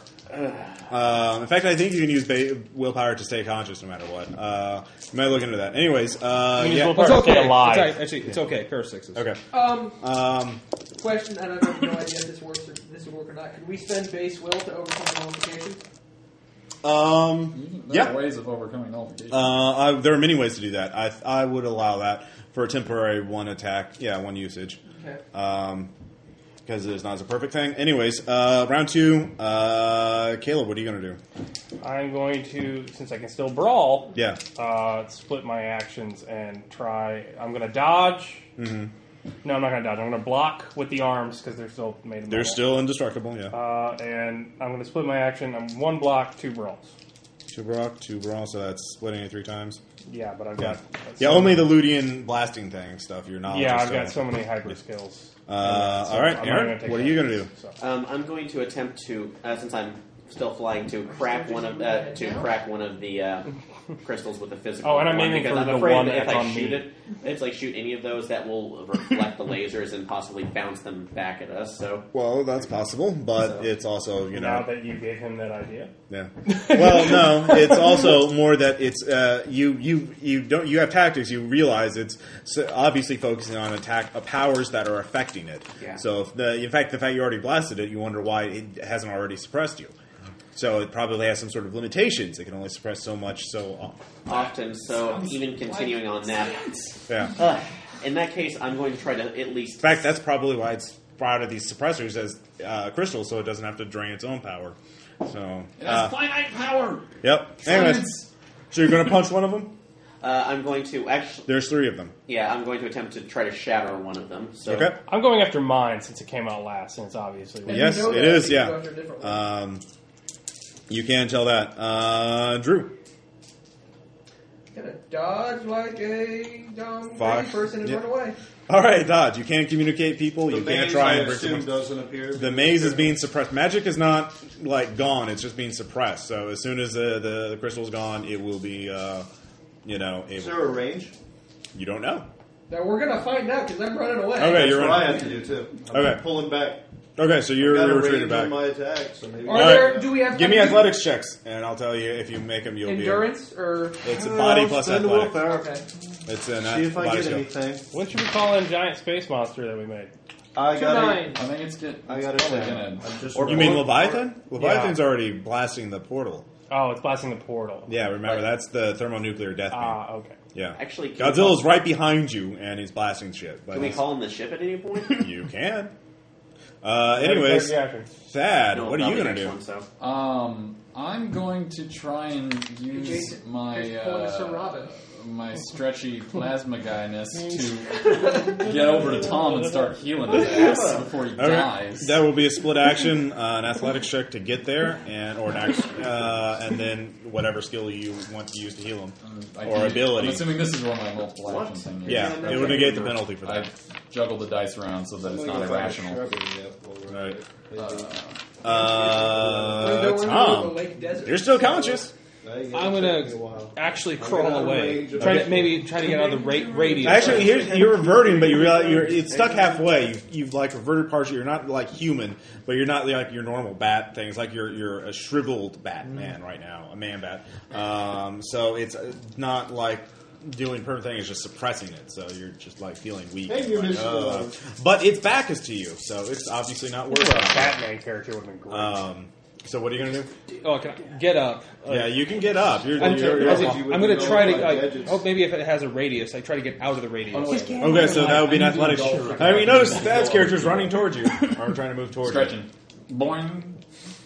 Um, in fact, I think you can use ba- willpower to stay conscious no matter what. Uh, you might look into that. Anyways,
You
uh,
can use
yeah.
willpower It's to stay okay. alive. It's all right. Actually, it's okay. Pair of sixes.
Okay.
Um,
Um,
question, and I have no idea if this works or this will work or not. Could we spend base will to overcome nullification?
Um,
There
yeah.
are ways of overcoming nullification.
Uh, I, there are many ways to do that. I I would allow that for a temporary one attack. Yeah, one usage.
Okay.
Um, because it's not a perfect thing. Anyways, uh, round two. Uh, Caleb, what are you gonna do?
I'm going to, since I can still brawl,
Yeah.
uh, split my actions and try. I'm going to dodge.
Mhm.
No, I'm not going to dodge. I'm going to block with the arms because they're still made. Of
They're
metal.
still indestructible. Yeah.
Uh, and I'm going to split my action. I'm one block, two brawls.
Two Brock, two Brawl, so that's splitting it three times.
Yeah, but I've
yeah.
got.
Yeah, only the Ludian blasting thing stuff. Your knowledge.
Yeah,
is
I've got
still-
so many hyper skills.
Uh,
So
all right,
I'm not gonna
Aaron,
take
what are
that.
you gonna do?
Um, I'm going to attempt to, uh, since I'm still flying, to crack one of uh, to crack one of the uh, crystals with a physical.
Oh, and I'm
one,
aiming
because
for
I'm
the
afraid
one
that if
that's
I
on
shoot
me.
it, it's like shoot any of those that will reflect the lasers and possibly bounce them back at us. So
Well, that's possible, but it's also you know
Now that you gave him that idea,
Yeah. Well, no, it's also more that it's uh, you you you don't you have tactics. You realize it's so obviously focusing on attack uh, powers that are affecting it.
Yeah.
So if the in fact the fact you already blasted it, you wonder why it hasn't already suppressed you.
Mm-hmm.
So it probably has some sort of limitations. It can only suppress so much. So
often, so even continuing on that.
yeah.
Ugh. in that case, I'm going to try to at least. uh,
In fact, that's probably why it's brought out of these suppressors as uh, crystals, so it doesn't have to drain its own power. So
It has
uh,
finite power.
yep. Anyways,
Science.
so you're gonna punch one of them.
Uh, I'm going to actually.
There's three of them.
Yeah, I'm going to attempt to try to shatter one of them. So
I'm going after mine since it came out last, and it's obviously
Yes, it is. Yeah. Um, you can tell that. Uh, Drew.
Gonna dodge like a dumb
Fuck.
crazy person and
Yeah.
run away.
All right, dodge. You can't communicate people. you can't
maze,
try
I
and break
assume,
someone-
doesn't appear
The maze is being suppressed. Magic is not like gone; it's just being suppressed. So as soon as the the, the crystal's gone, it will be. Uh, you know, able.
Is there a range?
You don't know.
Now we're gonna find out because I'm running away.
Okay,
That's
you're
what
running.
I have to do too. I'm
Okay.
pulling back.
Okay, so you're
Got a
retreating
range
back.
on my attack, so maybe.
Are there- do we have-
Give me athletics checks, and I'll tell you if you make them, you'll
Endurance or
It's a body plus
Spend the
athletic.
willpower.
Okay.
be. It's an
See if I
body
get
skill.
anything.
When should we call in giant space monster that we made?
I
Two
got
nine.
it.
I think it's good.
I got
it's
it.
probably
down.
gonna-
I'm just
You mean
rolling.
Leviathan?
Yeah.
Leviathan's already blasting the portal.
Oh, it's blasting the portal.
Yeah, remember that's the thermonuclear death beam.
Ah, okay.
yeah,
Actually, can we
Godzilla's
call-
right behind you, and he's blasting shit. But
Can we
it's-
call in the ship at any point?
You can. Uh,
Yeah,
anyways,
yeah, sure.
Thad,
No,
what are
that'll
you
be
gonna
next
do?
one, so.
Um, I'm going to try and use
Jason,
my
there's Cornus
uh,
and Robin.
my stretchy plasma guyness to get over to Tom and start healing his ass before he
Okay.
dies.
That will be a split action, uh, an athletics check to get there, and or an action, uh, and then whatever skill you want to use to heal him
I
or
can-
ability.
I'm assuming this is one of my multiple
What?
action thing. is.
Yeah,
Okay.
it would negate the penalty for that.
I juggle the dice around so that it's not irrational.
Right.
Uh,
Don't
Uh,
worry, we're in
Tom,
the Lake Desert.
you're still conscious.
I'm gonna actually crawl away. Try to, maybe try to get out of the ra- radius.
Actually, here's, you're reverting, but you realize you're it's stuck halfway. You've, you've like reverted partially. You're not like human, but you're not like your normal bat thing. It's like you're you're a shriveled bat
Mm-hmm.
man right now, a man bat. Um, so it's uh, not like doing perfect thing. It's just suppressing it. So you're just like feeling weak.
And you're
Like,
missing
uh,
the love.
but its back is to you, so it's obviously not worth
A
it.
Batman character would have been great.
Um, so what are you gonna do?
Oh, can I get up?
Uh,
Yeah, you can get up. You're,
I'm,
you're,
I'm-
you're-
I'm gonna try to. Like, oh, maybe if it has a radius, I try to get out of the radius.
Okay, so that would be an
I need to
athletics.
go for-
I mean, you notice Thad's character's running towards you. I'm trying to move towards you.
stretching. Boing.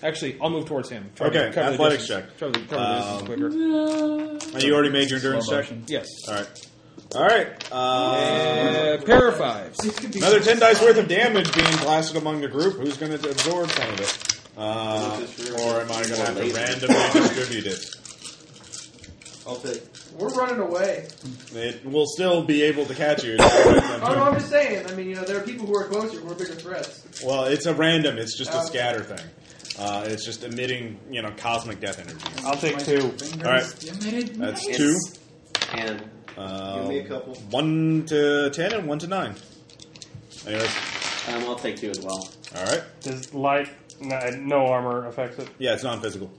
Actually, I'll move towards him. Try
Okay,
to cover the
athletics
distance-
check.
Try to cover the distance
Um,
quicker.
Uh, you already made your endurance
Slow
check.
motion.
Yes.
All right. All right. Uh,
Uh, pair of fives.
another ten dice worth of damage being blasted among the group. Who's going to absorb some of it? Uh, or am I going to have to randomly distribute it?
I'll take.
We're running away.
It will still be able to catch you.
Oh, no, I'm just saying. I mean, you know, there are people who are closer, who are bigger threats.
well, it's a random. It's just a
Okay.
scatter thing. Uh, it's just emitting, you know, cosmic death energy.
I'll take two.
All right, that's two.
And um,
Uh,
Give me a couple.
One to ten and one to nine. Anyways.
Um, I'll take two as well.
All right.
Does light no, uh, no armor affects it?
Yeah, it's non-physical.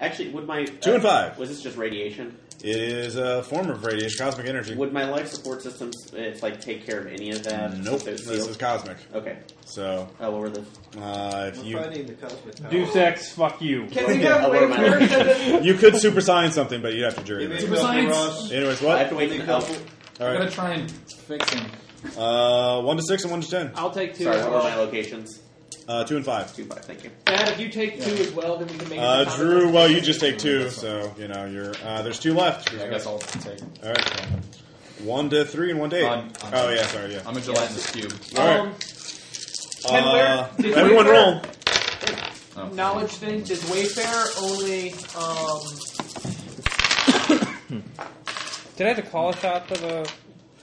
Actually, would my uh,
Two and five.
Was this just radiation?
It is a form of radiation, cosmic energy.
Would my life support systems it's like take care of any of that?
Nope,
If
this
it's sealed?
is cosmic.
Okay.
So,
I'll lower this.
uh, if you
the cosmic power.
Deus Ex, fuck you.
Can we have
I'll lower
Wade
my
Burke
life.
said
you could super science something, but you'd have to jury.
Give me
it.
a couple,
science.
Ross.
Anyways,
I have
what?
to wait
Give me a
until.
couple.
All
I'm gonna
right,
try and fix him.
uh, one to six and one to ten.
I'll take two.
Sorry,
as
what were my
well.
locations?
Uh, two and five.
Two five. Thank you.
Matt, if you take two as well, then we can make. it
Uh,
a
Drew,
compromise.
well, you just take two, so you know you're. Uh, there's two left.
Yeah, I guess I'll take.
All right, one to three and one to eight.
I'm- I'm-
oh yeah, sorry, yeah.
I'm a gelatinous cube.
All right.
Um, Ken,
Uh,
where- did
everyone
Wayfair-
roll.
Oh.
Knowledge thing. Does Wayfair only? Um,
Did I have to call a shot for the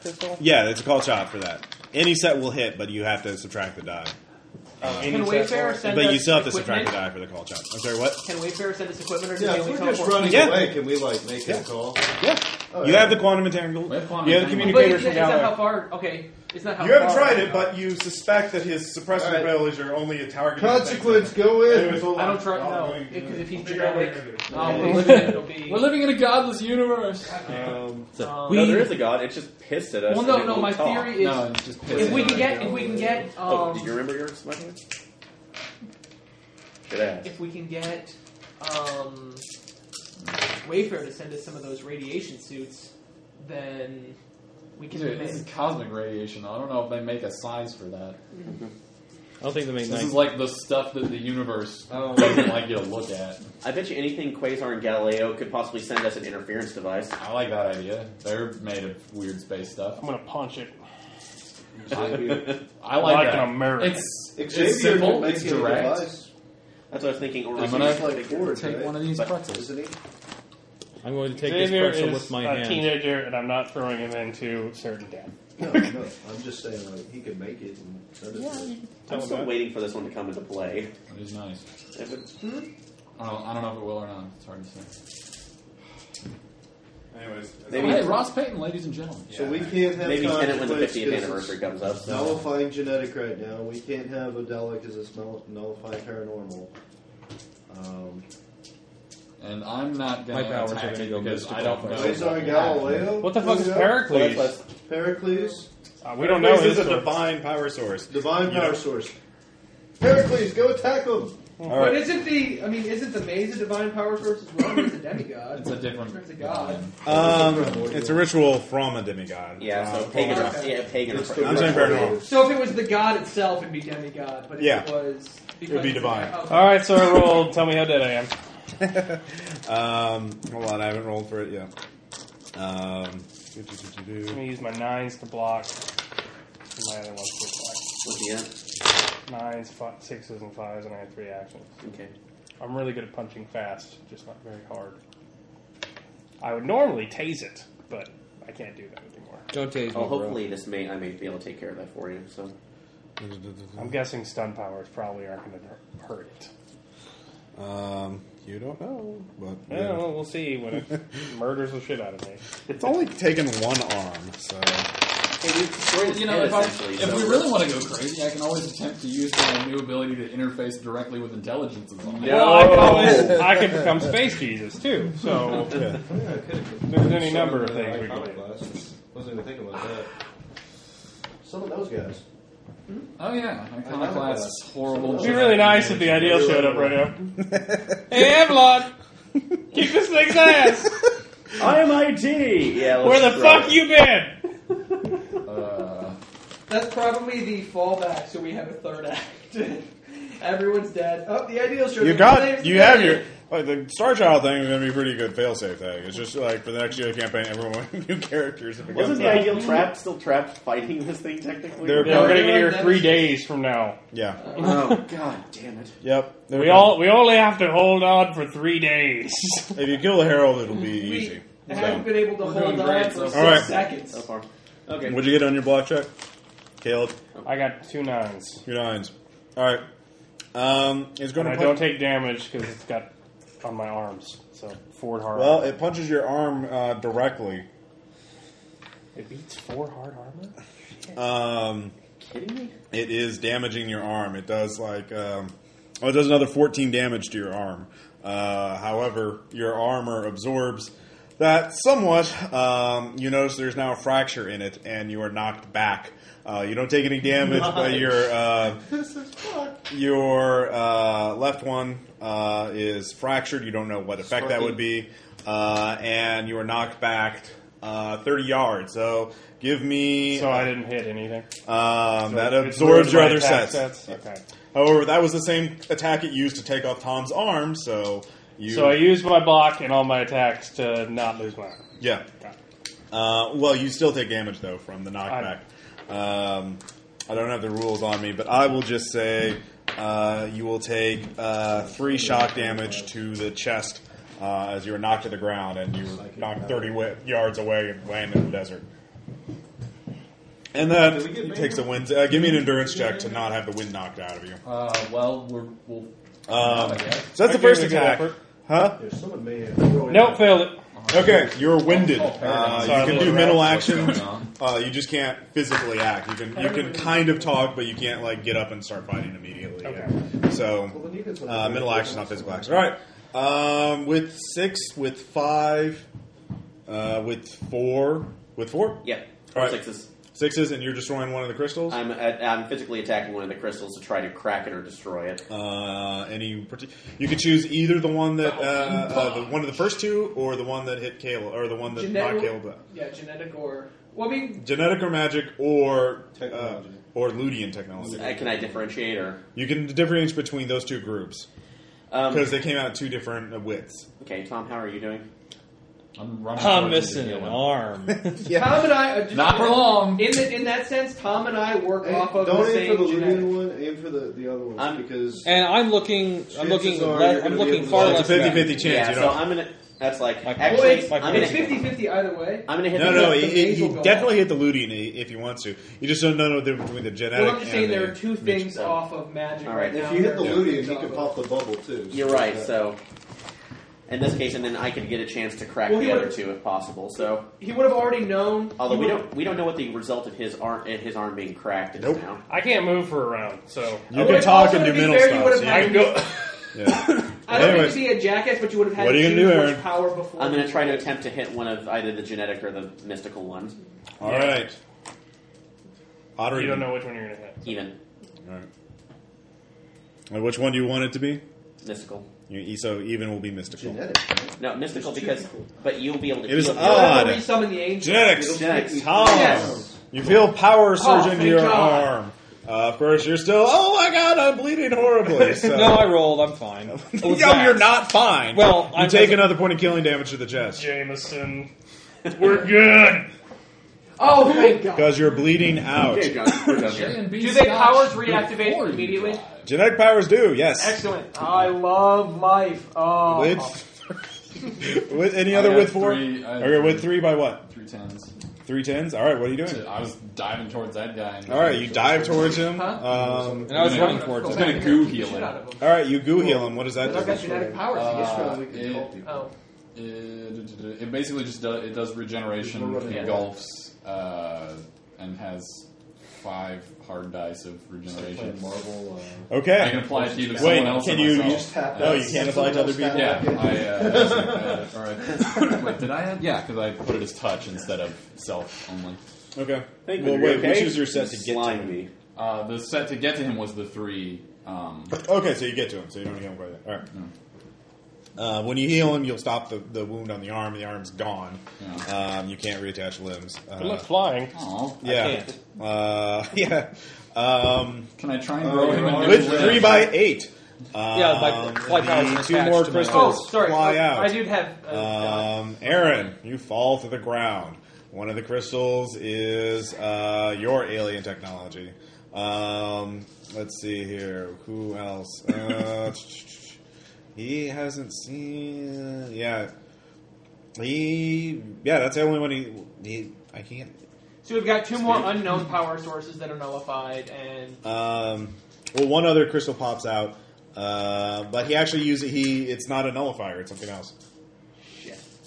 pistol?
Yeah, it's a call shot for that. Any set will hit, but you have to subtract the die.
Uh,
can Wayfair send
But
us
you still have to subtract
equipment?
the die for the call shot. I'm sorry, what?
Can Wayfair send us equipment, or do
Yeah,
they
if
only
we're just
teleport?
running
Yeah.
away, can we like make a call?
Yeah. you
yeah.
have the quantum entangle.
We have quantum
you have the
entangle.
But
communicators
is,
from
that- is that
Galloway.
how far? Okay, it's not how.
You haven't
far-
tried it, but you suspect that his suppressor
All right.
abilities are only a target.
Consequence, go in.
I don't try. No, because if he's genetic, um,
Yeah.
we're living, it'll be.
We're living in a godless universe.
Um,
um,
no, there is a god. It's just pissed at us.
well,
and
no,
it
no.
won't
My
talk.
theory is
No, it's just
if we
pissing.
can get, if we can get,
oh, did you
um,
remember yours? My hand? Good ass.
if we can get, um, Wayfair to send us some of those radiation suits, then we can.
Dude, this is cosmic radiation. I don't know if they make a size for that.
I don't think they make
This
nine.
is like the stuff that the universe
Oh.
doesn't like you to look at.
I bet you anything Quasar and Galileo could possibly send us an interference device.
I like that idea. They're made of weird space stuff.
I'm gonna punch it.
I, I like,
Like
that.
an American.
It's,
Xavier
it's simple.
could make
It's
it a
direct.
device,
That's what I was thinking. Or
I'm
we
gonna
could
like
figure-
Ford,
Take
right?
one of these
But-
pretzels.
isn't he?
I'm going to take
Xavier
this person
is
with my
a
hand.
teenager, and I'm not throwing him into certain death.
No, no. I'm just saying like he could make it and send it. to us.
I'm still
Telepath.
waiting for this one to come into play.
It is nice.
If it-
I don't, I don't know if it will or not. It's hard to say.
Anyways,
Maybe-
Hey, Ross Payton, ladies and gentlemen.
So we can't have
Maybe send it when the
consequence
50th
'cause it's
anniversary comes up. So.
Nullifying genetic right now. We can't have Adela because it's null- nullifying paranormal. Um,
And I'm not going
My powers are
attack
gonna
it
go
because
mystical
I don't know.
first.
Quasar
what will happen.
Galileo.
What the fuck is
Who's that?
Pericles?
Well, that's-
Pericles,
Uh, we don't know.
This is
his
a
source.
divine power source.
divine
You
power
know.
source. Pericles, go attack him.
All
But
right.
isn't the? I mean, isn't the maze a divine power source as well? It's a demigod.
It's a different.
It's a god.
Um, it's a ritual from a demigod.
yeah, so
Uh,
pagan.
well, okay.
Yeah, pagan.
It's the
I'm saying paranormal.
So if it was the god itself, it'd be demigod. But if
Yeah.
it was, because
be
it's a-
divine.
okay.
All right, so I rolled. Tell me how dead I am.
Um, hold on, I haven't rolled for it yet. Um, do, do, do, do,
I'm
do.
gonna use my nines to block. and My other ones to
With the end.
block. Nines, fi sixes, and fives, and I have three actions.
Okay.
I'm really good at punching fast, just not very hard. I would normally tase it, but I can't do that anymore.
Don't
Oh,
tase me,
Well,
bro.
hopefully this may I may be able to take care of that for you. So
I'm guessing stun powers probably aren't going to hurt it.
Um, you don't know, but
Yeah, well, we'll see when it murders the shit out of me.
it's only taken one arm, so
hey, we destroyed
Well,
his
you know,
head,
if, I,
essentially,
if
so-
we really want to go crazy, I can always attempt to use my new ability to interface directly with intelligence. As long as
Well, I can always I can become space Jesus too. So
yeah.
Yeah, it could.
there's any number of
Some the
things we can
iconic
do.
glasses. Wasn't even thinking about that. Some of those guys.
Oh yeah, iconoclast is horrible.
It'd be really nice if the ideal showed up right now. hey, Avalon, kick this thing's ass.
I am IT. Yeah.
Where
let's
the
throw
fuck
it.
you been?
Uh,
That's probably the fallback, so we have a third act. Everyone's dead. Oh, the ideal show.
you got you have your. Like the Star Child thing is going to be a pretty good failsafe thing. It's just like for the next year of the campaign, everyone with new characters. If it comes
Wasn't the
out.
ideal trapped still trapped fighting this thing technically?
They're-
We're gonna get here three days from now.
Yeah.
oh god damn it!
Yep. There
We all we only have to hold on for three days.
If you kill the Herald, it'll be
We
easy.
haven't been able to
We're
hold
doing
on
great so
for six
far.
All right.
seconds.
So far. Okay.
What'd you get on your block check, Caleb?
I got two nines,
Your nines. All right. Um, it's going
and
to
I
punch.
don't take damage because it's got on my arms. So Ford hard.
well, it punches your arm uh, directly.
It beats four hard armor.
Um,
kidding me?
It is damaging your arm. It does like um, oh, it does another 14 damage to your arm. Uh, however, your armor absorbs that somewhat. Um, you notice there's now a fracture in it, and you are knocked back. Uh, you don't take any damage, but your uh, your uh, left one uh, is fractured. You don't know what effect that would be, uh, and you are knocked back uh, 30 yards. So give me.
So I didn't hit anything.
Um,
So
that
it
absorbs
ruined
your
my
other
attack
sets.
sets? Okay.
However, that was the same attack it used to take off Tom's arm. So you.
So I used my block and all my attacks to not lose my arm.
Yeah. Uh, well, you still take damage though from the knockback. um, I don't have the rules on me, but I will just say uh, you will take uh, three shock damage to the chest uh, as you are knocked to the ground and you were knocked thirty wa- yards away and land in the desert. And that takes a wind. Uh, give me an endurance check to not have the wind knocked out of you.
Uh, well, we're, we'll.
Um,
Okay.
so that's the first attack. Huh?
Nope, failed it.
Okay, you're winded. Uh,
Sorry,
you can
little
do mental
rat. What's
actions.
going on?
Uh, you just can't physically act. You can you can kind of talk, but you can't like get up and start fighting immediately. Yeah. So uh, mental actions, not physical actions. All right. Um, with six, with five, uh, with four, with four.
Yeah.
All right.
Sixes.
Sixes, and you're destroying one of the crystals.
I'm, at, I'm physically attacking one of the crystals to try to crack it or destroy it.
Uh, any parti- you could choose either the one that uh, uh, the one of the first two, or the one that hit Caleb, or the one that knocked
Genetic,
Caleb out.
yeah, genetic or well, I mean,
Genetic or magic, or uh, or Ludian technology.
Uh, can I differentiate or?
You can differentiate between those two groups
Um,
because they came out two different uh, widths.
Okay, Tom, how are you doing?
I'm running.
I'm missing an arm.
Tom and I. Are just,
Not for long.
In the, in that sense, Tom and I work
Hey,
off of
don't
the
aim
same
for the
genetic.
looting one. Aim for the, the other one because
And I'm looking.
Chances
I'm looking.
are
le-
you're
I'm
gonna be
looking
able to-
far
It's a
less. than-
50-50 chance.
yeah,
you
so
know.
I'm gonna. That's like
Like-
actually.
it's,
I'm
it's
gonna-
50-50 either way.
I'm gonna hit.
no,
the,
no,
the
it, it,
nasal
you
go
definitely hit the Ludian i- if you want to. You just don't know the difference between the genetic.
Well, I'm just saying
and the,
there are two things off of magic
All
right,
right.
now.
if you hit the
There are two
looting,
things
he
off
can
of-
pop the bubble too.
You're right. So, in this case, and then I could get a chance to crack
Well, he
the other
would've-
two if possible. So,
He would have already known.
although
he
we
would've-
don't, we don't know what the result of his arm, his arm being cracked is
Nope.
now.
I can't move for a round, so
You
Oh,
can
wait,
talk
also,
and
to
do
be
mental
fair, you
stuff.
would've
so
I
you-
can go.
Yeah.
I don't
Anyways.
think you'd be a jackass, but you would have had
What are you
to
gonna do,
choose which
Aaron?
power before.
I'm gonna
you-
try to attempt to hit one of either the genetic or the mystical ones.
All right. Ottery.
You don't know which one you're gonna hit.
Even
All right. Well, which one do you want it to be?
mystical.
You, so even will be mystical.
Genetic. right?
No, mystical
There's two
because,
people.
but you'll be able to.
It is
heal the-
You'll have to
odd.
resummon the angel.
Genetics.
Genetics.
Tom,
Yes.
you feel power surge
Oh,
into
thank
your
God.
arm. Uh, first, you're still. Oh my God, I'm bleeding horribly. So.
No, I rolled. I'm fine.
No, you're not fine.
Well,
you
I'm-
take another point of killing damage to the chest
Jameson, we're good.
Oh, thank God.
because you're bleeding out.
Okay, John, we're done here.
Do they powers reactivate
before you
immediately?
drive.
Genetic powers do yes.
Excellent. I love life. Oh,
With, with any
I
other
got
with four?
three, I had
okay, with
three.
three by what?
Three tens.
Three tens. All right, what are you doing?
I was diving towards that guy. and-
All right, you dive towards him.
Huh?
Um,
and I was
Yeah.
running towards
It's
it.
gonna
Back
goo
the
heal
shit
it.
out of him.
all right, you goo heal him. What does that
I've got genetic
do?
Genetic powers.
Uh,
yes,
Yes, we
it-
can help you.
Oh.
It, it basically just does, it does regeneration,
We're running
engulfs, uh, and has five hard dice of regeneration.
Marvel.
I can
Okay.
apply it to either
Wait,
someone else
can
or
you- you
myself.
just tap No, you can't apply it to other people.
Yeah, I, uh, I was like, uh, all right. Wait, did I add? Yeah, because I put it as touch instead of self only.
Okay.
Thank
well,
you,
wait.
okay?
Which is your set to get
Slime
to? him?
me.
Uh, the set to get to him was the three. Um,
Okay, so you get to him, so you don't heal him by that. All right. Uh, when you heal him, you'll stop the, the wound on the arm. The arm's gone.
Yeah.
Um, you can't reattach limbs.
Good luck
Uh,
flying.
oh,
yeah, uh, yeah. Um,
can I try and grow him? and
with
give him
three
limbs?
by eight. Um,
Yeah, like- like I was
the two
attached
more
to my
oh,
crystals
sorry.
fly
I,
out.
I do have. Uh,
Um, Aaron, you fall to the ground. One of the crystals is uh, your alien technology. Um, let's see here. Who else? Uh, he hasn't seen. Yeah. He. Yeah, that's the only one he. he I can't.
So we've got two more unknown power sources that are nullified, and
Um, well, one other crystal pops out. Uh, but he actually uses he. It's not a nullifier. It's something else.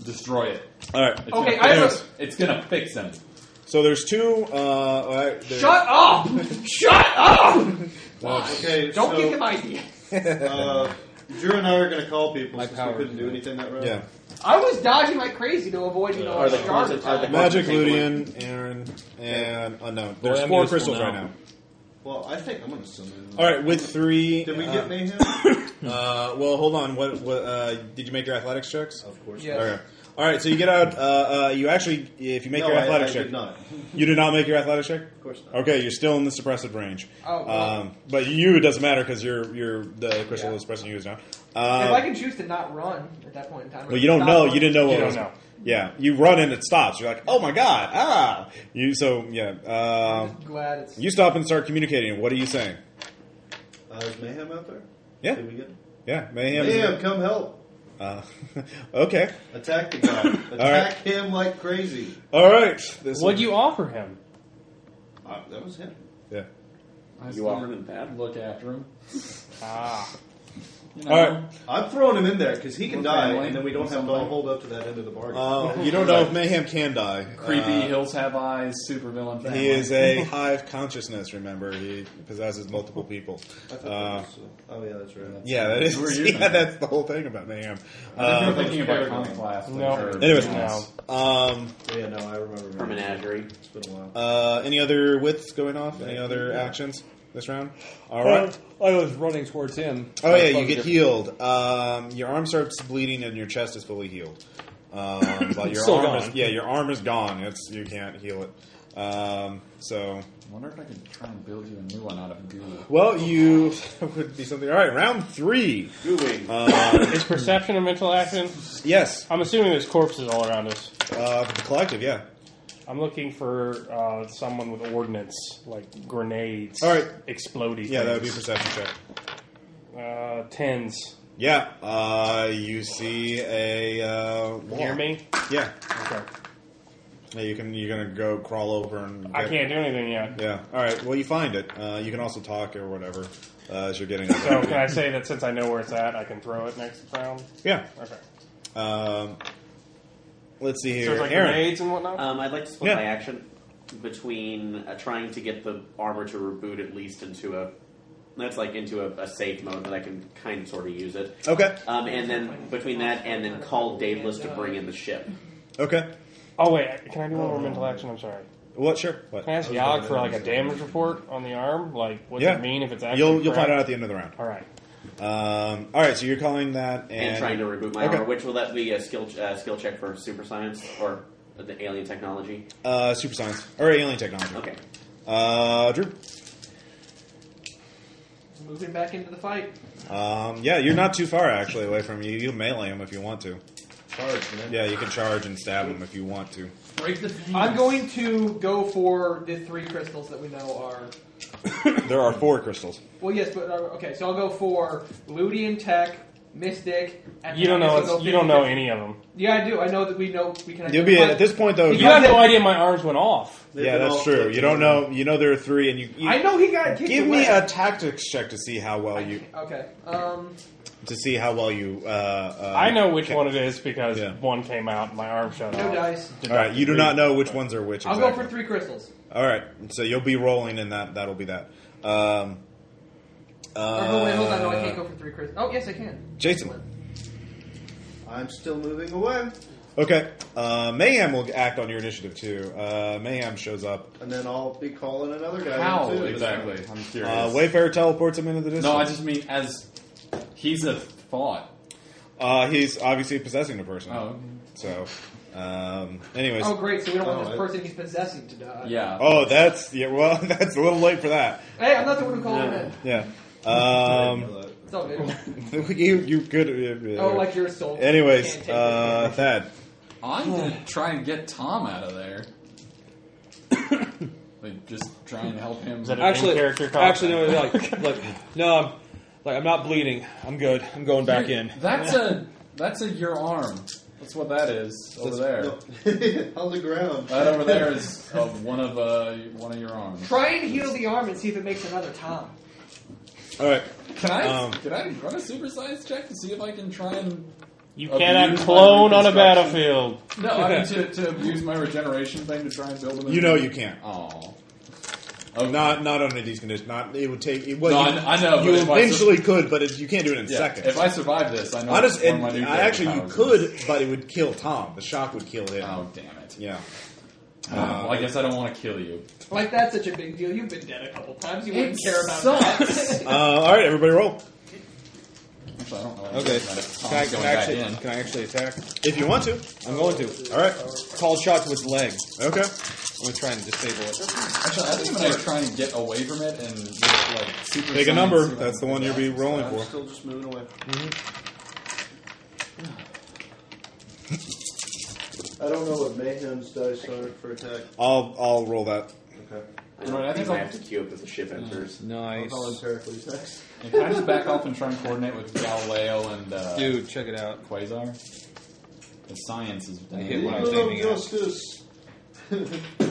Destroy it.
All right.
It's
Okay,
gonna
I
fix-
have
It's gonna fix him.
So there's two. Uh, all right, there's-
Shut up! Shut up! Why?
Okay,
Don't
so-
give him ideas.
uh, Drew and I are going to call people
My
since
power
we couldn't
is
do
good.
anything that round.
Yeah.
I was dodging like crazy to avoid,
Uh,
you know,
Are the
a
cons-
shard
are the
attack.
Magic,
Take away.
Ludian, Aaron, and unknown.
Well,
There's
I'm
four
useful
crystals
now.
right now.
Well, I think I'm going to summon.
All right, with three.
Did we
uh,
get mayhem?
Uh, well, hold on. What, what uh, did you make your athletics checks? Of
course.
Yes.
Okay. All right. So you get out. Uh, uh, you actually, if you make
No,
your
I-
athletics
I
check,
did not.
you did not make your athletics check. Of
course
not. Okay, you're still in the suppressive range.
Oh, well.
um, but you it doesn't matter because you're you're the crystal
Yeah.
is pressing you is now.
if I
Uh,
can choose to not run at that point in time, I
well,
would
you don't
stop
know.
running.
You didn't know what.
You
was,
don't know.
Yeah, you run and it stops. You're like, oh my god, ah. You so yeah. Uh,
Glad it's
you stop and start communicating. What are you saying?
Uh, is mayhem out there?
Yeah.
Did we get?
Yeah, mayhem.
Mayhem, come help!
Uh, okay.
Attack the guy! Attack
right.
him like crazy!
All right. This
What'd you offer him?
Uh, that was him.
Yeah.
I
You offered him that.
Look after him.
Ah.
You
All right.
I'm throwing him in there because he can
We're
die,
family.
and then we
We're
don't have to
somebody.
all hold up to that end of the bargain.
Uh, you don't know if Mayhem can die.
Creepy
Uh,
hills have eyes. Super villain.
he is a hive consciousness. Remember, he possesses multiple people.
I thought that
Uh,
was, uh, oh yeah, that's right.
yeah, that
Who are
is.
you?
Yeah, that's the whole thing about Mayhem.
I think
Uh,
you're thinking about
Paragon.
comic class. like,
No.
or-
anyways,
No.
um,
Yeah, no, I remember.
From menagerie.
It's been a while.
uh, any other wits going off? Any other actions this round? All
Well,
right.
I was running towards him.
Oh yeah, you
Bugs
get
are-
healed. Um, your arm starts bleeding, and your chest is fully healed. Um, but your
Still
arm
gone.
is yeah, your arm is gone. It's you can't heal it. Um, so
I wonder if I could try and build you a new one out of goo.
well, you would be something. All right, round three.
Gooey.
Uh,
Is perception a mental action?
yes,
I'm assuming there's corpses all around us.
uh, the collective. Yeah.
I'm looking for uh, someone with ordnance, like grenades,
All right.
exploding.
Yeah, that would be a perception check.
uh, tens.
Yeah, uh, you see a uh, wall.
Near me.
Yeah,
Okay.
Yeah, you can. You're gonna go crawl over and.
I
get-
can't do anything yet.
Yeah. All right. Well, you find it. Uh, you can also talk or whatever uh, as you're getting.
So can I say that since I know where it's at, I can throw it next round?
Yeah.
Okay.
Um, let's see here.
So it's like
Aaron.
grenades and whatnot.
Um, I'd like to split
Yeah.
my action between uh, trying to get the armor to reboot at least into a that's like into a, a safe mode that I can kind of sort of use it.
Okay.
Um, and then between that and then call Daedalus to bring in the ship.
Okay.
oh wait, can I do one more mental action? I'm sorry.
What? Sure. What?
Can I ask Yog for like a damage report on the arm? Like, what
Yeah.
does it mean if it's actually?
You'll you'll
cracked?
find out at the end of the round.
All right.
Um, all right. So you're calling that and,
And, trying to reboot my
Okay.
armor, which will that be a skill uh, skill check for super science or the alien technology?
uh, super science or alien technology.
Okay.
Uh, Drew.
Move him back into the fight.
Um, yeah, you're not too far actually away from you. You melee him if you want to.
Charge, man.
Yeah, you can charge and stab him if you want to.
Break the.
I'm going to go for the three crystals that we know are.
There are four crystals.
Well, yes, but uh, okay. So I'll go for Ludian Tech, Mystic. And
You don't
I guess
know.
I'll
It's,
go
you don't know
50.
any of them.
Yeah, I do. I know that we know we can.
You'll be
identify-
at this point though.
You
Yeah,
have no
but-
idea my arms went off.
They've
yeah,
been all
that's true.
flipped
You don't
around.
know. You know there are three, and you. you
I know he got kicked
Give
away.
me a tactics check to see how well you
Okay. Um.
to see how well you. Uh, uh,
I know which one it is because
Yeah.
one came out. My arm shut
No
Oh.
off.
dice.
All right, you do not know which ones are which.
I'll
Exactly.
go for three crystals.
All right, so you'll be rolling, and that that'll be that. Um,
Or, oh, wait, hold on. No, I
uh,
can't go for three crystals. Oh, yes, I can.
Jason.
I'm still moving away,
Okay, uh, Mayhem will act on your initiative too. Uh, Mayhem shows up.
and then I'll be calling another guy.
How
in too.
exactly? I'm curious.
Uh, Wayfarer teleports him into the distance.
no, I just mean as he's a thought.
Uh, he's obviously possessing a person.
Oh,
So, um, anyways.
Oh, great. So we don't want
Oh,
this
I-
person he's possessing to die.
yeah.
Oh, that's yeah. Well, that's a little late for that.
Hey, I'm not the one who called him in.
Yeah.
I didn't
Um,
know that.
It's all good.
you you could. uh,
Oh, like your soul. can't
Anyways,
take
uh,
it.
Thad.
I'm gonna try and get Tom out of there. like, just try and help him.
that a-
Actually,
character combat.
actually, no. Like, like, no. I'm, like, I'm not bleeding. I'm good. I'm going back in.
That's a that's a your arm. That's what that is over there.
No. on the ground.
That over there is uh, one of uh, one of your arms.
Try and heal the arm and see if it makes another Tom.
All right.
Can I
Um,
can I run a super size check to see if I can try and
You
abuse
cannot
my
clone on a
reconstruction-
battlefield.
No, I mean to, to abuse my regeneration thing to try and build them.
You know you can't.
Oh.
Not not under these conditions. Not it would take. It, well,
No,
you,
I- I know, but
You
if I sur-
eventually could, but it, you can't do it in
Yeah,
seconds.
if I survive this, I know
Honest,
one
and
of my new
I actually you
powers
could, but it would kill Tom. The shock would kill him.
Oh damn it!
Yeah.
Oh, well, I guess I don't want to kill you.
Like that's such a big deal. You've been dead a couple times. You wouldn't
It
care about
sucks.
that.
Uh, all right, everybody roll
Actually, I don't know.
Okay. Can I,
Tom's
can,
going
I
back
actually,
in.
can I actually attack?
if you want to.
I'm going to.
All right.
Called shot to its leg.
Okay.
I'm going to try and disable it.
Actually, I think I'm gonna try and get away from it and just, like super.
Pick a
science,
number.
see if I
That's the
can
one you'll be
figure out
rolling
some
for.
stuff.
I'm still just moving away.
I don't know what Mayhem's dice are for attack.
I'll I'll roll that.
Okay.
I
Right, I
don't
think
think I
I'll-
have to queue up as the ship enters.
Nice.
Voluntarily next.
And can I just back off and try and coordinate with Galileo and uh,
Dude, check it out.
Quasar? The science is.
I hit what I was
Little
aiming at.
justice.
Mm-hmm.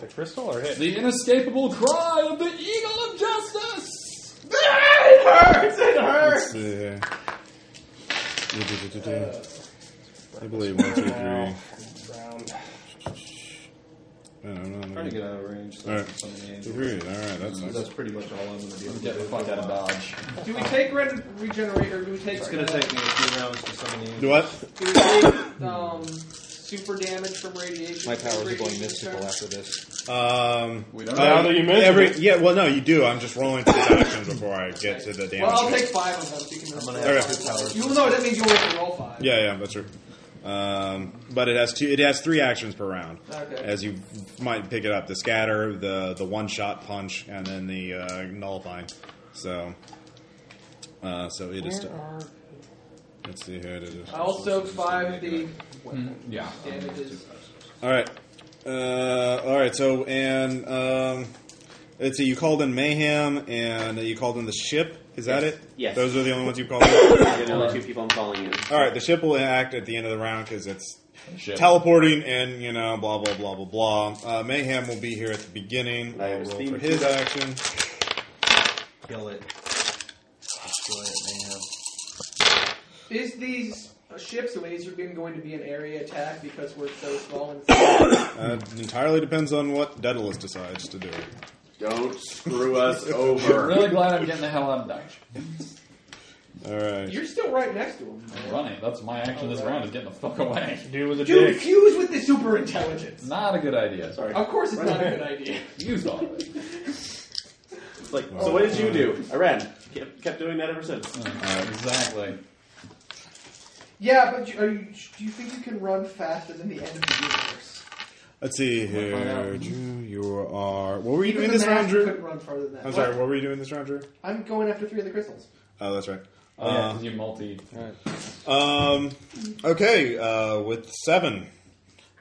The crystal or hit?
The inescapable cry of the eagle of justice.
it hurts! It hurts!
Let's see here. I believe one, two, three. I don't
Trying to
know.
get out of range.
All right.
Some of the
Two,
angels.
three. All right, that's nice.
That's pretty much all I'm going to be able to
Get the
do.
fuck out of dodge.
Do we take red regenerate or do we take?
It's going to take me a few rounds to summon the
Do
angels.
what?
Do we take um, super damage from radiation?
My powers are going
Radiation
mystical
charge?
after this.
Um,
We don't
uh,
Now that you mention
every,
it.
Yeah, well, no, you do. I'm just rolling through the actions before I get to the damage.
Well, I'll take five of them. So you can I'm
have Okay. two
powers. You know that means you only have to roll five.
Yeah, yeah, that's true. Um, but it has two. It has three actions per round.
Okay.
As you might pick it up, the scatter, the the one shot punch, and then the uh, nullifying. So, uh, so it is.
Where
still-
are-
Let's see here. It is.
I also five the
Yeah.
damages.
All right. Uh, all right. So, and um, let's see. You called in mayhem, and you called in the ship. Is that it?
Yes.
Those are the only ones you called. in?
They're the only two people I'm calling in.
All right. The ship will act at the end of the round because it's
Ship.
teleporting and you know blah blah blah blah blah. Uh, mayhem will be here at the beginning.
I
I'll
was
roll
thinking-
for his action.
Kill it. Destroy it, man.
Is these ships laser beam going to be an area attack because we're so small and small?
Uh, it entirely depends on what Daedalus decides to do.
Don't screw us over.
Really glad I'm getting the hell out of dodge.
All right.
You're still right next to him.
I'm running. That's my action this round is getting the fuck away.
Dude was a
Dude,
dick.
fuse with the super intelligence.
Not a good idea. Sorry.
Of course, it's not a good idea.
Use all of it.
It's like, so what did you do? I ran. Kept, kept doing that ever since.
Uh, Exactly.
Yeah, but you, are you, do you think you can run faster than the end of the universe?
Let's see here. Drew, you are. What were you
Even
doing
the
this round,
master
Drew?
couldn't run farther than that.
I'm sorry. What were you doing this round, Drew?
I'm going after three of the crystals.
Oh, that's right.
Oh, yeah,
Um,
'cause you multi.
Um, okay, uh, with seven,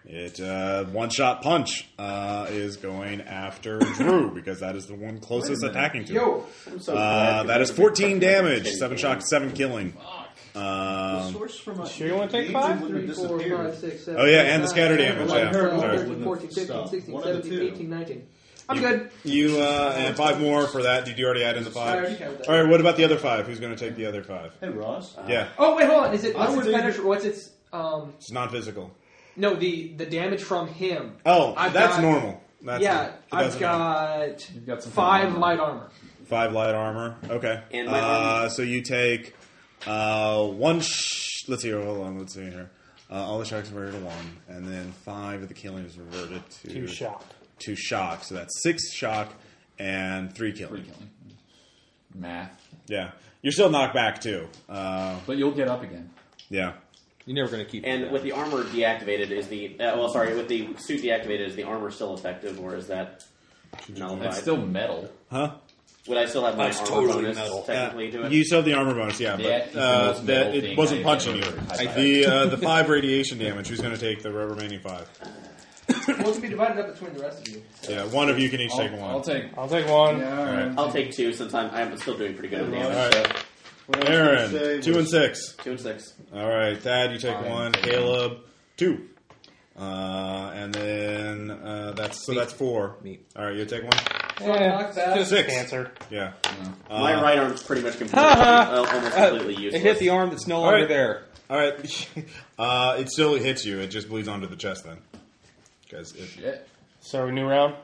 it uh, one shot punch uh, is going after Drew because that is the one closest attacking to. him.
Yo,
I'm so
Uh,
glad
that
you
is
guys are
14
pretty fucking
damage,
shitty.
seven shock, seven killing.
Fuck.
Um,
source from my
Sure you wanna take five?
Three,
Would've
four,
disappeared.
five, six, seven,
Oh, yeah,
eight,
and the
nine,
scatter
ten,
damage,
eleven,
yeah.
twelve,
Sorry.
thirteen, fourteen, fifteen, sixteen,
One of the
seventeen,
two.
eighteen, nineteen.
I'm good.
you uh, and five more for that. Did you already add in the
I already
five?
counted that.
All right. What about the other five? Who's going to take the other five?
Hey, Ross.
Yeah,
Oh wait, hold on. Is it
I
what's
would
its
think-
penetra- What's its um?
it's non physical.
No, the the damage from him.
Oh,
I've
that's
got-
normal. That's
yeah,
it
I've
doesn't matter.
got,
You've got some
five
armor.
light armor.
Five light armor. Okay.
And light
uh,
armor.
So you take uh, one. Sh- let's see here. Hold on. Let's see here. Uh, all the shocks reverted to one, and then five of the killing is reverted to
Two shock.
Two shock. So that's six shock and three killing.
Free killing. Math.
Yeah, you're still knocked back too. Uh,
But you'll get up again.
yeah.
You're never going to keep
And
that.
with the armor deactivated, is the uh, well, sorry, with the suit deactivated, is the armor still effective, or is that nullified?
It's still metal.
Huh?
Would I still have my
That's
armor
totally
bonus
metal.
technically
Yeah.
to it?
You still have the armor bonus. Yeah,
Yeah,
but
it's the
uh, that
most metal
it
thing
wasn't
I've
punching you.
ever heard.
The uh, the five radiation damage. Who's going to take the remaining five?
Well, it can be divided up between the rest of you.
Yeah, one of you can each
I'll,
take one.
I'll take.
I'll take one.
Yeah, all right.
I'll take two since I'm, I'm still doing pretty good on
All
damage.
right,
What I was gonna say
Aaron, two and
was-
six.
Two and six.
All right, Thad, you take
Fine.
one. Caleb, two. Uh, and then uh, that's so that's four.
Me.
All right, you take one.
Oh, knockback.
Six.
Cancer.
Yeah.
My
Uh,
right arm's pretty much completely,
Ha
well,
ha!
almost
Uh,
completely useless.
It hit the arm that's no
All
longer
right.
there.
All right. uh, it still hits you. It just bleeds onto the chest then. Because
So new round.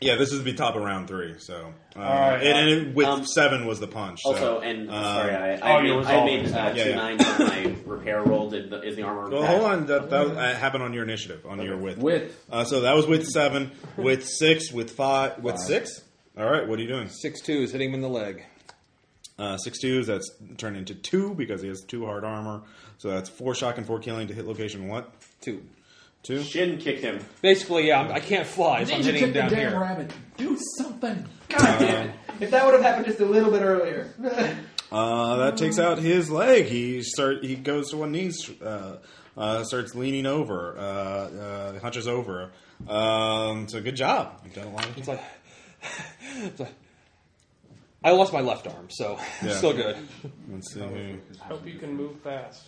Yeah, this is the top of round three. So uh,
All right.
and, and it- with seven was the punch. so,
Also, and
um,
sorry, I, I made, I made uh,
Yeah,
two
yeah.
nines on my repair roll. Did the, is the armor?
Well,
back?
hold on. That, that uh, happened on your initiative, on your width.
Width.
Uh, so that was with seven, with six, with five, with
Five.
six. All right. What are you doing?
Six two is hitting him in the leg.
Uh, six twos. That's turned into two because he has two hard armor. So that's four shock and four killing to hit location what?
Two.
Two.
Shin kicked him. uh,
Basically, yeah, I'm, I can't fly. So I'm
Ninja
hitting him
kick the
down
damn
here.
rabbit. Do something. God damn it. If that would have happened just a little bit earlier.
Uh, that takes out his leg. He start. He goes to one knee. Uh, uh, starts leaning over. Uh, uh, hunches over. Um, so good job. You've done a lot. Of
It's like, it's like- I lost my left arm, so I'm
Yeah.
still good.
Let's see. who-
Hope you can move fast.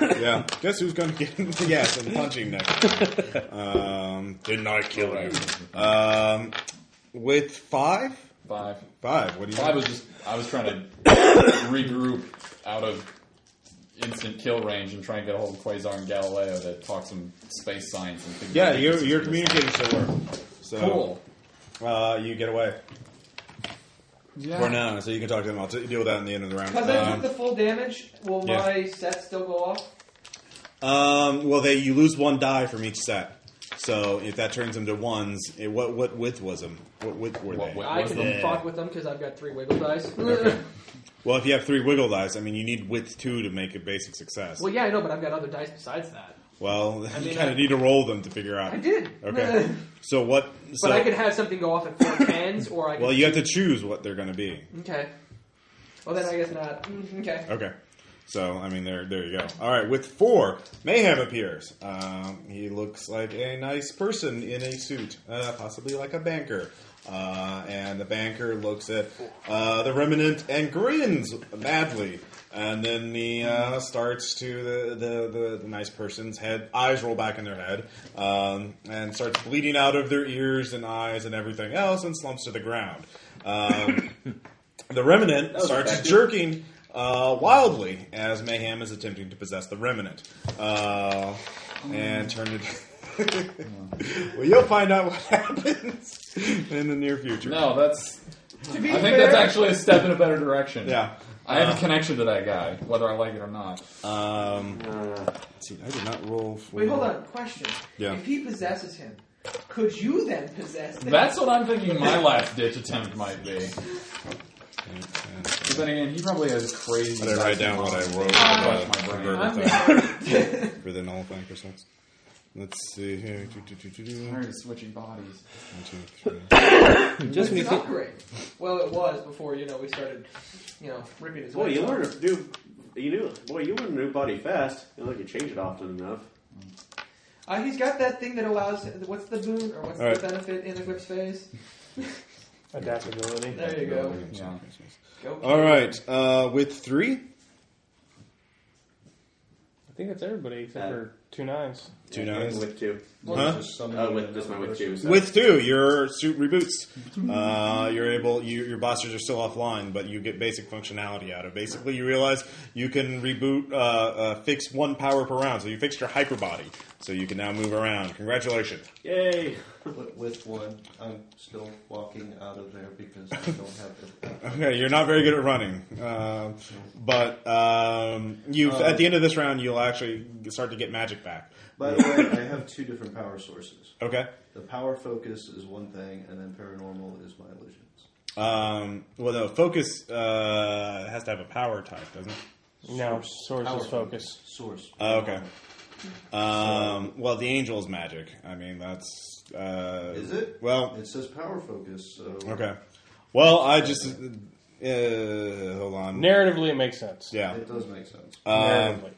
yeah. Guess who's going to get yeah some punching next? Um, didn't I kill you? Um, with five.
Five.
Five. What do you?
Well, I was just I was trying to regroup out of instant kill range and try and get a hold of Quasar and Galileo to talk some space science and figure
Yeah,
out
you're
differences
you're
between
communicating so well. So
Cool.
uh, you get away
Yeah.
for now, so you can talk to them. I'll t- deal with that in the end of the round.
Because I
Um,
took the full damage, will
yeah.
my set still go off?
Um, well, they you lose one die from each set. So if that turns them to ones, eh, what what width was them? What width were they?
I can
Yeah.
fuck with them because I've got three wiggle dice.
Okay. Well, if you have three wiggle dice, I mean, you need width two to make a basic success.
well, yeah, I know, but I've got other dice besides that.
Well, you
mean,
kind
I-
of need to roll them to figure out.
I did.
Okay. so what? So,
but I could have something go off at four tens, or I could.
well, you have to choose what they're going to be.
Okay. Well, then I guess not. Mm, okay.
Okay. So I mean, there there you go. All right, with four, mayhem appears. Um, he looks like a nice person in a suit, uh, possibly like a banker. Uh, and the banker looks at uh, the remnant and grins madly. And then he uh, starts to the, the, the, the nice person's head, eyes roll back in their head, um, and starts bleeding out of their ears and eyes and everything else, and slumps to the ground. Um, The remnant
was
starts
effective.
jerking uh, wildly as Mayhem is attempting to possess the remnant. Uh, and turn it. well, you'll find out what happens in the near future.
No, that's.
To
I
be
think
fair,
that's actually a step in a better direction.
Yeah.
I have
Uh,
a connection to that guy, whether I like it or not.
Um, let's see, I did not roll. For,
Wait, hold on. Question.
Yeah.
If he possesses him, could you then possess them?
That's what I'm thinking my last ditch attempt might be. But then again, he probably has crazy.
I didn't write down what I wrote
Flash
about
my
the
brain.
burger
I'm
thing for the nullifying percents. Let's see here. Do, do, do, do, do.
Tired of switching bodies.
One, two, three.
Just
me
an
thi-
upgrade. Well, it was before you know we started, you know, ripping his.
Boy,
legs
you
off.
learn to do. You knew. Boy, you learn a new body fast. You know, you change it often enough.
Uh, he's got that thing that allows. What's the boon or what's
All right.
the benefit in Eclipse phase?
Adaptability.
There you go.
Yeah.
Go.
All right, uh, with three,
I think that's everybody except
Uh,
for two nines.
two
Yeah,
nines.
With two.
Huh?
Oh, with this my with two. So.
With two, your suit reboots. Uh, you're able. You, your bosses are still offline, but you get basic functionality out of. it. Basically, you realize you can reboot, uh, uh, fix one power per round. So you fixed your hyper body, so you can now move around. Congratulations.
Yay!
But with one, I'm still walking out of there because I don't have the.
Okay, you're not very good at running, Um but um, you
Um,
at the end of this round, you'll actually start to get magic back.
By the way, I have two different power sources.
Okay.
The power focus is one thing, and then paranormal is my illusions.
Um, well, no, focus uh, has to have a power type, doesn't it?
No, source
Power
is focus.
Source.
Oh, okay. Um, well, the angel's magic. I mean, that's. Uh,
Is it?
Well,
It says power focus, so.
okay. Well, I just. Uh, hold on.
Narratively, it makes sense.
yeah.
It does make sense.
Um,
Narratively.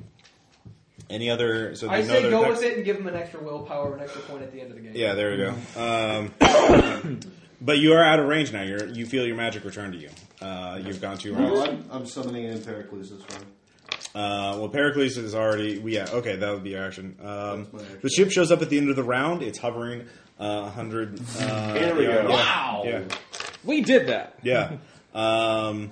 any other? So
I
there's no
say
other
go
text-
with it and give him an extra willpower, an extra point at the end of the game.
Yeah, there you go. Um,
Mm-hmm.
but you are out of range now. You're, you feel your magic return to you. Uh, you've gone too
Well,
rounds.
I'm, I'm summoning an Pericles this one.
Uh, well, Pericles is already. well, Yeah, okay, that would be your action. Um,
That's my action.
the ship shows up at the end of the round. It's hovering uh, 100. Uh,
Here we
yeah,
go.
yeah,
Wow.
Yeah.
We did that.
Yeah. Um,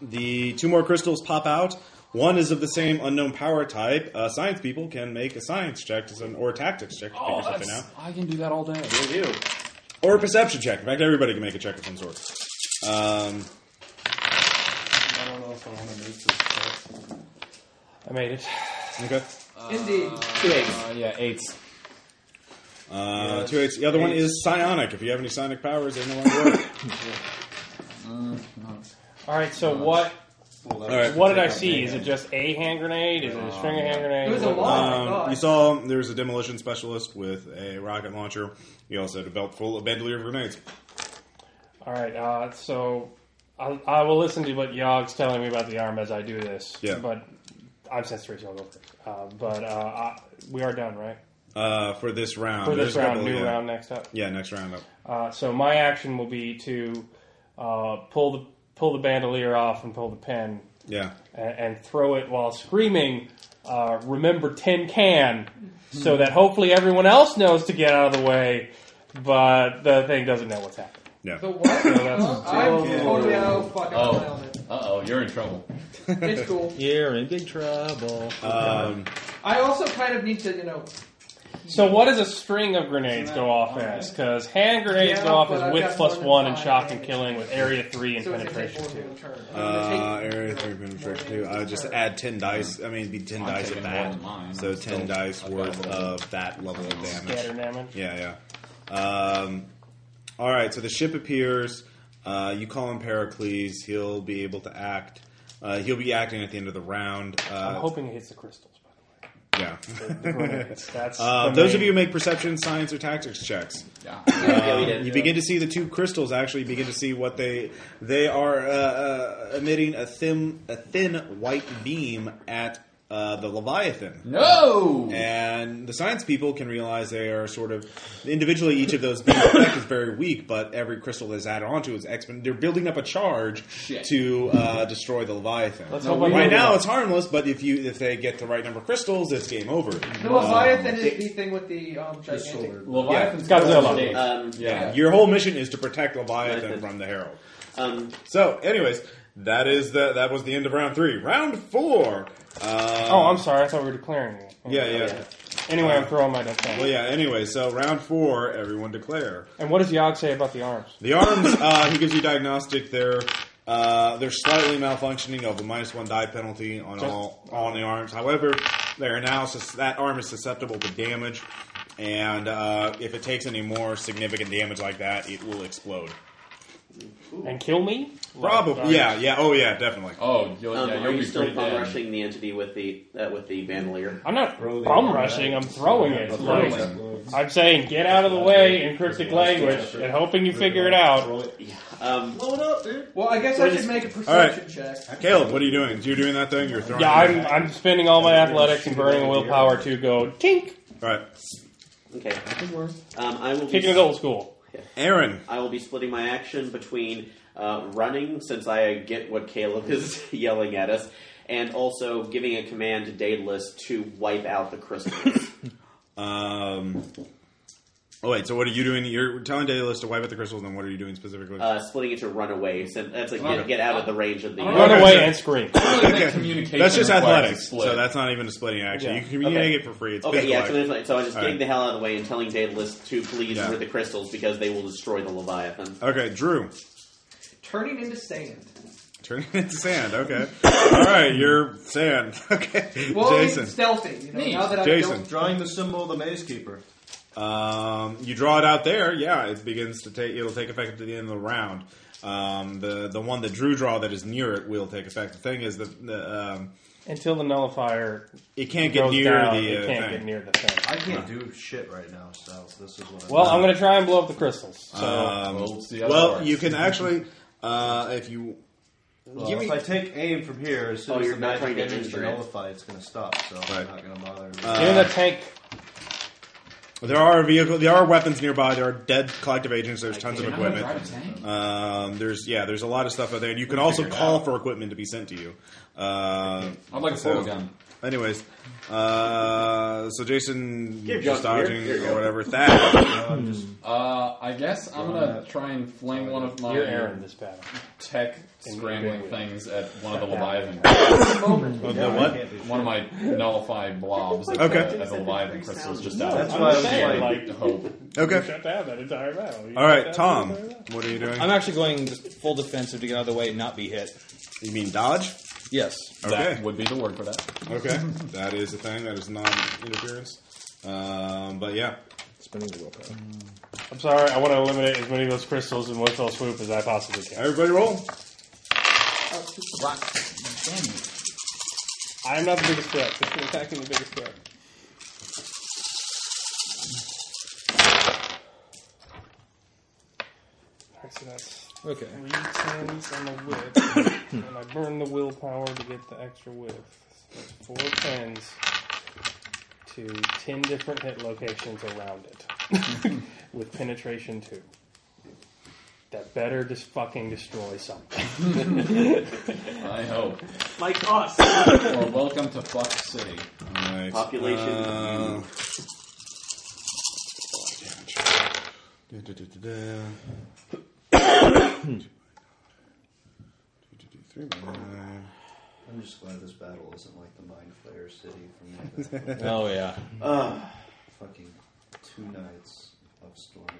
the two more crystals pop out. One is of the same unknown power type. Uh, science people can make a science check to some, or a tactics check to
Oh,
figure something out.
Oh, I can do that all day.
You do.
Or a perception check. In fact, everybody can make a check of some sort. Um,
I don't know if I want to make this. Check.
I made it.
okay.
Uh,
Indeed.
Two eights.
Uh, yeah, eights.
Uh, two eights. The other one is psionic. If you have any psionic powers, they no longer work.
All right, so what?
All right.
What did I see? Is it just a hand grenade? Is it a string of hand
Uh,
grenades?
It was a
What-
lot. Oh my
Um,
God.
you saw there was a demolition specialist with a rocket launcher. He also had a belt full of bandolier of grenades.
All right, uh, so I, I will listen to what Yog's telling me about the arm as I do this.
Yeah.
But I'm sensory, so I'll go first. Uh, but uh, I, we are done, right?
Uh, for this round.
For this
There's a
round,
couple,
new
yeah.
round next up.
Yeah, next round up.
Uh, so my action will be to uh, pull the pull the bandolier off and pull the pin
Yeah.
and, and throw it while screaming. Uh, remember tin can, so that hopefully everyone else knows to get out of the way, but the thing doesn't know what's happening.
Yeah.
The what?
So that's-
I'm totally out of fucking
Oh.
eye on it.
Uh oh, you're in trouble.
Oh.
It's cool.
You're in big trouble.
Um,
I also kind of need to, you know,
So what does a string of grenades go off as? Because hand grenades
Yeah,
go off
but
as
I've
with
got
plus
more than
one and
five
shock and
damage.
killing with area three and
so it's gonna take
penetration
more
two.
than a turn.
Uh, area three penetration two. I would just add ten dice. I mean, it'd be 10
I'm
dice
taking
of
more than
that.
mine.
So
I'm
ten
still-
dice
I've got
worth
a little-
of that level of damage.
Scatter damage.
Yeah, yeah. Um, all right, so the ship appears. Uh, you call him Pericles. He'll be able to act. Uh, he'll be acting at the end of the round.
I'm
Uh,
hoping it hits the crystals. By
yeah.
the way. The grenades. That's
Uh,
Oh. the
those of
main-
you who make perception, science, or tactics checks,
Yeah.
Yeah, we
um,
did.
you begin to see the two crystals. Actually, begin to see what they they are uh, uh, emitting a thin a thin white beam at uh, the Leviathan.
No!
And the science people can realize they are sort of individually each of those beams effect is very weak, but every crystal that's added onto is exponent. They're building up a charge
Shit.
to uh, destroy the Leviathan.
Let's
No,
hope
we
I'm
Right
right
now it's harmless, but if you if they get the right number of crystals, it's game over.
The Leviathan is the thing with the um,
The
gigantic.
sword.
Leviathan's
Yeah. Godzilla.
golden age.
Um,
yeah.
Your whole mission is to protect Leviathan from the Herald.
um,
So, anyways, that is the that was the end of round three. Round four. Uh,
Oh, I'm sorry. I thought we were declaring it.
Yeah, yeah.
Anyway, I'm throwing my death
Well, yeah. Anyway, so round four. Everyone declare.
And what does Yog say about the arms?
The arms, uh, he gives you diagnostic. They're uh, they're slightly malfunctioning of a minus one die penalty on
Just-
all on the arms. However, they are now sus- that arm is susceptible to damage, and uh, if it takes any more significant damage like that, it will explode.
And kill me? Like, uh,
Probably, yeah, yeah, oh yeah, definitely.
Oh, you'll,
um,
yeah,
are
you'll
you
be
still
pretty
bum
dead.
rushing the entity with the uh, with the bandolier?
I'm not
Throw the
bum
arm
rushing.
back.
I'm throwing it.
Throw
Like,
it.
I'm saying get out of the way in cryptic language and hoping you figure it out.
Throw it.
Um,
Blow it up, dude.
Well, I guess I should make a perception check.
Caleb, what are you doing? You're doing that thing. You're throwing.
Yeah,
it?
I'm, I'm spending all my athletics and burning
Yeah.
willpower to go tink,
All right,
okay. Um, I will be.
kicking it old school.
Aaron.
I will be splitting my action between uh, running, since I get what Caleb is yelling at us, and also giving a command to Daedalus to wipe out the crystals.
Um, oh wait, so what are you doing? You're telling Daedalus to wipe out the crystals, and what are you doing specifically?
uh, splitting it to run away. Since that's like get, get out of the range of the.
Run
Okay,
away
sure.
and scream.
I really think communication
that's just
requires a
athletics,
split.
so that's not even a splitting action.
Yeah.
You can communicate
Okay.
it for free. It's
Okay,
physical
yeah,
action.
so, it's- so I'm just
All
getting
right.
the hell out of the way and telling Daedalus to please
Yeah.
rid the crystals because they will destroy the Leviathan.
Okay, Drew.
Turning into sand.
Turning into sand. Okay. All right, you're sand. Okay,
Well,
Jason.
it's stealthy. You know,
Neat.
now that I
Jason.
don't
Drawing the symbol of the maze keeper.
Um, you draw it out there. Yeah, it begins to take. It'll take effect at the end of the round. Um, the the one that Drew draw that is near it will take effect. The thing is that the, um,
Until the nullifier
it can't get
goes
near
down,
the uh,
it can't
thing.
get near the thing.
I can't do shit right now, so this is what I'm
Well, I'm going to try and blow up the crystals. So
Um,
We'll see how that
well,
works.
you can actually uh, if you
Well,
give me
if I take aim from here, as soon
Oh,
as
you're
the
not
magic
trying to
damage is
injure it.
nullified, it's going to stop. So
Uh,
Right.
I'm not going to bother.
Uh,
Get in the tank.
There are vehicle, there are weapons nearby. There are dead collective agents. There's tons of
You're not gonna
equipment.
drive a
Um, there's yeah, there's a lot of stuff out there, and you can
We'll
also
figure it
call for equipment to be sent to you. Uh,
I'd like a portal gun.
Anyways, uh, so Jason
Give
just
John here.
dodging
Here you
or
go.
whatever. That
Uh, I guess I'm gonna try and fling one
uh,
of my
You're Aaron this battle.
tech
And
scrambling
you're
things at one of the
Yeah.
Leviathan.
Of the what?
One of my nullify blobs. At
Okay.
The, at the Leviathan crystals just
No,
out.
that's
of
why I was
sheer
like-
hope.
Okay.
You shut down that entire battle. You
all right,
shut down
Tom.
that entire
What are you doing?
I'm actually going just full defensive to get out of the way and not be hit.
You mean dodge?
Yes.
Okay.
would be the word for that.
Okay, that is a thing. That is non-interference. Um, but yeah, spending the willpower.
battle. I'm sorry. I want to eliminate as many of those crystals in one fell swoop as I possibly can.
Everybody roll.
I am not the biggest threat. It's been attacking the biggest threat. Alright, so that's
Okay.
three tens on the width, and I burn the willpower to get the extra width. So that's four tens to ten different hit locations around it, with penetration two. That better just fucking destroy something.
I hope.
Like us.
or welcome to Fuck City.
Nice.
Population.
Uh, Da-da-da-da-da.
I'm just glad this battle isn't like the Mind Flayer City from the
Oh, yeah.
Ah, fucking two nights of storming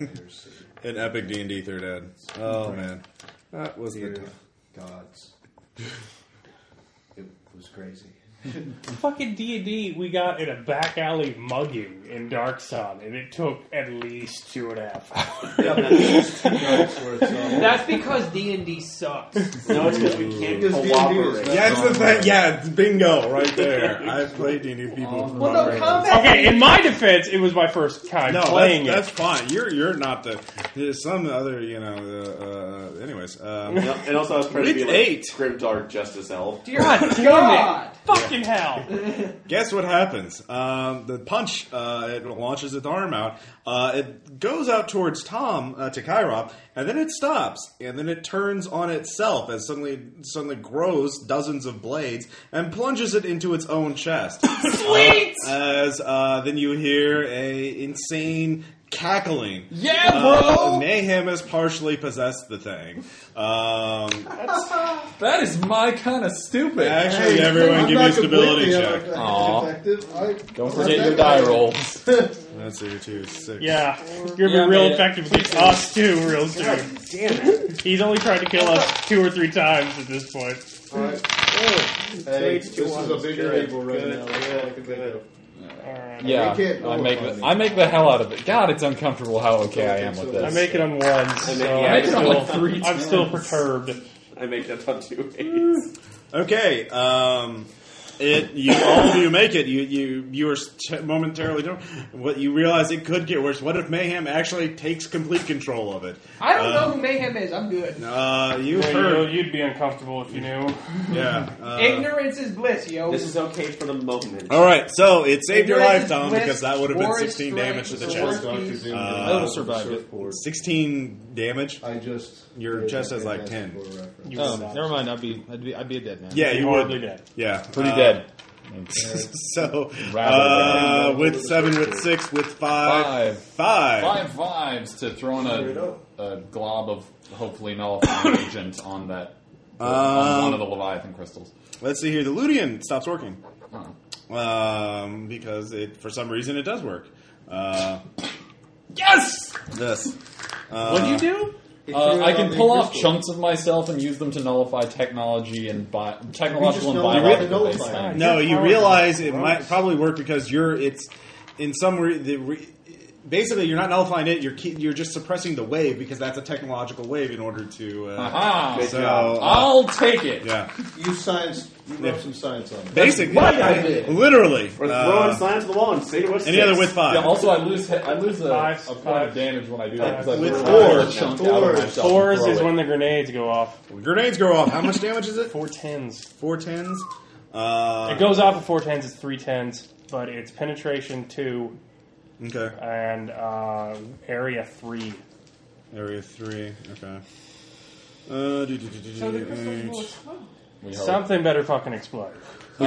in Mind Flayer City.
An epic D and D third ed. Oh man, that was
Dear
the
gods. It was crazy.
Fucking D and D, we got in a back alley mugging in Dark Sun, and it took at least two and a half hours.
That's because D and D sucks.
No, it's because we can't cooperate.
Yeah, it's the thing. Yeah, it's bingo right there. I've played D and D people.
Well, no,
cooperate.
combat-
okay, in my defense, it was my first time
No,
playing
that's, that's
it.
fine. You're you're not the there's some other you know. Uh, uh, anyways, um,
And al- and also, I was trying to be
With
like
eight.
Grimdark Justice Elf.
Dear
God
God,
damn it. Fucking hell!
Guess what happens? Um, the punch uh, it launches its arm out. Uh, it goes out towards Tom uh, to Kyrop, and then it stops, and then it turns on itself as suddenly suddenly grows dozens of blades and plunges it into its own chest. Sweet. as uh, then you hear a insane cackling.
Yeah,
Uh,
bro!
mayhem has partially possessed the thing. Um,
That is my kind of stupid.
Actually, everyone give me a stability check.
Don't forget your die roll.
That's a two six.
Yeah, you're
Yeah,
gonna be real
man.
effective against us too, real soon.
Damn it.
He's only tried to kill us two or three times at this point.
Hey, this is a bigger evil right now.
Yeah,
They can't
I make the,
nullify
I make the hell out of it. God, it's uncomfortable how okay I am with
I
this.
make it on one,
I
so
make- yeah, I
I'm
make it on
still,
like three
I'm still
times.
perturbed.
I make that on two eights.
Okay. Um, it you all of you make it. You you you are t- momentarily done. What you realize it could get worse. What if mayhem actually takes complete control of it?
I don't know
Uh,
who Mayhem is. I'm good.
Uh, you
Yeah, you
heard?
know, you'd be uncomfortable if you knew.
Yeah. uh,
Ignorance is bliss, yo.
This is okay for the moment.
all right. So it saved your
Ignorance
life,
is
Tom,
bliss,
because that would have been
war is
sixteen
strength,
damage to the
so
chest.
war is peace.
Uh,
I
would've survived it.
Oh, Sixteen damage.
I just
Your
did
chest
a
has like
fantastic
ten.
war reference.
You
Oh,
would not.
never mind. I'd be, I'd be, I'd be a dead man.
Yeah, you would.
Hardly dead.
Yeah,
Pretty
uh,
dead.
So
Rather
uh, with seven, with six, with five,
Five.
five.
Five vibes to throwing a, a glob of hopefully nullifying agent on that on one of the Leviathan crystals.
Let's see here. The Ludian stops working
Huh.
um, because it, for some reason, it does work. Uh,
Yes.
this. Uh,
What'd you
do?
Uh, I can pull off chunks of myself and use them to nullify technology and bi- technological and
nullify
biological
the
based
nullifier.
things.
No,
You're
you
powerful.
realize it might
Gross.
probably work because you're. It's in some re- the. Re- Basically, you're not nullifying it. You're keep, you're just suppressing the wave because that's a technological wave in order to. Uh,
Aha!
so
job.
uh,
Ah, I'll take it.
yeah,
You science, you wrote some science on it.
basically,
Oh, What I did.
literally.
Or
uh,
throwing signs to the wall and say what's
any other with five?
Yeah, also, I lose he- I lose a,
Five,
a point
five.
of damage when I do that because I
With
throw
four.
a chunk out of myself. and
Fours
throw
is
it.
when the grenades go off.
Grenades go off. How much damage is it?
Four tens.
Four tens. Uh,
It goes off at four tens. It's three tens. but it's penetration two.
Okay.
And uh, area three.
Area three. Okay. Uh, do, do, do, do,
So the
do,
crystals will
eight.
explode.
We hope.
Something better fucking explode.
Uh,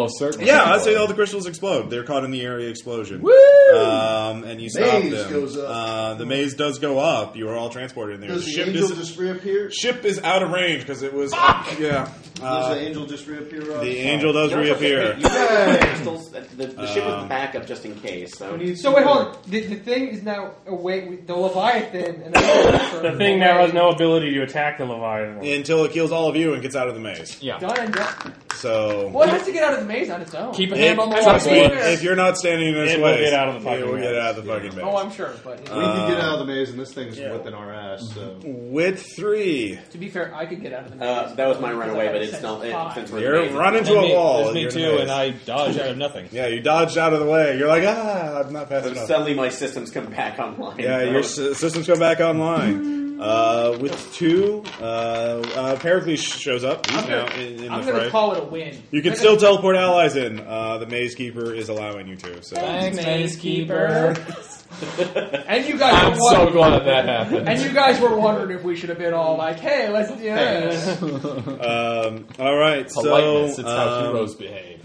Yeah, I'd say all the crystals explode. They're caught in the area explosion.
Woo!
Um, and you stop
Maze
them.
goes up.
Uh, the maze does go up. You are all transported in there.
Does the
ship
angel
is,
just reappear?
ship is out of range because it was. Yeah. Uh,
Does the angel just reappear? Rob?
the angel does reappear. Uh,
You guys have crystals. The, the, the ship was the backup just in case. So,
So wait, hold on. The, the thing is now away. with The Leviathan and the,
The thing now has no ability to attack the Leviathan.
Until it kills all of you and gets out of the maze.
Yeah.
Done and done.
So.
Well, it has to get out of the maze on its own.
It- trust me, If you're not standing in this
It will
way,
get out of the
it
fucking
will get
maze.
out of the fucking maze.
Oh, I'm sure, but
we
Uh,
can get out of the
Um,
maze, and this thing's whipping our ass. So
With three.
To be fair, I could get out of the maze.
uh, that was my
Because I
runaway,
got
but
a
it's
sense
not.
of
It,
five.
since we're in
You're
the maze,
run
it's-
into
me-
a wall.
there's me
You're in
too,
the maze.
and I dodge out of nothing.
Yeah, you dodged out of the way. You're like, ah, I'm not fast
So
enough.
suddenly my systems come back online.
Yeah, your s- systems come back online. Uh, with two, uh, uh, Pericles sh- shows up. He's
I'm
now
gonna,
in, in
I'm
the
gonna
fray.
call it a win.
You can
I'm
still
gonna-
teleport allies in. Uh, the Maze Keeper is allowing you to. So
Thanks,
Maze
Keeper. and you guys.
I'm
were
so
wondering-
glad that happened.
And you guys were wondering if we should have been all like, "Hey, let's do this."
um, all right.
Politeness,
so,
it's how
um,
heroes behave.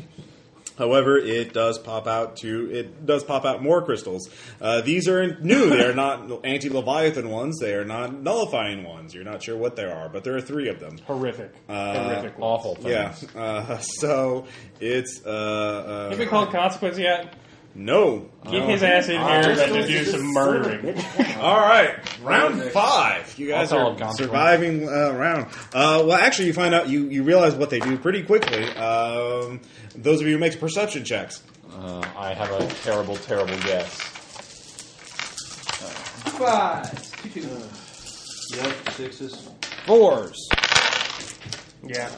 However, it does pop out to it does pop out more crystals. Uh, these are new; they are not anti-leviathan ones. They are not nullifying ones. You're not sure what they are, but there are three of them.
Horrific,
uh,
horrific, awful.
Yeah. Uh, so it's uh, uh,
Have we called consequence yet?
no.
Get his ass in here and to do some murdering.
All right, round five. You guys
I'll call
are
it gone for
surviving uh, round. Uh, well, actually, you find out you, you realize what they do pretty quickly. Um, those of you who make perception checks.
Uh, I have a terrible, terrible guess.
Five, two, two.
yep, sixes.
Fours.
Yeah.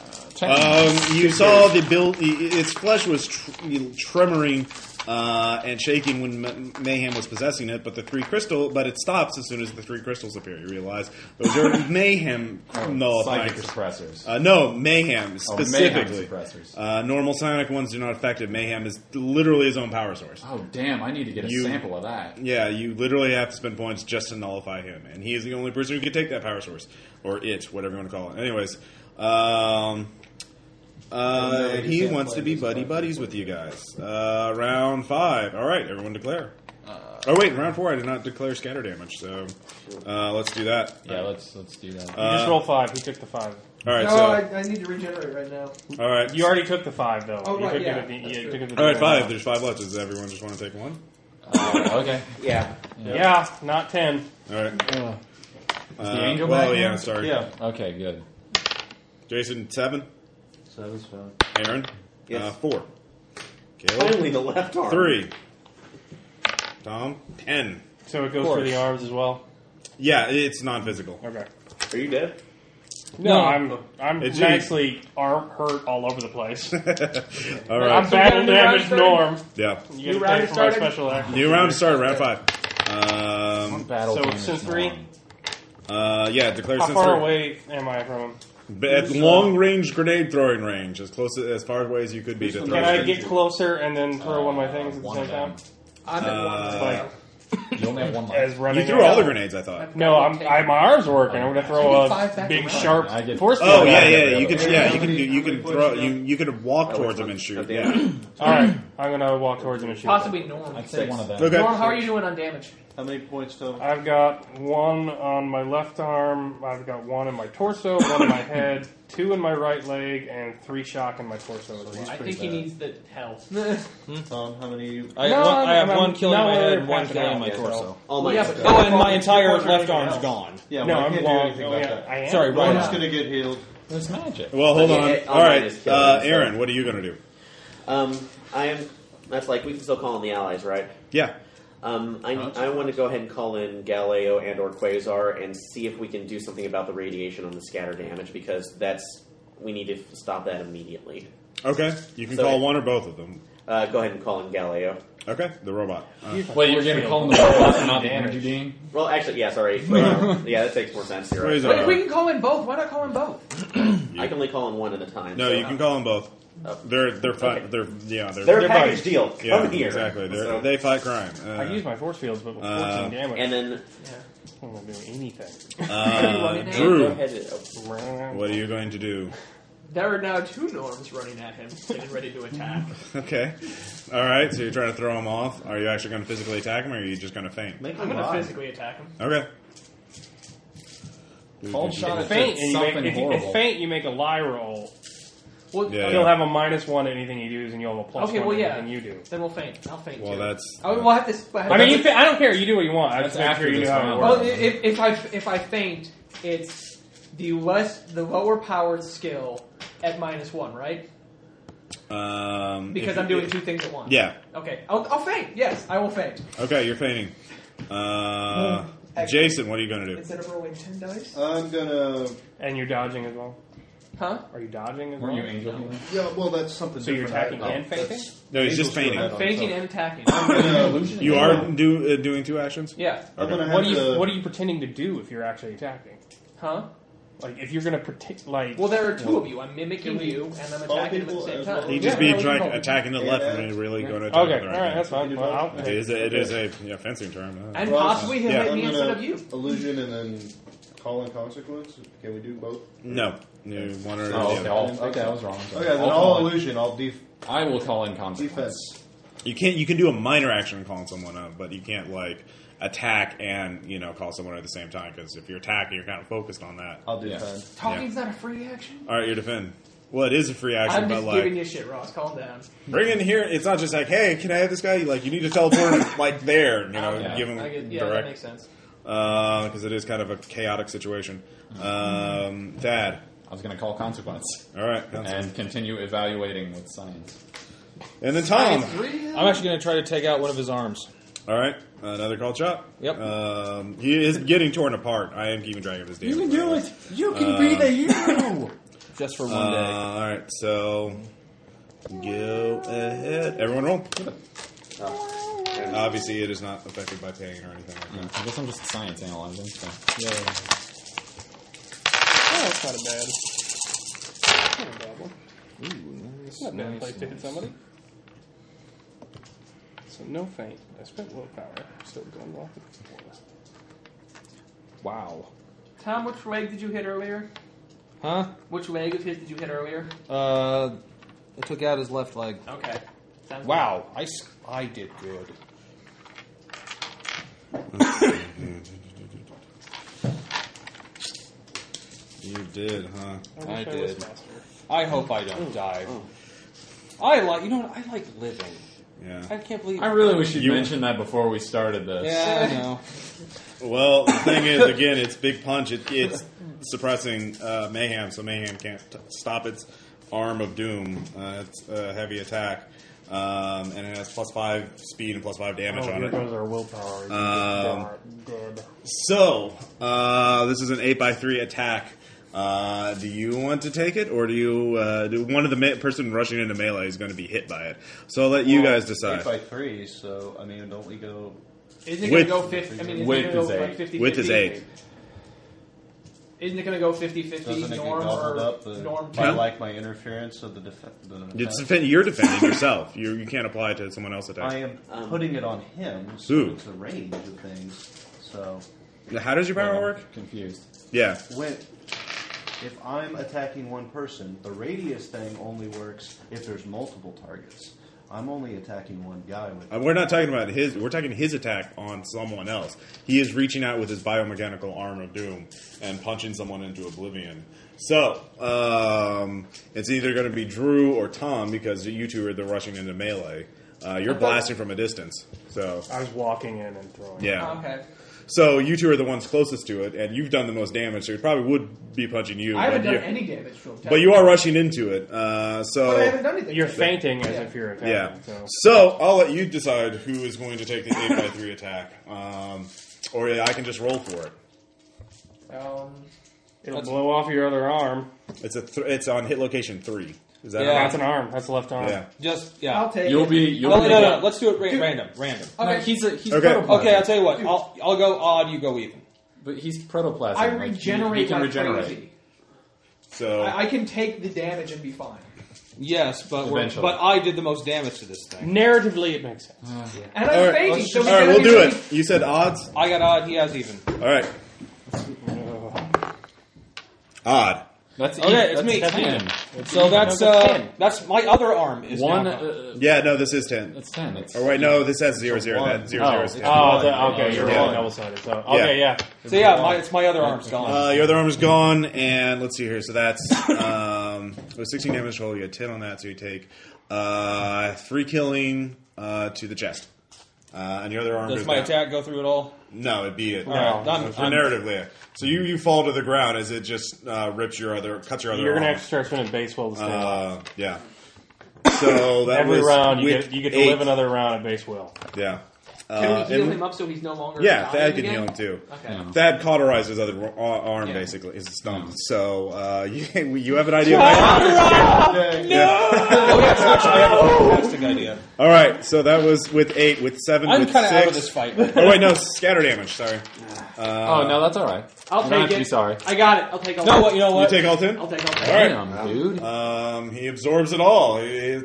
Um, you saw the build. i- i- Its flesh was tr- tremoring uh, and shaking when Ma- mayhem was possessing it, but the three crystal. But it stops as soon as the three crystals appear. You realize those are mayhem nullifying
psychic suppressors.
oh, Uh, no, mayhem
Oh, mayhem
specifically.
suppressors.
Uh, normal sonic ones do not affect it. Mayhem is literally his own power source.
Oh damn! I need to get a
You-
sample of that.
Yeah, you literally have to spend points just to nullify him, and he is the only person who can take that power source or it, whatever you want to call it. Anyways, um, uh, and he wants to be buddy buddies with you guys. Uh, round five. All right, everyone declare. oh wait, round four. I did not declare scatter damage, so uh, let's do that. Uh,
Yeah, let's let's do that.
You just roll five. He took the five.
All right,
no,
so
I, I need to regenerate right now.
all right,
You already took the five though.
Oh,
you
right,
took
yeah,
it at the,
that's
you
true.
took it at the
all right,
beginning.
five. There's five left. Does everyone just want to take one?
okay.
Yeah.
Yeah. not ten.
All right. Uh,
Is the angel
well,
back
yeah,
now?
sorry.
Yeah.
Okay, good.
Jason, seven.
Seven's fine.
Aaron,
Yes.
uh, four. Caleb,
Finally, the left arm.
Three. Tom, ten.
So it goes
course.
through the arms as well.
Yeah, it's non-physical.
Okay.
Are you dead?
No, I'm I'm
It's you.
nicely arm hurt all over the place.
All
I'm
right.
battle
new round
damage
starting?
norm.
Yeah.
You
New
get
round
a pick from our
starting?
special action.
New round start. Round five. Um,
Battle.
So
damage
it's in three?
norm.
uh, yeah, declare
How
since
far
they're-
away am I from him?
b- at long range grenade throwing range, as close to, as far away as you could be to throw.
Can I
it.
get closer and then throw one of my
Uh,
things at the
one
same
of
time?
them.
I'm at
Uh,
one. Right.
You only have one left.
As running
You threw
around?
all the grenades, I thought.
No, I'm, I, my arm's working. I'm gonna throw
Five
a
back
big
around.
sharp
I get-
force.
Oh
field
yeah,
at
yeah,
him.
you could,
Yeah,
yeah,
how
you could,
many-
you
how many
could
points
throw,
you got?
you you could walk
Oh,
towards them
which one?
and
Oh,
shoot.
damn.
Yeah.
All right, I'm gonna walk towards him and shoot.
Possibly normal.
I'd say one of them.
Okay.
Norm, how are you doing on damage?
How many points total?
I've got one on my left arm. I've got one in my torso, one in my head, two in my right leg, and three shock in my torso. As well.
I think he needs the health.
Tom, how many? You...
I,
No,
have one, I
I'm-
have one
I'm
kill in
not
my
really
head, and one
wrapping
kill
out
in my
yet,
torso.
All my
Yeah,
stuff.
but-
Oh, and my entire
Torso
left
anything
arm's
else.
gone.
Yeah,
no,
well, I
I'm
can't do
long.
anything
Oh,
about
yeah,
that.
I am.
Sorry,
Well, I'm
right.
just gonna get healed.
There's magic.
Well, hold
Yeah,
on.
yeah,
All
I'll
right,
just kill
uh,
him, so-
Aaron, what are you gonna do?
Um, I am. That's like we can still call in the allies, right?
Yeah.
Um, I, I want to go ahead and call in Galileo and or Quasar and see if we can do something about the radiation on the scatter damage because that's we need to stop that immediately.
Okay, you can
So-
call one or both of them.
Uh, go ahead and call in Galileo.
Okay, the robot. Uh,
Wait, you're gonna call him the robot and not the energy dean?
Well, actually, yeah, sorry. Quasar. yeah, that takes more sense. You're right.
Quasar.
But if we can call in both, why not call in both?
I can only call in one at a time.
no,
so-
you can call them both. They're they're fight, they're yeah they're
Oh. They're a package deal. Come
yeah,
here.
exactly. They're,
So-
They fight crime. Uh,
I used my force fields, but with 14
uh,
damage.
and then-
I'm not doing anything.
uh,
Running
Drew,
at
what are you going to do?
There are now two norms running at him, getting ready to attack.
Okay, all right. So you're trying to throw him off. Are you actually going to physically attack him, or are you just going to faint?
I'm going to physically attack him.
Okay.
Cold shot
If
at
you faint, and you make,
something
if you, if
horrible.
faint, you make a lie roll.
Well,
Yeah.
You'll have a minus one to anything you do, and you'll have a plus
okay,
one
well,
to
yeah.
anything you do.
Then we'll faint. I'll faint
Well,
too.
that's-
Oh, we'll have this.
I mean, you fa- I don't care. You do what you want. I
That's
just make
after
sure you
this
know how it
round.
works.
Well, i- if, if I if I faint, it's the less the lower powered skill at minus one, right?
Um,
Because
if-
I'm doing two things at once.
Yeah.
Okay. I'll, I'll faint. Yes, I will faint.
Okay, you're fainting. Uh,
Mm, actually-
Jason, what are you going to do?
Instead of rolling ten dice,
I'm gonna.
And you're dodging as well.
huh?
Are you dodging as
Were
well?
you angel healing?
Yeah, well, that's something.
So you're
different.
attacking
I-
and fainting?
that's-
No, he's just
Angel's
fainting.
still right on
Fainting
top.
and attacking.
You are do, uh, doing two actions.
yeah.
I'm gonna have
What are you
to-
What are you pretending to do if you're actually attacking?
Huh?
Like if you're gonna pretend like
Well, there are two of you. I'm mimicking you, and I'm
All
attacking him at the
people
same
as well.
time.
He just be
Yeah, no,
trying
you can-
attacking the
Yeah,
left
that-
and really going to attack
okay,
the
all
right.
right, that's fine. Well, I'll,
It is a, it is a yeah, fencing term. uh,
And
Well,
possibly he'll
yeah.
hit
I'm
me instead
gonna
of you.
Illusion and then call in consequence. Can we do both?
no, you one or the
Oh,
other.
okay, I'll- okay, I was wrong.
Okay, then
call
all
in-
illusion, all def-
I will call in consequence.
defense.
You can't. You can do a minor action calling someone up, but you can't like attack and you know call someone at the same time because if you're attacking, you're kind of focused on that.
I'll
Yeah.
defend.
Talking's not a free action.
All right, you're defend. Well, it is a free action,
I'm
but
just
like
giving you shit, Ross. Calm down.
bring in here. It's not just like, hey, can I have this guy? You, like you need to teleport him like there. You know,
Yeah.
give him
I get, yeah, that makes
direct
sense.
because Uh, it is kind of a chaotic situation. Um, Thad.
I was going to call consequence
All right, and,
and continue evaluating with science.
and then Tom.
I'm actually going to try to take out one of his arms.
All right, another call shot.
Yep.
Um, he is getting torn apart. I am keeping track of his damage. by the way.
You
can
Uh,
be the
hero. Just for one
Uh,
day.
all right, so go ahead. Everyone roll. Obviously, it is not affected by pain or anything. Like that.
I guess I'm just science analyzing. So.
Oh, that's not a bad. Not a bad one. It's not a bad place to hit somebody. So no faint. I spent willpower. Still going off. Oh,
Wow.
Tom, which leg did you hit earlier?
Huh?
Which leg of his did you hit earlier?
Uh, I took out his left leg.
Okay. Sounds
Wow. I, s- I did good.
You did, huh?
I
wish was
did.
faster.
I hope I don't die. I like, you know what? I like living. I
Yeah.
can't believe
I really wish you'd
You-
mentioned that before we started this.
Yeah, I know.
Well, the thing is, again, it's big punch. It, it's suppressing uh, mayhem, so mayhem can't t- stop its arm of doom. Uh, it's a heavy attack, um, and it has plus five speed and plus five damage
Oh,
on
here
it.
goes our willpower.
Um,
Dead.
So, uh, this is an 8 by 3 attack. Uh, do you want to take it, or do you? Uh, do one of the me- person rushing into melee is going to be hit by it. So I'll let you guys decide.
Eight by three, so I mean, don't we go?
Isn't it
Width-
gonna go fifty? I mean, isn't
Width
it gonna
is
go
eight.
like 50
Width is
50?
eight.
Isn't it gonna go 50-50
Doesn't it get
norm
gobbled
or
up uh, the,
norm?
by
No.
like my interference of the defense?
It's defen- you're defending yourself. You you can't apply it to someone else
I
attack.
am putting it on him, so
Ooh.
it's a range of things. So
How does your power work?
Confused.
Yeah.
when if I'm attacking one person, the radius thing only works if there's multiple targets. I'm only attacking one guy with.
Uh, We're not talking about his. We're talking his attack on someone else. He is reaching out with his biomechanical arm of doom and punching someone into oblivion. So um, it's either going to be Drew or Tom because you two are the rushing into melee. Uh, you're blasting from a distance. So
I was walking in and throwing.
yeah.
Okay.
So you two are the ones closest to it, and you've done the most damage. So it probably would be punching you.
I haven't
but
done
you,
any damage to him.
But you are rushing into it. Uh, so
But I haven't done anything.
You're
to him.
fainting as
Yeah.
if you're attacking.
Yeah.
So.
So I'll let you decide who is going to take the eight by three attack, um, or yeah, I can just roll for it.
Um,
It'll blow off your other arm.
It's a th- it's on hit location three. Is that
Yeah.
right?
That's an arm. That's the left arm.
Yeah.
Just, yeah.
I'll take
You'll
it.
be. You'll
Oh,
be
no, no, no. Let's do it ra- random. Random.
Okay.
No, he's a, he's
Okay.
protoplasm.
Okay, I'll tell you what. I'll, I'll go odd, you go even.
But he's protoplasm.
I
like, he-
regenerate
He, can
like
regenerate.
crazy.
So
I, I can take the damage and be fine.
Yes, but we're,
Eventually.
but I did the most damage to this
Mm.
thing.
Narratively, it makes sense.
And I'm
All right,
fading,
let's-
so we
all right,
gotta
we'll
be
do
ready.
it. You said odds.
I got odd. He has even.
All right. Odd.
That's
okay.
even-
It's
that's
me.
ten. That's
So
even. No,
that's
that's
uh,
ten.
that's my other arm is
One,
Now.
uh,
Yeah, no, this is ten.
That's ten. It's,
Or wait, no, this has zero zero. That zero zero
Oh,
is ten.
So yeah, my, it's my other arm's gone.
Uh, your other arm is gone, and let's see here. So that's um, it was 16 damage total. You had 10 on that, so you take uh, three killing uh, to the chest. Uh, and your other arm
Does
goes
my
down.
attack go through at all?
No, it'd be it.
All right, I'm-
for
I'm-
narrative, yeah. So you, you fall to the ground as it just uh, rips your other, cuts your other.
You're
arm.
gonna have to start spending baseball to stay
Uh, yeah. So that
Every
was
round, you
with
get, you get to
eight.
live another round at base will.
Yeah.
Can
Uh,
we heal
and-
him up so he's no longer?
yeah, Thad
dying
can
again?
heal him too.
Okay.
Thad cauterized his other ar- arm
Yeah.
basically, his thumb. So uh, you, you have an idea. Right?
Oh, yes, actually, I have a fantastic idea.
All right, so that was with eight, with seven,
I'm
with
kinda
six.
out of this fight.
oh wait, no, scatter damage. Sorry. Uh,
Oh, no, that's all right.
I'll
You don't
take
have
it.
to be sorry.
I got it. I'll take all.
No,
that.
what- you know what?
You take all ten.
I'll take all that.
All right,
Damn, dude.
Um, he absorbs it all. He- he-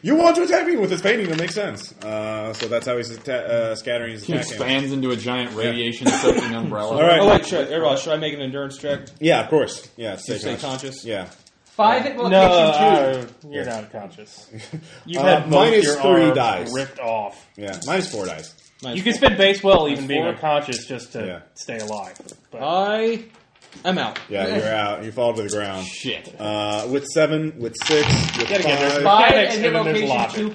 you want to attack me with this painting? That makes sense. Uh, so that's how he's atta- uh, scattering his
He
attack. damage.
expands into a giant radiation-soaking umbrella.
All right.
Oh wait, should, everyone, should I make an endurance check?
Yeah, of course. Yeah,
You stay conscious.
Yeah.
Five. Well,
No,
it
uh,
takes you two.
you're
Yeah.
not conscious.
Uh,
You've had both
minus
your
three
arms
dice.
ripped off.
Yeah, minus four dice.
you can spend base well even
Minus
being
four.
unconscious just to
Yeah.
stay alive. But
I am out.
Yeah, you're out. You fall to the ground.
Shit.
Uh, with seven, with six, with
Yet again, there's
five,
Five
mechanics
and
and then there's
location
logic.
two,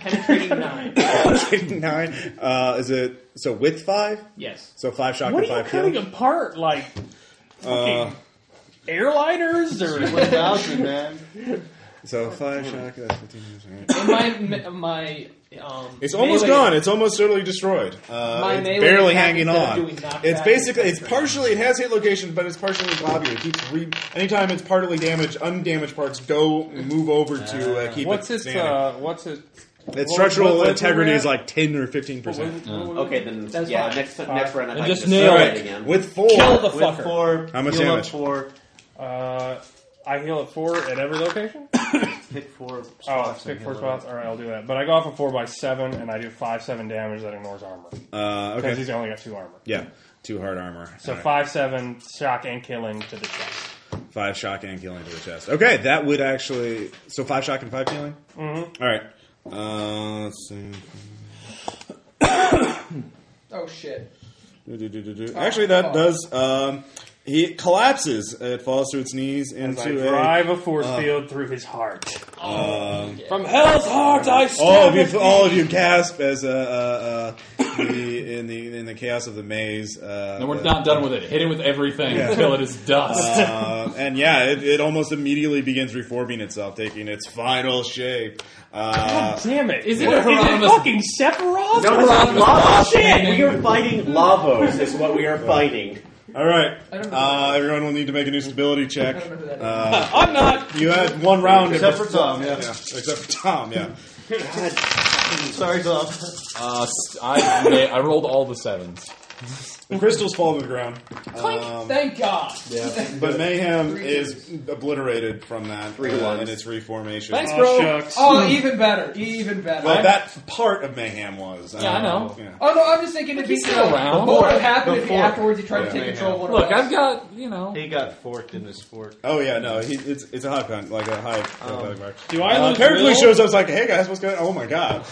penetrating nine.
nine. Uh, is it so with five?
Yes.
So five shock
What
and
are you
five
cutting
heal.
apart? Like
Uh,
fucking airliners or
One thousand, man.
so five shock. That's fifteen. All right.
And my my um.
It's almost
melee-
gone. It's almost totally destroyed.
My
Uh, it's
melee
barely
attack
hanging
instead of
on.
doing knockback
It's basically,
is
it's partially, it has hit location, but it's partially globular. It keeps re- anytime it's partly damaged, undamaged parts go move over to uh, keep
What's
it
his?
standing.
Uh, what's his?
its
what-
structural
what- what-
integrity is
what-
like 10 or 15 percent.
Okay, then
That's
yeah,
fine.
next next round I
And
might
just
just
nail
start
it.
again.
With four.
Kill the
With
fucker.
four,
How much
heal up
damage?
Four,
uh, I heal at four at every location.
pick four spots.
Oh,
and
pick four
heal up.
spots. All right, I'll do that. But I go off a four by seven, and I do five seven damage that ignores armor
Uh,
because
okay.
he's only got two armor.
Yeah. Two hard armor.
So
All right.
five seven shock and killing to the chest.
Five shock and killing to the chest. Okay, that would actually. So five shock and five killing?
Mhm.
All right. Uh, let's see.
Oh shit.
Do-do-do-do-do. Actually, that does. Um, he collapses. It falls to its knees
As I
into a.
drive a force field through his heart.
Um,
From hell's heart, I
all
stab
of
at
you, all of you gasp as uh, uh, uh, the, in the in the chaos of the maze. Uh,
And we're
uh,
not done with it. Hit it with everything
Yeah.
until it is dust.
Um, and yeah, it, it almost immediately begins reforming itself, taking its final shape. Uh,
Damn it! Is
it
it, is it
Hieronymus-
fucking Sephiroth?
No, it's lava.
Shit!
Oh, We are fighting lavos. Is what we are fighting.
all right,
I don't know.
uh, everyone will need to make a new stability check.
I don't remember that.
Uh,
I'm not.
you had one round,
Except for Tom, yeah.
Except for Tom, yeah.
Sorry, Tom.
Uh, s- I, made, I rolled all the sevens.
The crystals fall to the ground, Um,
Clink,
Um,
thank God.
but mayhem is obliterated from that
Three
uh,
ones.
in its reformation.
Aw,
Thanks, bro.
shucks.
Oh, even better. Even better.
Well, that part of mayhem was. um,
Yeah, I know.
yeah.
oh no, I'm just thinking it'd be
He's still
uh,
around.
What would happen if he
Before.
afterwards he tried to
Yeah.
take control of one
Look,
of us?
I've got, you know.
He got forked in his fork.
Oh yeah, no, he, it's it's a hot gun, like a high.
Um,
Do I
Uh,
lose
Pericles
will?
shows up, it's like, hey guys, what's going? on? Oh my god.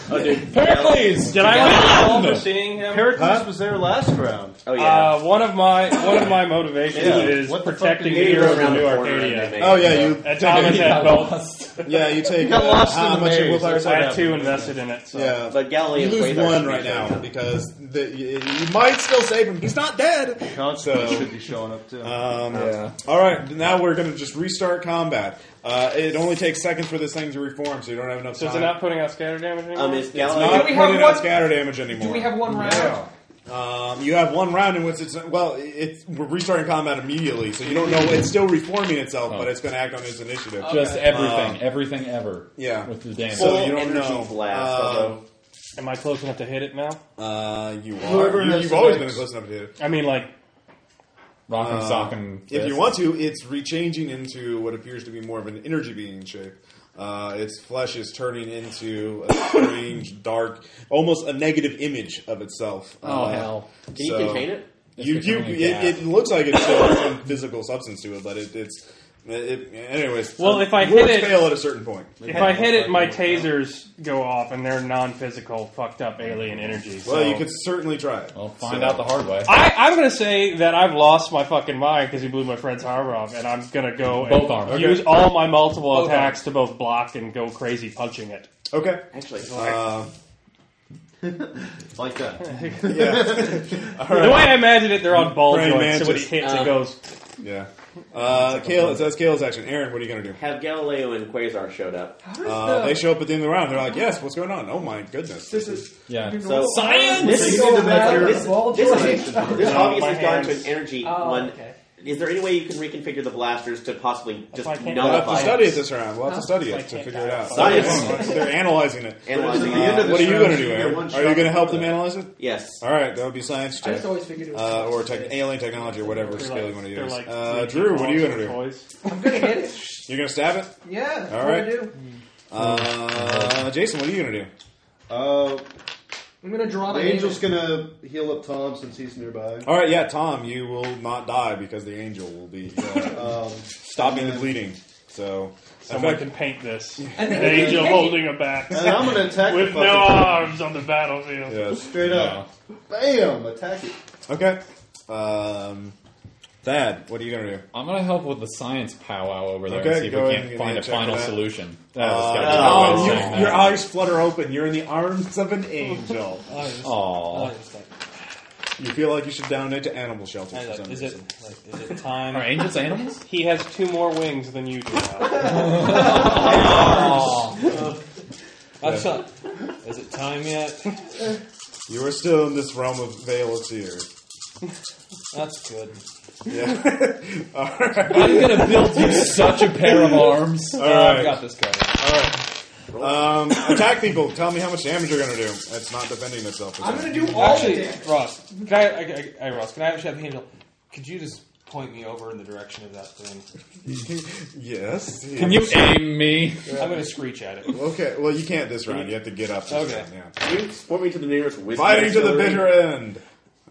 Pericles! Did I lose will for seeing him?
Heracles was there last round.
Oh yeah.
Uh, one of my one of my motivations
Yeah.
is
What the fuck
protecting
did
the
you do
Earth
around
and New
the corner and they
Arcadia.
make
Oh
it.
yeah, you
And Thomas had both.
yeah you take
got
uh,
lost in
how
the
much
maze.
your willpower
That's
I
side
had
what
two
happened.
invested in it. So.
Yeah,
But Galilee
you
is way
lose
better
one
than
right
me,
now
so-
because the, you, you might still save him. He's not dead.
Constantine
So-
should be showing up too.
Um, All right, now we're going to just restart combat. Uh, it only takes seconds for this thing to reform, so you don't have enough
So
time.
is it not putting out scatter damage anymore?
Um, is
It's
Galilee?
not
Do we have
putting out
one-
scatter damage anymore.
Do we have one round?
Um, you have one round in which it's well, it's we're restarting combat immediately, so you don't know it's still reforming itself, but it's going to act on its initiative.
Oh. Just
Okay.
everything. everything ever.
Uh, yeah.
With the damage.
So
Full
you don't
energy
know.
blast,
Um,
Am I close enough to hit it now?
uh, you
Whoever
are. You,
has
you've
the
always
next-
been close enough to hit it.
I mean, like
Rocking,
Uh,
socking.
If you want to, it's rechanging into what appears to be more of an energy being shape. Uh, its flesh is turning into a strange, dark, almost a negative image of itself.
Oh,
Uh,
hell. Can you contain it?
You,
It's
you,
becoming a
it, it looks like it's still some physical substance to it, but it, it's. It, anyways,
Well, if I
words
hit it,
fail at a certain point.
If I hit it, my tasers go off, and they're non-physical, fucked up alien energy. So.
Well, you could certainly try it. Well,
find out the hard way.
I, I'm gonna say that I've lost my fucking mind because he blew my friend's arm off, and I'm gonna go
Both
and
arms.
use
Okay.
all my multiple
Both
attacks to both block and go crazy punching it.
Okay.
Actually,
uh,
like that.
yeah. All
The way I imagine it, they're on ball
Praying
joints,
mantis.
so when he hits, it Uh, goes-
Yeah. Uh, Kale, so that's Kale's action. Aaron, what are you gonna do?
Have Galileo and Quasar showed up?
Uh, they show up at the end of the round. They're like, "Yes, what's going on? Oh my goodness, this is
Yeah.
Your
So-
normal-
Science!
This
This
is
is
all
the
about
matter-
the
this-
ball
this-
joints.
This
Uh,
obviously
my
has gone
hands.
to an energy
Oh,
one.
okay.
Is there any way you can reconfigure the blasters to possibly just
We'll have
nullify
to study it
it?
this round. We'll have to study it to figure it out.
Science.
They're analyzing it.
Analyzing
Uh,
it. At the end of
what are
this
you
round,
going to
you
do,
get
Aaron?
one
Are you
shot
going to help
with
them
it.
analyze it?
Yes.
All right, that would be science check.
I just always figured it was
uh, or
science.
tech, alien technology or whatever
They're
skill
like-
you want to
they're
use.
like
uh,
three
Drew, what are you
balls
going to
with
do?
I'm gonna hit it.
You're going to stab it?
Yeah, that's
All
what I
right.
do.
Uh, Jason, what are you going to do?
Uh,
I'm gonna draw
the
my
angel's gonna heal up Tom since he's nearby.
All right, yeah, Tom, you will not die because the angel will be uh,
Um,
stopping the bleeding. So
Someone
In fact-
can paint this.
And
An
then-
angel holding a bat.
And I'm gonna attack
with
the
no
fucking-
arms on the battlefield.
Straight up. Bam! Attack it.
Okay. Um, Thad, what are you going to do?
I'm gonna help with the science powwow over there
Okay,
and see if
go
we
ahead
can't
and
find a
give me a check
final
for that.
solution. Oh, That was gotta be the
Uh,
way
Tom,
of
you-
saying that.
your eyes flutter open. You're in the arms of an angel.
Aw.
You feel like you should donate to animal shelters
I
for
like-
some
is
reason.
Is it time?
Are angels animals?
He has two more wings than you do.
Aw. Oh. That's
Yeah.
not- Is it time yet?
You are still in this realm of Veil of Tears.
That's good.
Yeah. All right.
I'm gonna build you such a pair of arms.
All
Yeah, I've
right.
got this
covered. All right. Um, attack people. Tell me how much damage you're going to do. It's not defending itself.
I'm gonna do all
Actually,
the damage.
Ross, can I, I, I, I, Ross, can I actually have a handle? Could you just point me over in the direction of that thing?
Yes.
Can you aim
me?
I'm gonna screech at it.
Okay. Well, you can't this round. You have to get up. This
Okay.
Round, yeah.
You sport me to the nearest wisdom.
Fighting to the
distillery?
bitter end.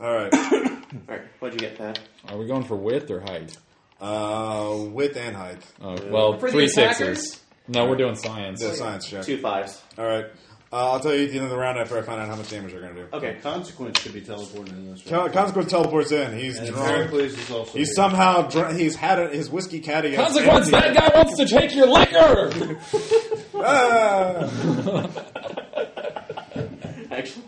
All right.
All right, what'd you get, Pat?
Are we going for width or height?
Uh, width and height.
Oh, well,
For the
three
attackers?
sixes. No, we're doing science.
The science check.
Two fives.
All right. Uh, I'll tell you at the end of the round after I find out how much damage you're going to do.
Uh,
Okay.
Consequence should be teleported in this
Con-
round.
Consequence teleports in. He's
And
drunk.
Heracles is also
he's
here.
somehow drunk. He's had a, his whiskey caddy.
Consequence, that guy wants to take your liquor!
Actually,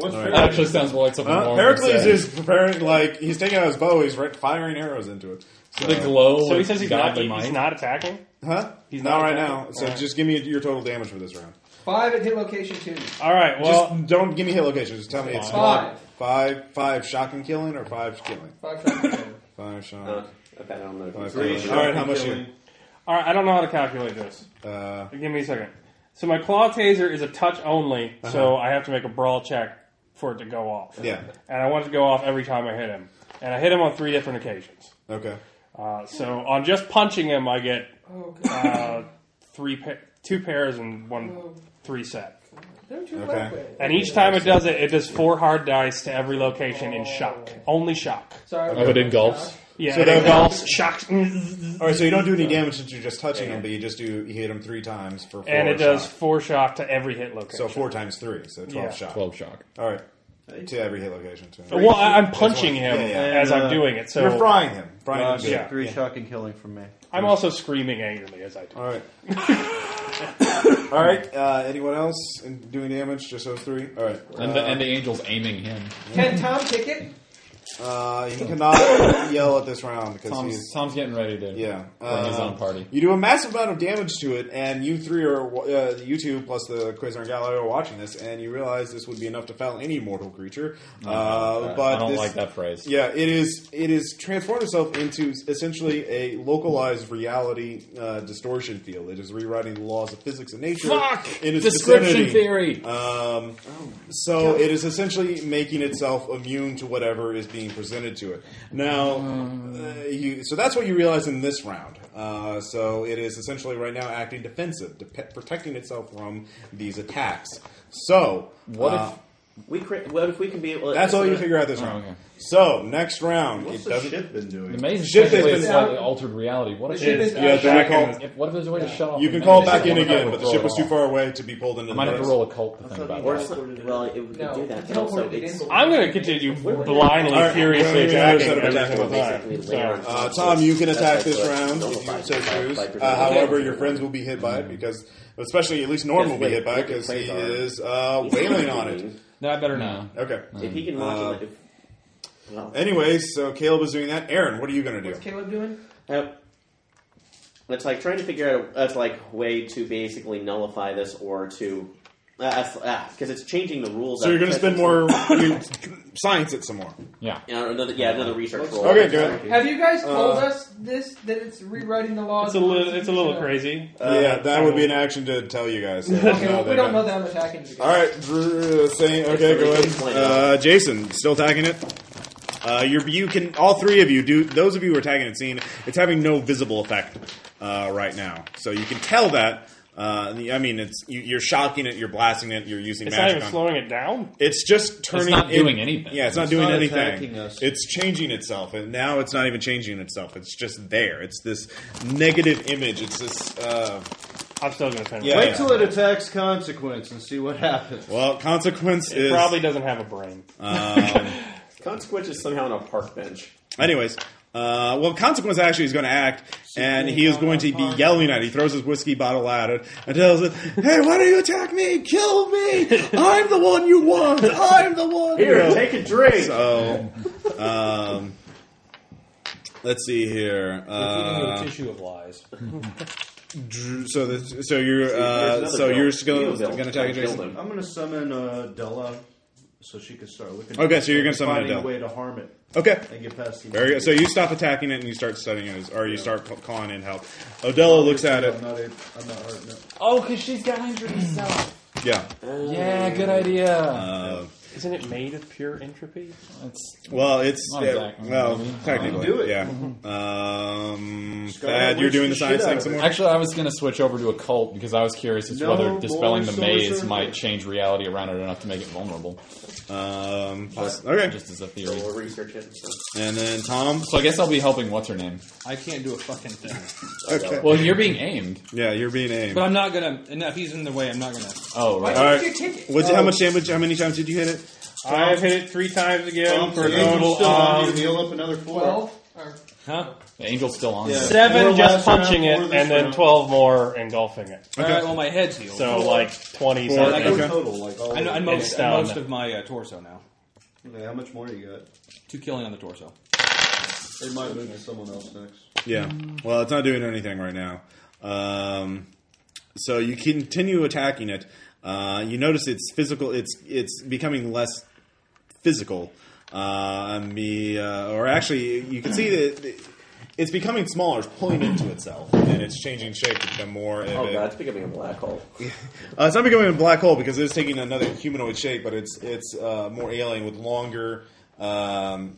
That actually sounds more like something
Uh,
Mormon
Heracles
said.
is preparing, like, he's taking out his bow, he's right, firing arrows into it.
The glow
So he says he's not,
Godly
he- he's
might.
not attacking?
Huh?
He's
not,
not
right
attacking.
now. So
Alright.
just give me your total damage for this round.
Five at hit location two.
All right, well.
just don't give me hit location. Just tell me it's
Five.
Five, five shocking killing or five killing?
Five seconds.
Five shot.
Uh, I bet I don't know. if
Five
it's-
killing. All right, how much you?
All right, I don't know how to calculate this.
Uh,
Give me a second. So my claw taser is a touch only, so I have to make a brawl check for it to go off.
Uh-huh. Yeah.
And I want it to go off every time I hit him. And I hit him on three different occasions.
Okay.
Uh, so on just punching him, I get
Oh,
uh, three, pa- two pairs and one, three set.
Okay.
And each time it does it, it does four hard dice to every location in shock. Only shock.
Sorry.
Oh, it engulfs.
Yeah,
So
it
that-
engulfs, shocks,
All right, so you don't do any damage since you're just touching him, but you just do you hit him three times for four.
and it does
shock.
four shock to every hit location.
so four times three, so twelve
Yeah.
shock.
12 shock.
All right, to every hit location. So.
Well, I- I'm punching him
Yeah, yeah.
as
uh,
I'm doing it. So
you're frying him, frying
Uh,
him. Good.
Yeah.
Three shocking killing from me.
I'm also screaming angrily as I do.
All right. All right. Uh, anyone else in doing damage? Just those three. All right.
And the, and the angel's aiming him.
Can Tom kick it?
Uh, he cannot yell at this round because
Tom's,
he's
Tom's getting ready to
yeah.
bring his
Uh,
own party.
You do a massive amount of damage to it, and you three are uh, you two plus the Quasar and Galileo are watching this, and you realize this would be enough to fell any mortal creature. Uh, but
Uh-huh. I don't
this-
like that phrase.
Yeah, it is. It is transformed itself into essentially a localized reality uh, distortion field. It is rewriting the laws of physics and nature.
Fuck!
in its
Description
vicinity.
theory.
Oh.
Um, so it is essentially making itself immune to whatever is being being presented to it. Now, uh, you, so that's what you realize in this round. Uh, so it is essentially right now acting defensive, dep protecting itself from these attacks. So
What
uh,
if we crit, What if we can be? able?
that's all you figure out this
oh,
round. So next round,
What's
it
the
doesn't.
ship been doing?
The maze is
Ship has
technically a
been-
slightly altered reality. What if
The ship is
you
You have to back recall- in.
If, what if there's a way to shut off?
You
the
can
maze?
call back in
Someone
again,
would
but the
throw
ship
it
was too
off.
far away to be pulled into
I
the
might have to
maze.
roll a cult to think about
Or
that.
some, well, it, we could
No,
do that.
he
but also
teleported
it's-
in, but-
I'm going to continue blindly,
Alright,
furiously
we're gonna have a
attacking
set of
every
attack
single
on that.
time.
Basically, later on.
Uh, Tom, you can
That's
attack
like
this
what-
round if you
nullifies
so
it by-
choose.
by preventing
Uh, however,
it.
your friends will be hit by it because, especially at least Norm will be hit by it because he is uh, wailing on it.
No, I better not.
Okay.
If he can
Uh,
modulate, if, well,
Anyways, so Caleb is doing that. Aaron, what are you going to do?
What's Caleb doing?
Uh, it's like trying to figure out a, a like way to basically nullify this or to uh, because it's changing the rules.
So you're going to
to
spend more you, science it some more.
Yeah.
another, yeah, another research roll.
Okay, go ahead.
Have you guys told
Uh,
us this that it's rewriting the laws?
It's a
of the
little, it's a little
Constitution?
crazy.
yeah,
Uh,
that would be an action to tell you guys. So,
Okay,
no,
well,
they
we
don't.
don't know that I'm attacking you. guys.
All right, Drew, uh, saying okay, go ahead. Uh, Jason, still tagging it. Uh, you're, you can all three of you do. Those of you who are tagging it, seen it's having no visible effect uh, right now. So you can tell that. Uh, the- I mean, it's you, you're shocking it, you're blasting it, you're using
It's not
magic.
even
on-
slowing it down.
It's just turning.
not
it-
doing anything.
Yeah, it's not
It's
doing
not
anything.
attacking us.
It's changing itself, and now it's not even changing itself. It's just there. It's this negative image. It's this. Uh,
I'm still going to turn.
Yeah.
it.
Wait till it attacks consequence and see what happens.
well, consequence
It
is
probably doesn't have a brain.
Um,
Consequence is somehow on a park bench.
Anyways, uh, well, consequence actually is going to act, and he is going to be yelling at. it. He throws his whiskey bottle at it and tells it, "Hey, why don't you attack me? Kill me! I'm the one you want. I'm the one." you
Here,
know."
take a drink.
So, um, let's see here.
a
Uh,
tissue of lies.
Drew- so, the, so you're
Here's
uh,
another
so
bill.
you're still
Legal bill.
going to attack
I killed
Jason.
him.
I'm gonna summon uh, Della, so she can start looking.
Okay, so you're gonna summon
finding
Adele.
a way to harm it
Okay.
and get past the.
Very good. So you stop attacking it and you start studying it, or you start ca- calling in help. Odella looks at it.
I'm not, a, I'm not hurting it.
Oh, because she's got injured herself.
Yeah.
Yeah, good idea.
Uh,
Isn't it made of pure entropy?
It's
Well, it's
Not
yeah,
exactly.
well,
Mm,
technically,
do it.
yeah. Um,
Just go ahead
Thad,
and
you're
witch
doing
the
the science
shit out
thing
of
some
it.
more.
Actually, I was going to switch over to a cult because I was curious as to
No
whether dispelling
more
the maze
sorcerer.
might change reality around it enough to make it vulnerable.
Um,
Just,
okay,
Just as a
So
theory.
we'll research it. So.
and then Tom.
So I guess I'll be helping what's her name.
I can't do a fucking thing.
Okay.
Well, you're being aimed.
Yeah, you're being aimed.
But I'm not gonna. And if he's in the way, I'm not gonna.
Oh,
Why
right.
don't
All right.
you kick it?
What's,
Oh.
how much damage? How many times did you hit it?
I have hit it three times again
Um,
for um, a
so you can
total
still want me
of
to heal up another four.
Twelve. Or,
huh?
The angel's still on.
Yeah.
there.
Four
seven
last
just punching
round,
it,
four
and
this
then
round.
twelve more engulfing it.
Okay.
All right. Well, my head's healed.
So like twenty
Four.
Like
something.
Okay.
in total, like all.
and, and
of
most,
It's
and
down.
most of my uh, torso now.
it. Okay, how much more you got?
Two killing on the torso.
They might move to someone else next.
Yeah. Well, it's not doing anything right now. Um, so you continue attacking it. Uh, you notice its physical. It's it's becoming less physical. Uh, and the uh, or actually, you can see that it's becoming smaller. It's pulling into itself, and it's changing shape to become more. Of
Oh
a-
god, it's becoming a black hole.
uh, it's not becoming a black hole because it's taking another humanoid shape, but it's it's uh, more alien with longer um,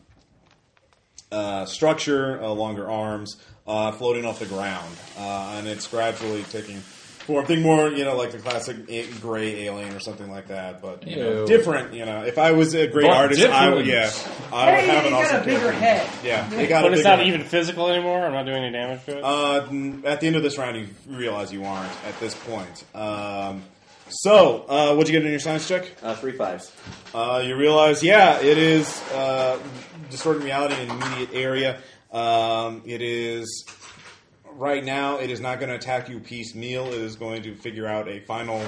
uh, structure, uh, longer arms, uh, floating off the ground, uh, and it's gradually taking form. Think more, you know, like the classic a- gray alien or something like that, but you know,
Ew.
different. You know, if I was a great
But
artist, I would, yeah,
different.
I would
hey,
have
you
an awesome
got a bigger
character.
head.
Yeah, it got a
But it's
bigger
not
head.
even physical anymore. I'm not doing any damage to it.
Uh, n- at the end of this round, you realize you aren't at this point. Um, so, uh, what'd you get in your science check?
Uh, three fives.
Uh, you realize, yeah, it is uh, distorted reality in an immediate area. Um, it is right now. It is not going to attack you piecemeal. It is going to figure out a final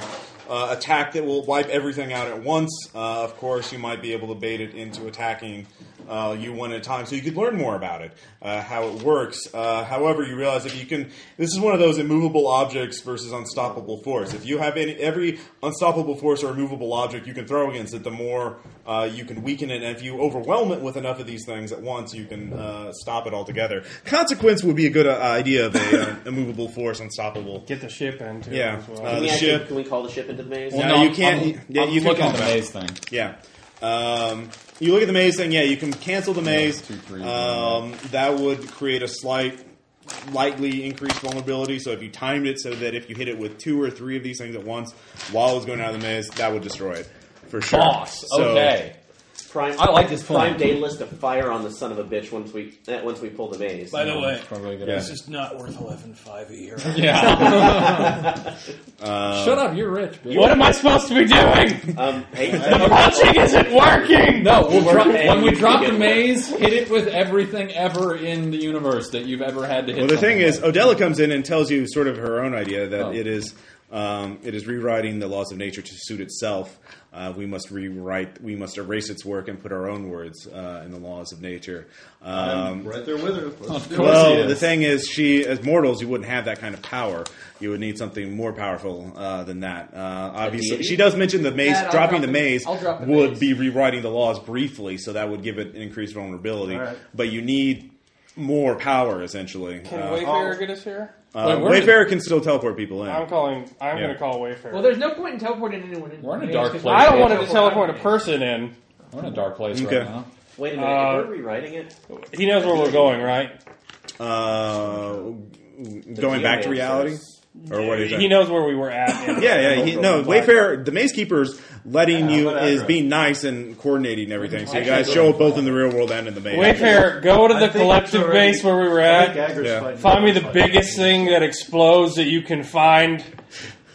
uh, attack that will wipe everything out at once. Uh, of course, you might be able to bait it into attacking uh, you one at a time, so you could learn more about it, uh, how it works. Uh, however, you realize if you can, this is one of those immovable objects versus unstoppable force. If you have any, every unstoppable force or immovable object you can throw against it, the more uh, you can weaken it. And if you overwhelm it with enough of these things at once, you can uh, stop it altogether. Consequence would be a good uh, idea of a uh, immovable force, unstoppable.
Get the ship into
Yeah.
it
Uh,
as well.
Can, we
the
actually,
ship-
can we call the ship into the maze?
Well, no, you can't-
I'm,
yeah,
I'm
you can
looking
come
at the
back.
maze thing.
Yeah. Um, you look at the maze thing. Yeah, you can cancel the maze. um, that would create a slight, lightly increased vulnerability. So if you timed it so that if you hit it with two or three of these things at once while it was going out of the maze, that would destroy it for sure.
Boss,
So-
okay. Prime,
I like this
prime
plan.
Daedalus to fire on the son of a bitch once we eh, once we pull the maze.
By the way,
Yeah.
this is not worth eleven five a year.
Yeah.
Uh,
Um,
Shut up, you're rich, bitch.
What am I supposed to be doing?
Um, hey,
the punching isn't working.
No, we'll drop, when we
You
drop
get
the
it.
maze, hit it with everything ever in the universe that you've ever had to hit.
Well, the thing
something
is, Odella comes in and tells you sort of her own idea
Oh.
that it is um, it is rewriting the laws of nature to suit itself. Uh, we must rewrite, we must erase its work and put our own words uh, in the laws of nature. Um,
I'm right there with her. Of course
well,
he is.
the thing is, she as mortals, you wouldn't have that kind of power. You would need something more powerful uh, than that. Uh, obviously,
deity?
she does mention the maze.
Dad, I'll
dropping
drop
the
the-
maze
I'll drop the
would be rewriting the laws briefly, so that would give it increased vulnerability.
All right.
But you need more power, essentially.
Can
Uh,
Wayfarer get us here?
uh,
Wait, we're in-
Wayfarer can still teleport people in.
I'm calling. I'm
Yeah.
going to call Wayfarer.
Well, there's no point in teleporting anyone in. We're
I don't want him to teleport a person in.
We're in a dark place
right Okay. now.
Wait a minute, if we're rewriting it.
He knows where we're going, right?
Uh, going back to reality, or what is that?
He knows where we were at. in-
Yeah, yeah. He, no,
Black-
Wayfarer, the Maze Keeper's letting you is being nice and coordinating everything. So you guys show up both in the real world and in the maze.
Wayfarer, go to the collective base where we were at.
Yeah. fighting
Find me the biggest thing that explodes that you can find,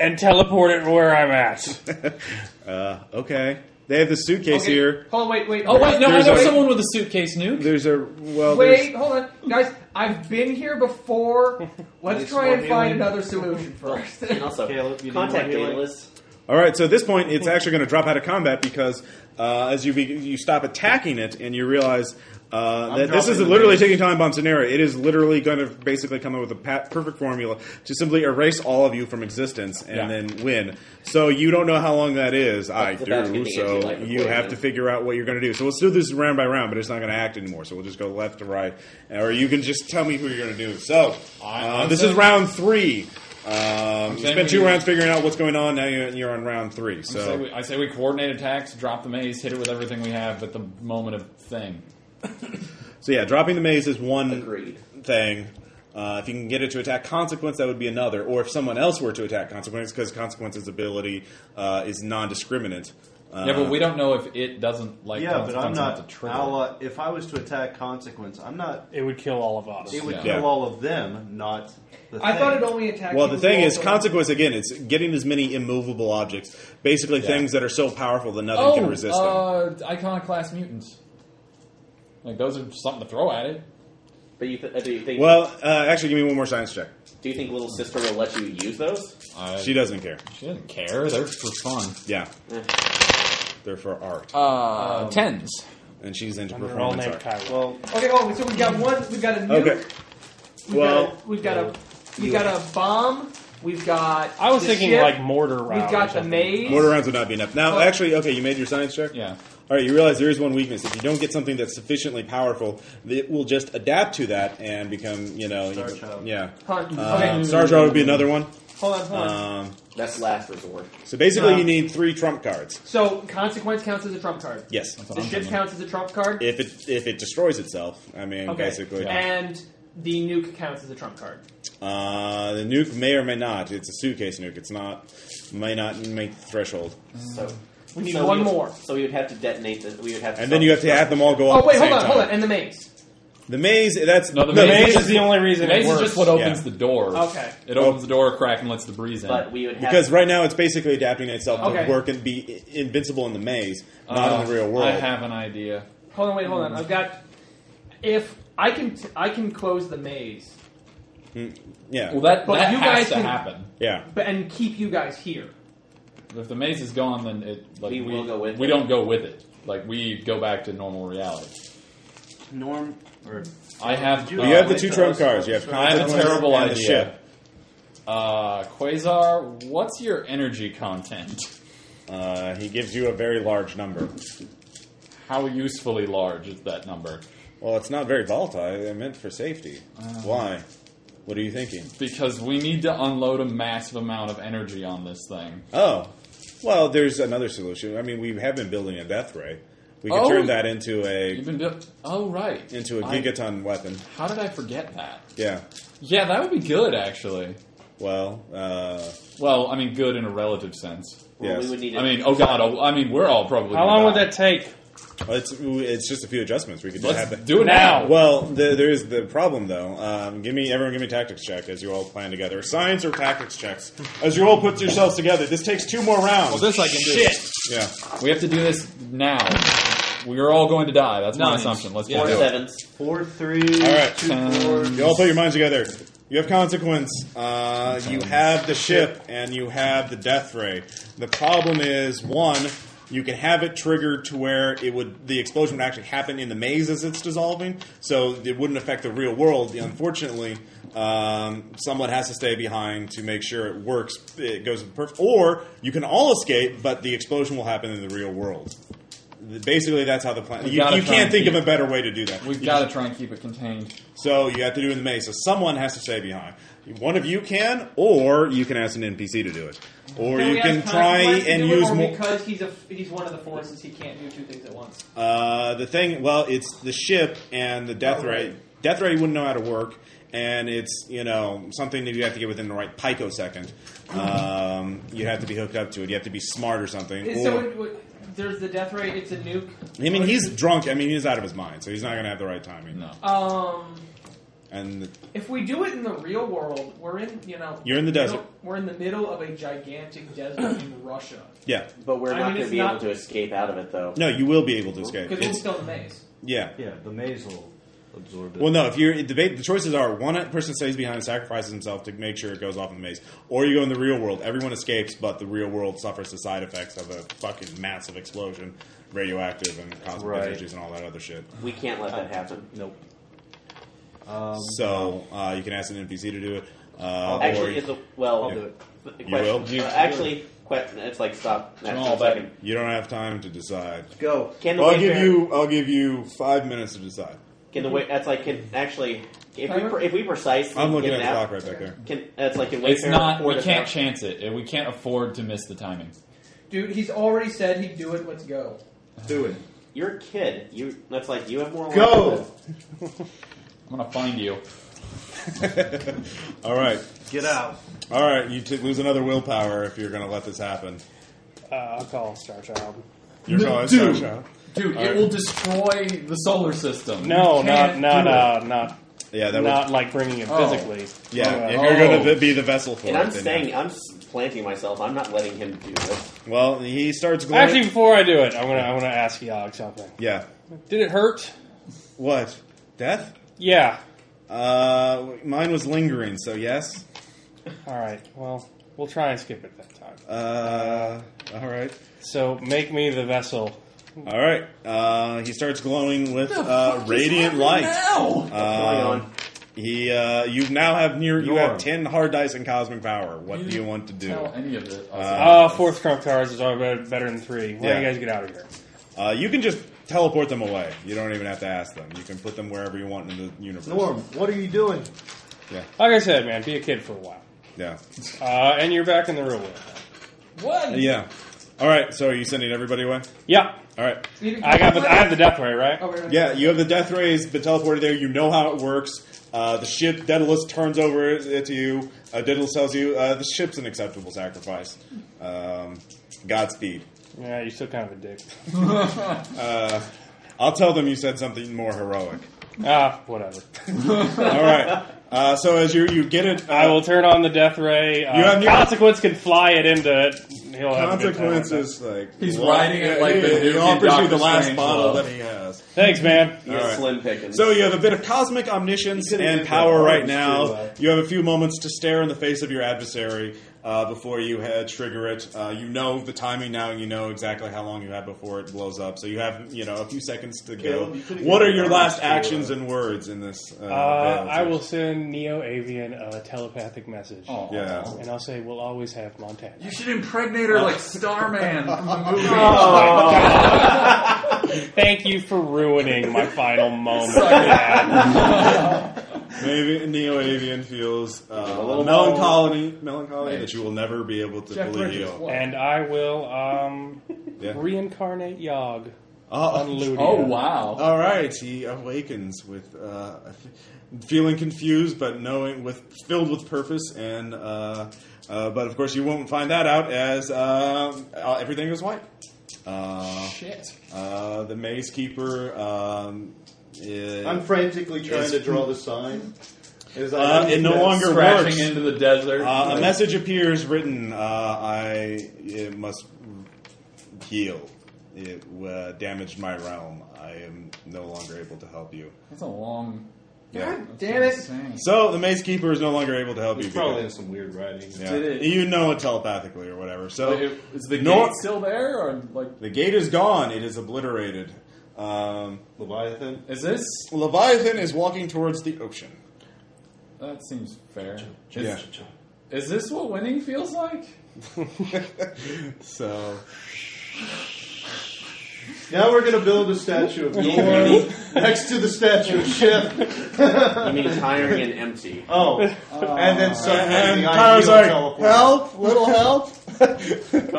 and teleport it where I'm at.
Uh, okay. They have the suitcase
Okay.
here.
Hold on, wait, wait.
Oh, wait, no, I There's know a- someone
with a suitcase nuke.
There's a well.
wait, hold on, guys. I've been here before. Let's
Nice
try and
warm
find
feeling.
another solution first.
And also,
Caleb, you
contact
need more healing?
Daedalus.
All right, so at this point, it's actually going to drop out of combat because uh, as you be, you stop attacking it and you realize uh, that this
dropping
is
the
literally
base.
taking time bomb scenario. It is literally going to basically come up with a pa- perfect formula to simply erase all of you from existence and
Yeah.
then win. So you don't know how long that is. I
That's about to
do.
get the
So
anti-life
you have
equation.
to figure out what you're going to do. So let's do this round by round, but it's not going to act anymore. So we'll just go left to right, or you can just tell me who you're going to do. So uh,
I'm
this
saying-
is round three. Um, you
saying
spent
we-
two rounds figuring out what's going on. Now you're you're on round three.
I say,
So
we, I say we coordinate attacks, drop the maze, hit it with everything we have at the moment of thing.
so yeah, dropping the maze is one thing. Uh, if you can get it to attack consequence, that would be another. Or if someone else were to attack consequence, because consequence's ability uh, is non-discriminant. Uh,
yeah, but we don't know if it doesn't like.
Yeah,
yeah, but I'm
consequences to
not.
trigger.
I'll, uh, if I was to attack consequence, I'm not.
It would kill all of us.
It would
Yeah.
kill
Yeah.
all of them, not. The
I
thing.
thought it only attacked.
Well,
you
the thing
who
is,
also-
consequence again. It's getting as many immovable objects, basically
Yeah.
things that are so powerful that nothing
oh,
can resist them.
uh, iconoclast mutants. Like those are something to throw at it.
But you, th- uh, do you think?
Well, uh, actually, give me one more science check.
do you think little sister will let you use those?
Uh,
she doesn't care.
She doesn't care. They're for fun.
Yeah, they're for art.
Uh, tens.
And she's into
And they're all
performance
named
art.
Kylo.
Okay, oh, so we got one. We got a nuke.
Okay.
We've
Well,
got a, we've got a
you-
we've got a bomb. We've got.
I was
the
thinking
ship.
like mortar round.
We've
or
got the
something.
maze.
Mortar rounds would not be enough. Now,
Oh.
actually, okay, you made your science check?
Yeah.
All right, you realize there is one weakness. If you don't get something that's sufficiently powerful, it will just adapt to that and become, you know. you- Yeah.
Huh.
Uh,
Okay.
Star Child would be another one.
Hold on, hold on.
Um,
That's last resort.
so basically,
Uh,
you need three trump cards.
So consequence counts as a trump card.
Yes.
The ship counts as a trump card.
If it if it destroys itself, I mean,
okay.
basically.
And the nuke counts as a trump card.
Uh, the nuke may or may not. It's a suitcase nuke. It's not may not make the threshold.
So
We need
so
one
we would-
more.
So we would have to detonate the. We would have to.
And then you have to have them all go
Oh
off.
wait,
at the
hold
same
on,
time.
hold on. And the maze.
The maze. That's
No, the,
no,
maze,
is the only reason.
The maze
it works.
is just what opens
Yeah.
the door.
Okay.
It opens the door a crack and lets the breeze in.
But we would have
Because right now it's basically adapting itself
Okay.
to work and be i- invincible in the maze, not in the real world.
Uh, I have an idea.
Hold on, wait, hold on.
Mm-hmm.
I've got. If I can, t- I can close the maze,
yeah.
Well, that,
But
that
you
has
guys
to
can-
happen.
Yeah.
but and keep you guys here.
If the maze is gone, then it like we,
We will go with
we
it.
don't go with it. Like we go back to normal reality.
Norm. Or
I have. uh,
Well, you have the two trump cards. You have
I have a
consequence
terrible
and the
idea.
ship.
Uh, Quasar, what's your energy content?
Uh, he gives you a very large number.
How usefully large is that number?
Well, it's not very volatile. They're meant for safety.
Uh.
Why? What are you thinking?
Because we need to unload a massive amount of energy on this thing.
Oh, well, there's another solution. I mean, we have been building a death ray. We could
Oh.
turn that into a
You've been built. Oh right.
into a
I-
gigaton weapon.
How did I forget that?
Yeah.
Yeah, that would be good actually.
Well, uh,
well, I mean, good in a relative sense.
Well, we Yes. would need
I
to-
mean, oh god, oh, I mean, we're all probably.
How long would that take?
It's it's just a few adjustments. We could just
Let's
have the,
do it now.
Well, the, there is the problem though. Um, give me everyone, give me a tactics check as you all plan together. Science or tactics checks as you all put yourselves together. This takes two more rounds.
Well, this I can do.
Shit. Yeah.
We have to do this now. We are all going to die. That's my
Nines.
assumption. Let's
Yeah.
do it.
Four, three,
All right.
two, four.
You all put your minds together. You have consequence. Uh, you have the ship, and you have the death ray. The problem is one. You can have it triggered to where it would the explosion would actually happen in the maze as it's dissolving, so it wouldn't affect the real world. Unfortunately, um, someone has to stay behind to make sure it works. It goes perfect, or you can all escape, but the explosion will happen in the real world. Basically, that's how the plan.
We've
You,
gotta
you
try
can't
and
think of
keep-
a better way to do that.
We've
You
got
just-
to try and keep it contained.
so you have to do it in the maze. So someone has to stay behind. One of you can, or you can ask an NPC to do it, or
So
you
he
can
has
try
consequence to
and
do it,
use
or
more.
because he's a he's one of the forces. He can't do two things at once.
Uh, the thing, well, it's the ship and the death
Oh,
ray. Death ray wouldn't know how to work, and it's you know something that you have to get within the right picosecond. Um, you have to be hooked up to it. You have to be smart or something.
Is- So
Or-
it, would- there's the death ray. It's a nuke.
I mean, he's drunk. I mean, he's out of his mind, so he's not going to have the right timing. No.
Um,
And the,
if we do it in the real world, we're in you know
You're in the
middle-
desert.
We're in the middle of a gigantic desert in Russia.
yeah,
But we're
I
not
mean,
going
it's
to be
not-
able to escape out of it, though.
no, you will be able to escape.
Because we're
It's-
still in the maze.
yeah.
Yeah, the maze will absorb it.
Well, no. If you're the, ba- the choices are one person stays behind and sacrifices himself to make sure it goes off in the maze, or you go in the real world. Everyone escapes, but the real world suffers the side effects of a fucking massive explosion, radioactive and cosmic
Right.
energies and all that other shit.
We can't let that happen.
Nope.
Um,
so uh, you can ask an NPC to do it. Uh, or
actually, it's a, well,
Yeah.
the
You
question-
will?
uh,
You-
actually, que- it's like stop. That's
Jamal,
a second.
you don't have time to decide.
Go. Can the
I'll
Wayfarer-
give you. I'll give you five minutes to decide.
Can the way that's like can actually if we pre- if we precise
I'm looking
can
at the
app-
clock right back there.
Can that's like can
It's
Wayfarer
not.
afford
We
us
can't
out?
chance it. and We can't afford to miss the timing.
Dude, he's already said he'd do it. Let's go.
Do it.
You're a kid. You that's like you have more.
Go!
life
I'm gonna find you.
All right.
Get out.
All right. You t- lose another willpower if you're going to let this happen.
Uh, I'll call Star Child.
You're
No,
going
dude.
Star
Dude,
All
it
right.
will destroy the solar system.
No,
You can't
not
do it.
not uh, not.
Yeah, that
not
would-
like bringing it
Oh.
physically.
Yeah,
Uh,
if you're going to be the vessel for
And
it.
I'm
then
staying. I'm s- planting myself. I'm not letting him do this.
yeah. Well, he starts glowing.
Actually, before I do it, I'm gonna I want to ask Yog something.
yeah.
Did it hurt?
What? Death?
Yeah.
Uh, mine was lingering, so yes.
All right. Well, we'll try and skip it that time.
Uh, all right.
So make me the vessel.
All right. Uh, he starts glowing with uh, radiant light.
going
Um,
on?
He, uh, you now have near you
Norm.
have ten hard dice and cosmic power. What do you want to do?
Tell any of it.
Uh,
Uh, fourth trump cards is all better, better than three. Why don't
Yeah.
you guys get out of here?
Uh, you can just teleport them away. You don't even have to ask them. You can put them wherever you want in the universe.
Norm, what are you doing?
Yeah.
Like I said, man, be a kid for a while.
Yeah.
Uh, and you're back in the real world.
What?
Yeah. All right. So are you sending everybody away?
Yeah.
All right.
I got the, I have the death ray, right?
Oh, wait, wait,
Yeah, you have the death rays been teleported there. You know how it works. Uh, the ship Daedalus turns over it to you. Uh, Daedalus tells you uh, the ship's an acceptable sacrifice. Um, Godspeed.
Yeah, you're still kind of a dick.
Uh, I'll tell them you said something more heroic.
Ah, whatever.
All right. Uh, so as you you get it, uh,
I will turn on the death ray. Uh,
You have your-
consequence can fly it into it. He'll have a good time with that.
consequences like
He's
what?
riding it like
Yeah,
the
he-
dude
He
in
offers you
Doctor
the last
Strangelove.
bottle that he has.
Thanks, man.
He is
All right.
slim picking.
So you have a bit of cosmic omniscience
could've
and
used
power
that
right
orange too,
now.
uh,
You have a few moments to stare in the face of your adversary uh, before you uh, trigger it. Uh, you know the timing now, and you know exactly how long you have before it blows up. So you have you know a few seconds to go.
Caleb, you could've
What are
given
your
that
last
to, uh,
actions and words in this? Uh,
Uh,
battle?
I will send Neo Avian a telepathic message.
Aw.
Yeah.
And I'll say, we'll always have Montana.
You should impregnate her like Starman from the movie.
Uh,
Thank you for ruining my final moment. man.
Maybe Neo Avian feels uh,
A little
melancholy, melancholy
Right.
that you will never be able to
Jeff
fully
Bridges.
heal.
What?
and I will um,
Yeah.
reincarnate Yogg.
Uh,
Unludia. Oh, wow.
All right, he awakens with uh, feeling confused, but knowing with filled with purpose, and uh, uh, but of course you won't find that out as uh, uh, everything is white. Uh,
Shit.
Uh, the maze keeper. Um, is,
I'm frantically trying
is-
to draw the sign. As
Uh,
I-
it no longer
Crashing
works.
into the desert.
Uh, a message appears written. Uh, I it must heal. It uh, damaged my realm. I am no longer able to help you.
That's a long.
Yeah.
Damn it.
So the maze keeper is no longer able to help
It's
you.
probably in
because-
some weird writing.
yeah. You know it telepathically or whatever. So
Like, if- is the
nor-
gate still there, or like
the gate is gone. It is obliterated. Um,
Leviathan.
is this?
Leviathan is walking towards the ocean.
That seems fair. Is,
Yeah.
is this what winning feels like?
so
Now we're gonna build a statue of Nor next to the statue of Chef.
You mean tiring and empty?
Oh, and then suddenly
and
the
Tyler's
ideal
like,
teleport.
"Help, little help."
Go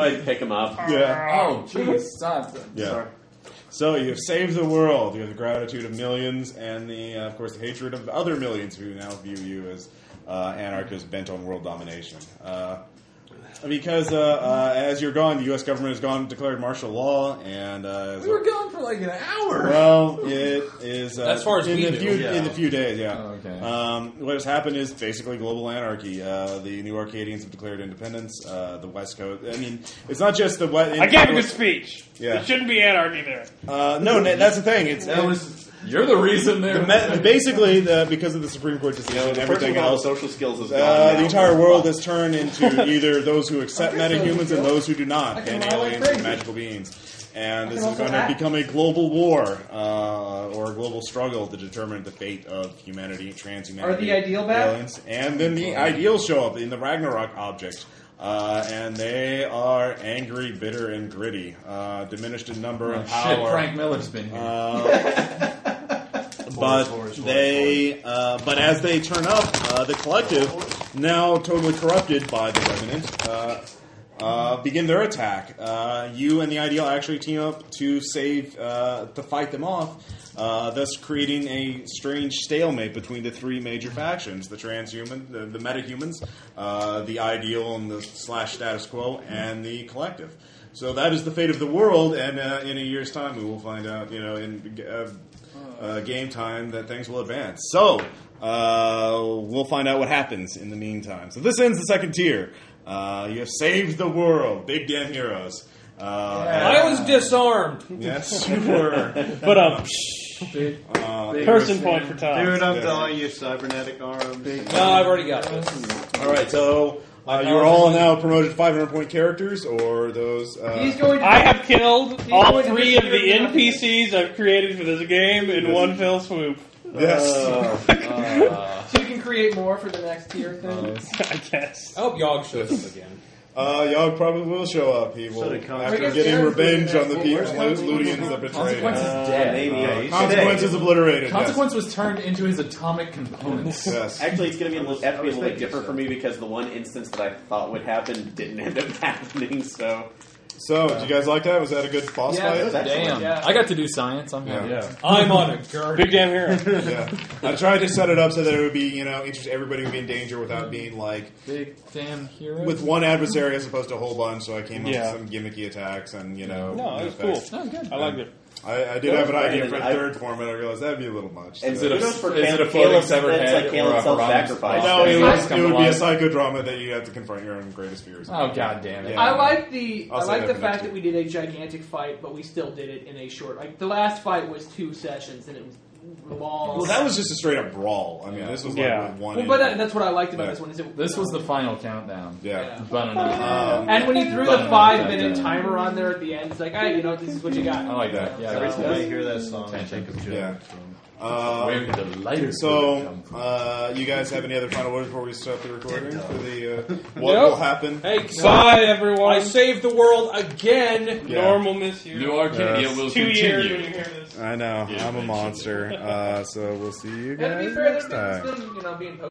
ahead and pick him up.
yeah.
Oh, jeez, stop.
Yeah.
Sorry.
So you have saved the world. You have the gratitude of millions, and the, uh, of course, the hatred of other millions who now view you as uh, anarchists bent on world domination. Uh, because uh, uh, as you're gone, the U.S. government has gone and declared martial law, and uh,
We were gone for like an hour.
well, it is uh,
As far as
in
we
a
do.
few in a few days. Yeah.
Oh, okay.
Um, what has happened is basically global anarchy. Uh, the New Arcadians have declared independence. Uh, the West Coast. I mean, it's not just the West.
I gave a good speech.
Yeah.
It shouldn't be anarchy there.
Uh, no, na- that's the thing. It's
That was
You're the reason
the
there.
me- basically the, because of the Supreme Court decision,
So the person
everything
with all
else.
social skills is gone
Uh,
now.
the entire world has turned into either those who accept metahumans and those who do not, and
can roll like
aliens and
crazy.
magical beings. And this is
can also
going to
act.
become a global war uh, or a global struggle to determine the fate of humanity, transhumanity,
Are the ideal back?
aliens, and then the ideals show up in the Ragnarok object. Uh, and they are angry, bitter, and gritty, uh, diminished in number
Oh,
and
shit,
power. Uh,
Frank Miller's been here.
but they, uh, but as they turn up, uh, the collective, now totally corrupted by the remnant, uh, uh, begin their attack. Uh, you and the ideal actually team up to save, uh, to fight them off. Uh, thus, creating a strange stalemate between the three major factions: the transhuman, the, the metahumans, uh, the ideal, and the slash status quo, and the collective. So that is the fate of the world, and uh, in a year's time, we will find out. You know, in uh, uh, game time that things will advance. So uh, we'll find out what happens in the meantime. So this ends the second tier. Uh, you have saved the world, big damn heroes. Uh,
I was disarmed.
and- yes, you were.
But um,
Big-
Uh,
big
person
fan.
point for time.
Dude, I'm
Yeah.
telling you, cybernetic arms.
No, I've already got this.
all right, so uh, you are all now promoted 500 point characters, or those.
He's
Uh,
going to.
I have killed
He's
all
going to
three of
disappear
the
in the office.
NPCs I've created for this game in one fell swoop.
yes.
Uh,
So you can create more for the next tier thing.
I guess.
I hope Yogg shows up again.
Uh, Yogg probably will show up. He will
So did Con-
after
I guess
getting
Darren's doing
revenge
that.
on the
Well,
people,
where's
Lu-
Consequences?
Ludians that betrayed
Consequences
him.
is dead.
maybe.
Uh,
He's
Consequences obliterated. yes.
Consequence was turned into his atomic components.
Yes.
Actually, it's going to be a little, have to be a little bit
thinking
different
so.
for me because the one instance that I thought would happen didn't end up happening. So
So, did you guys like that? Was that a good boss
Yeah,
fight?
that was
Damn.
Yeah.
I got to do science. I'm happy.
Yeah.
I'm on a gurney.
Big damn hero.
yeah. I tried to set it up so that it would be, you know, interest everybody would be in danger without being like
Big damn hero.
with one adversary as opposed to a whole bunch. So I came up
Yeah.
with some gimmicky attacks and you know.
No, it was
effects.
cool.
oh, good.
I liked it.
I, I did have an
Right,
idea
and
for a
I-
third form, and I realized that'd be a little much.
And
so-
it a-
Kudos for
is
Cam-
it a
Caleb's
Caleb's-
ever
that's
had
like
or a
Caleb's
self-sacrifice.
self-sacrifice.
no, it,
I-
was, it would be a psychodrama that you have to confront your own greatest fears.
Oh god damn it!
Yeah.
I like the
I'll
I
say
like
that
the
for
fact
next
that we did a gigantic fight, but we still did it in a short. Like the last fight was two sessions, and it was long.
Well, that was just a straight up brawl. I mean,
Yeah.
this was
Yeah.
like with one.
Well, but that,
end.
that's what I liked about
Yeah.
this one. Is it,
This was the final countdown.
yeah.
Ba-da-da.
Um,
And when he threw the
But-
five minute timer on there at the end, it's like, hey, you know, this is what you got.
I like that. Yeah,
Every
that's
time I
nice.
hear that song, I
Attention.
think of Joe.
Yeah.
Where
uh,
did the lighters
so,
come from?
uh, you guys have any other final words before we stop the recording for the uh, what
Nope.
will happen?
Hey, so
Bye, everyone.
I saved the world again.
Yeah.
Normal miss you.
New Arcadia will
Two years
continue.
when you hear this.
I know. I'm a monster. Uh, so we'll see you
And to
guys
be fair,
next
there's
time.
been, you know, being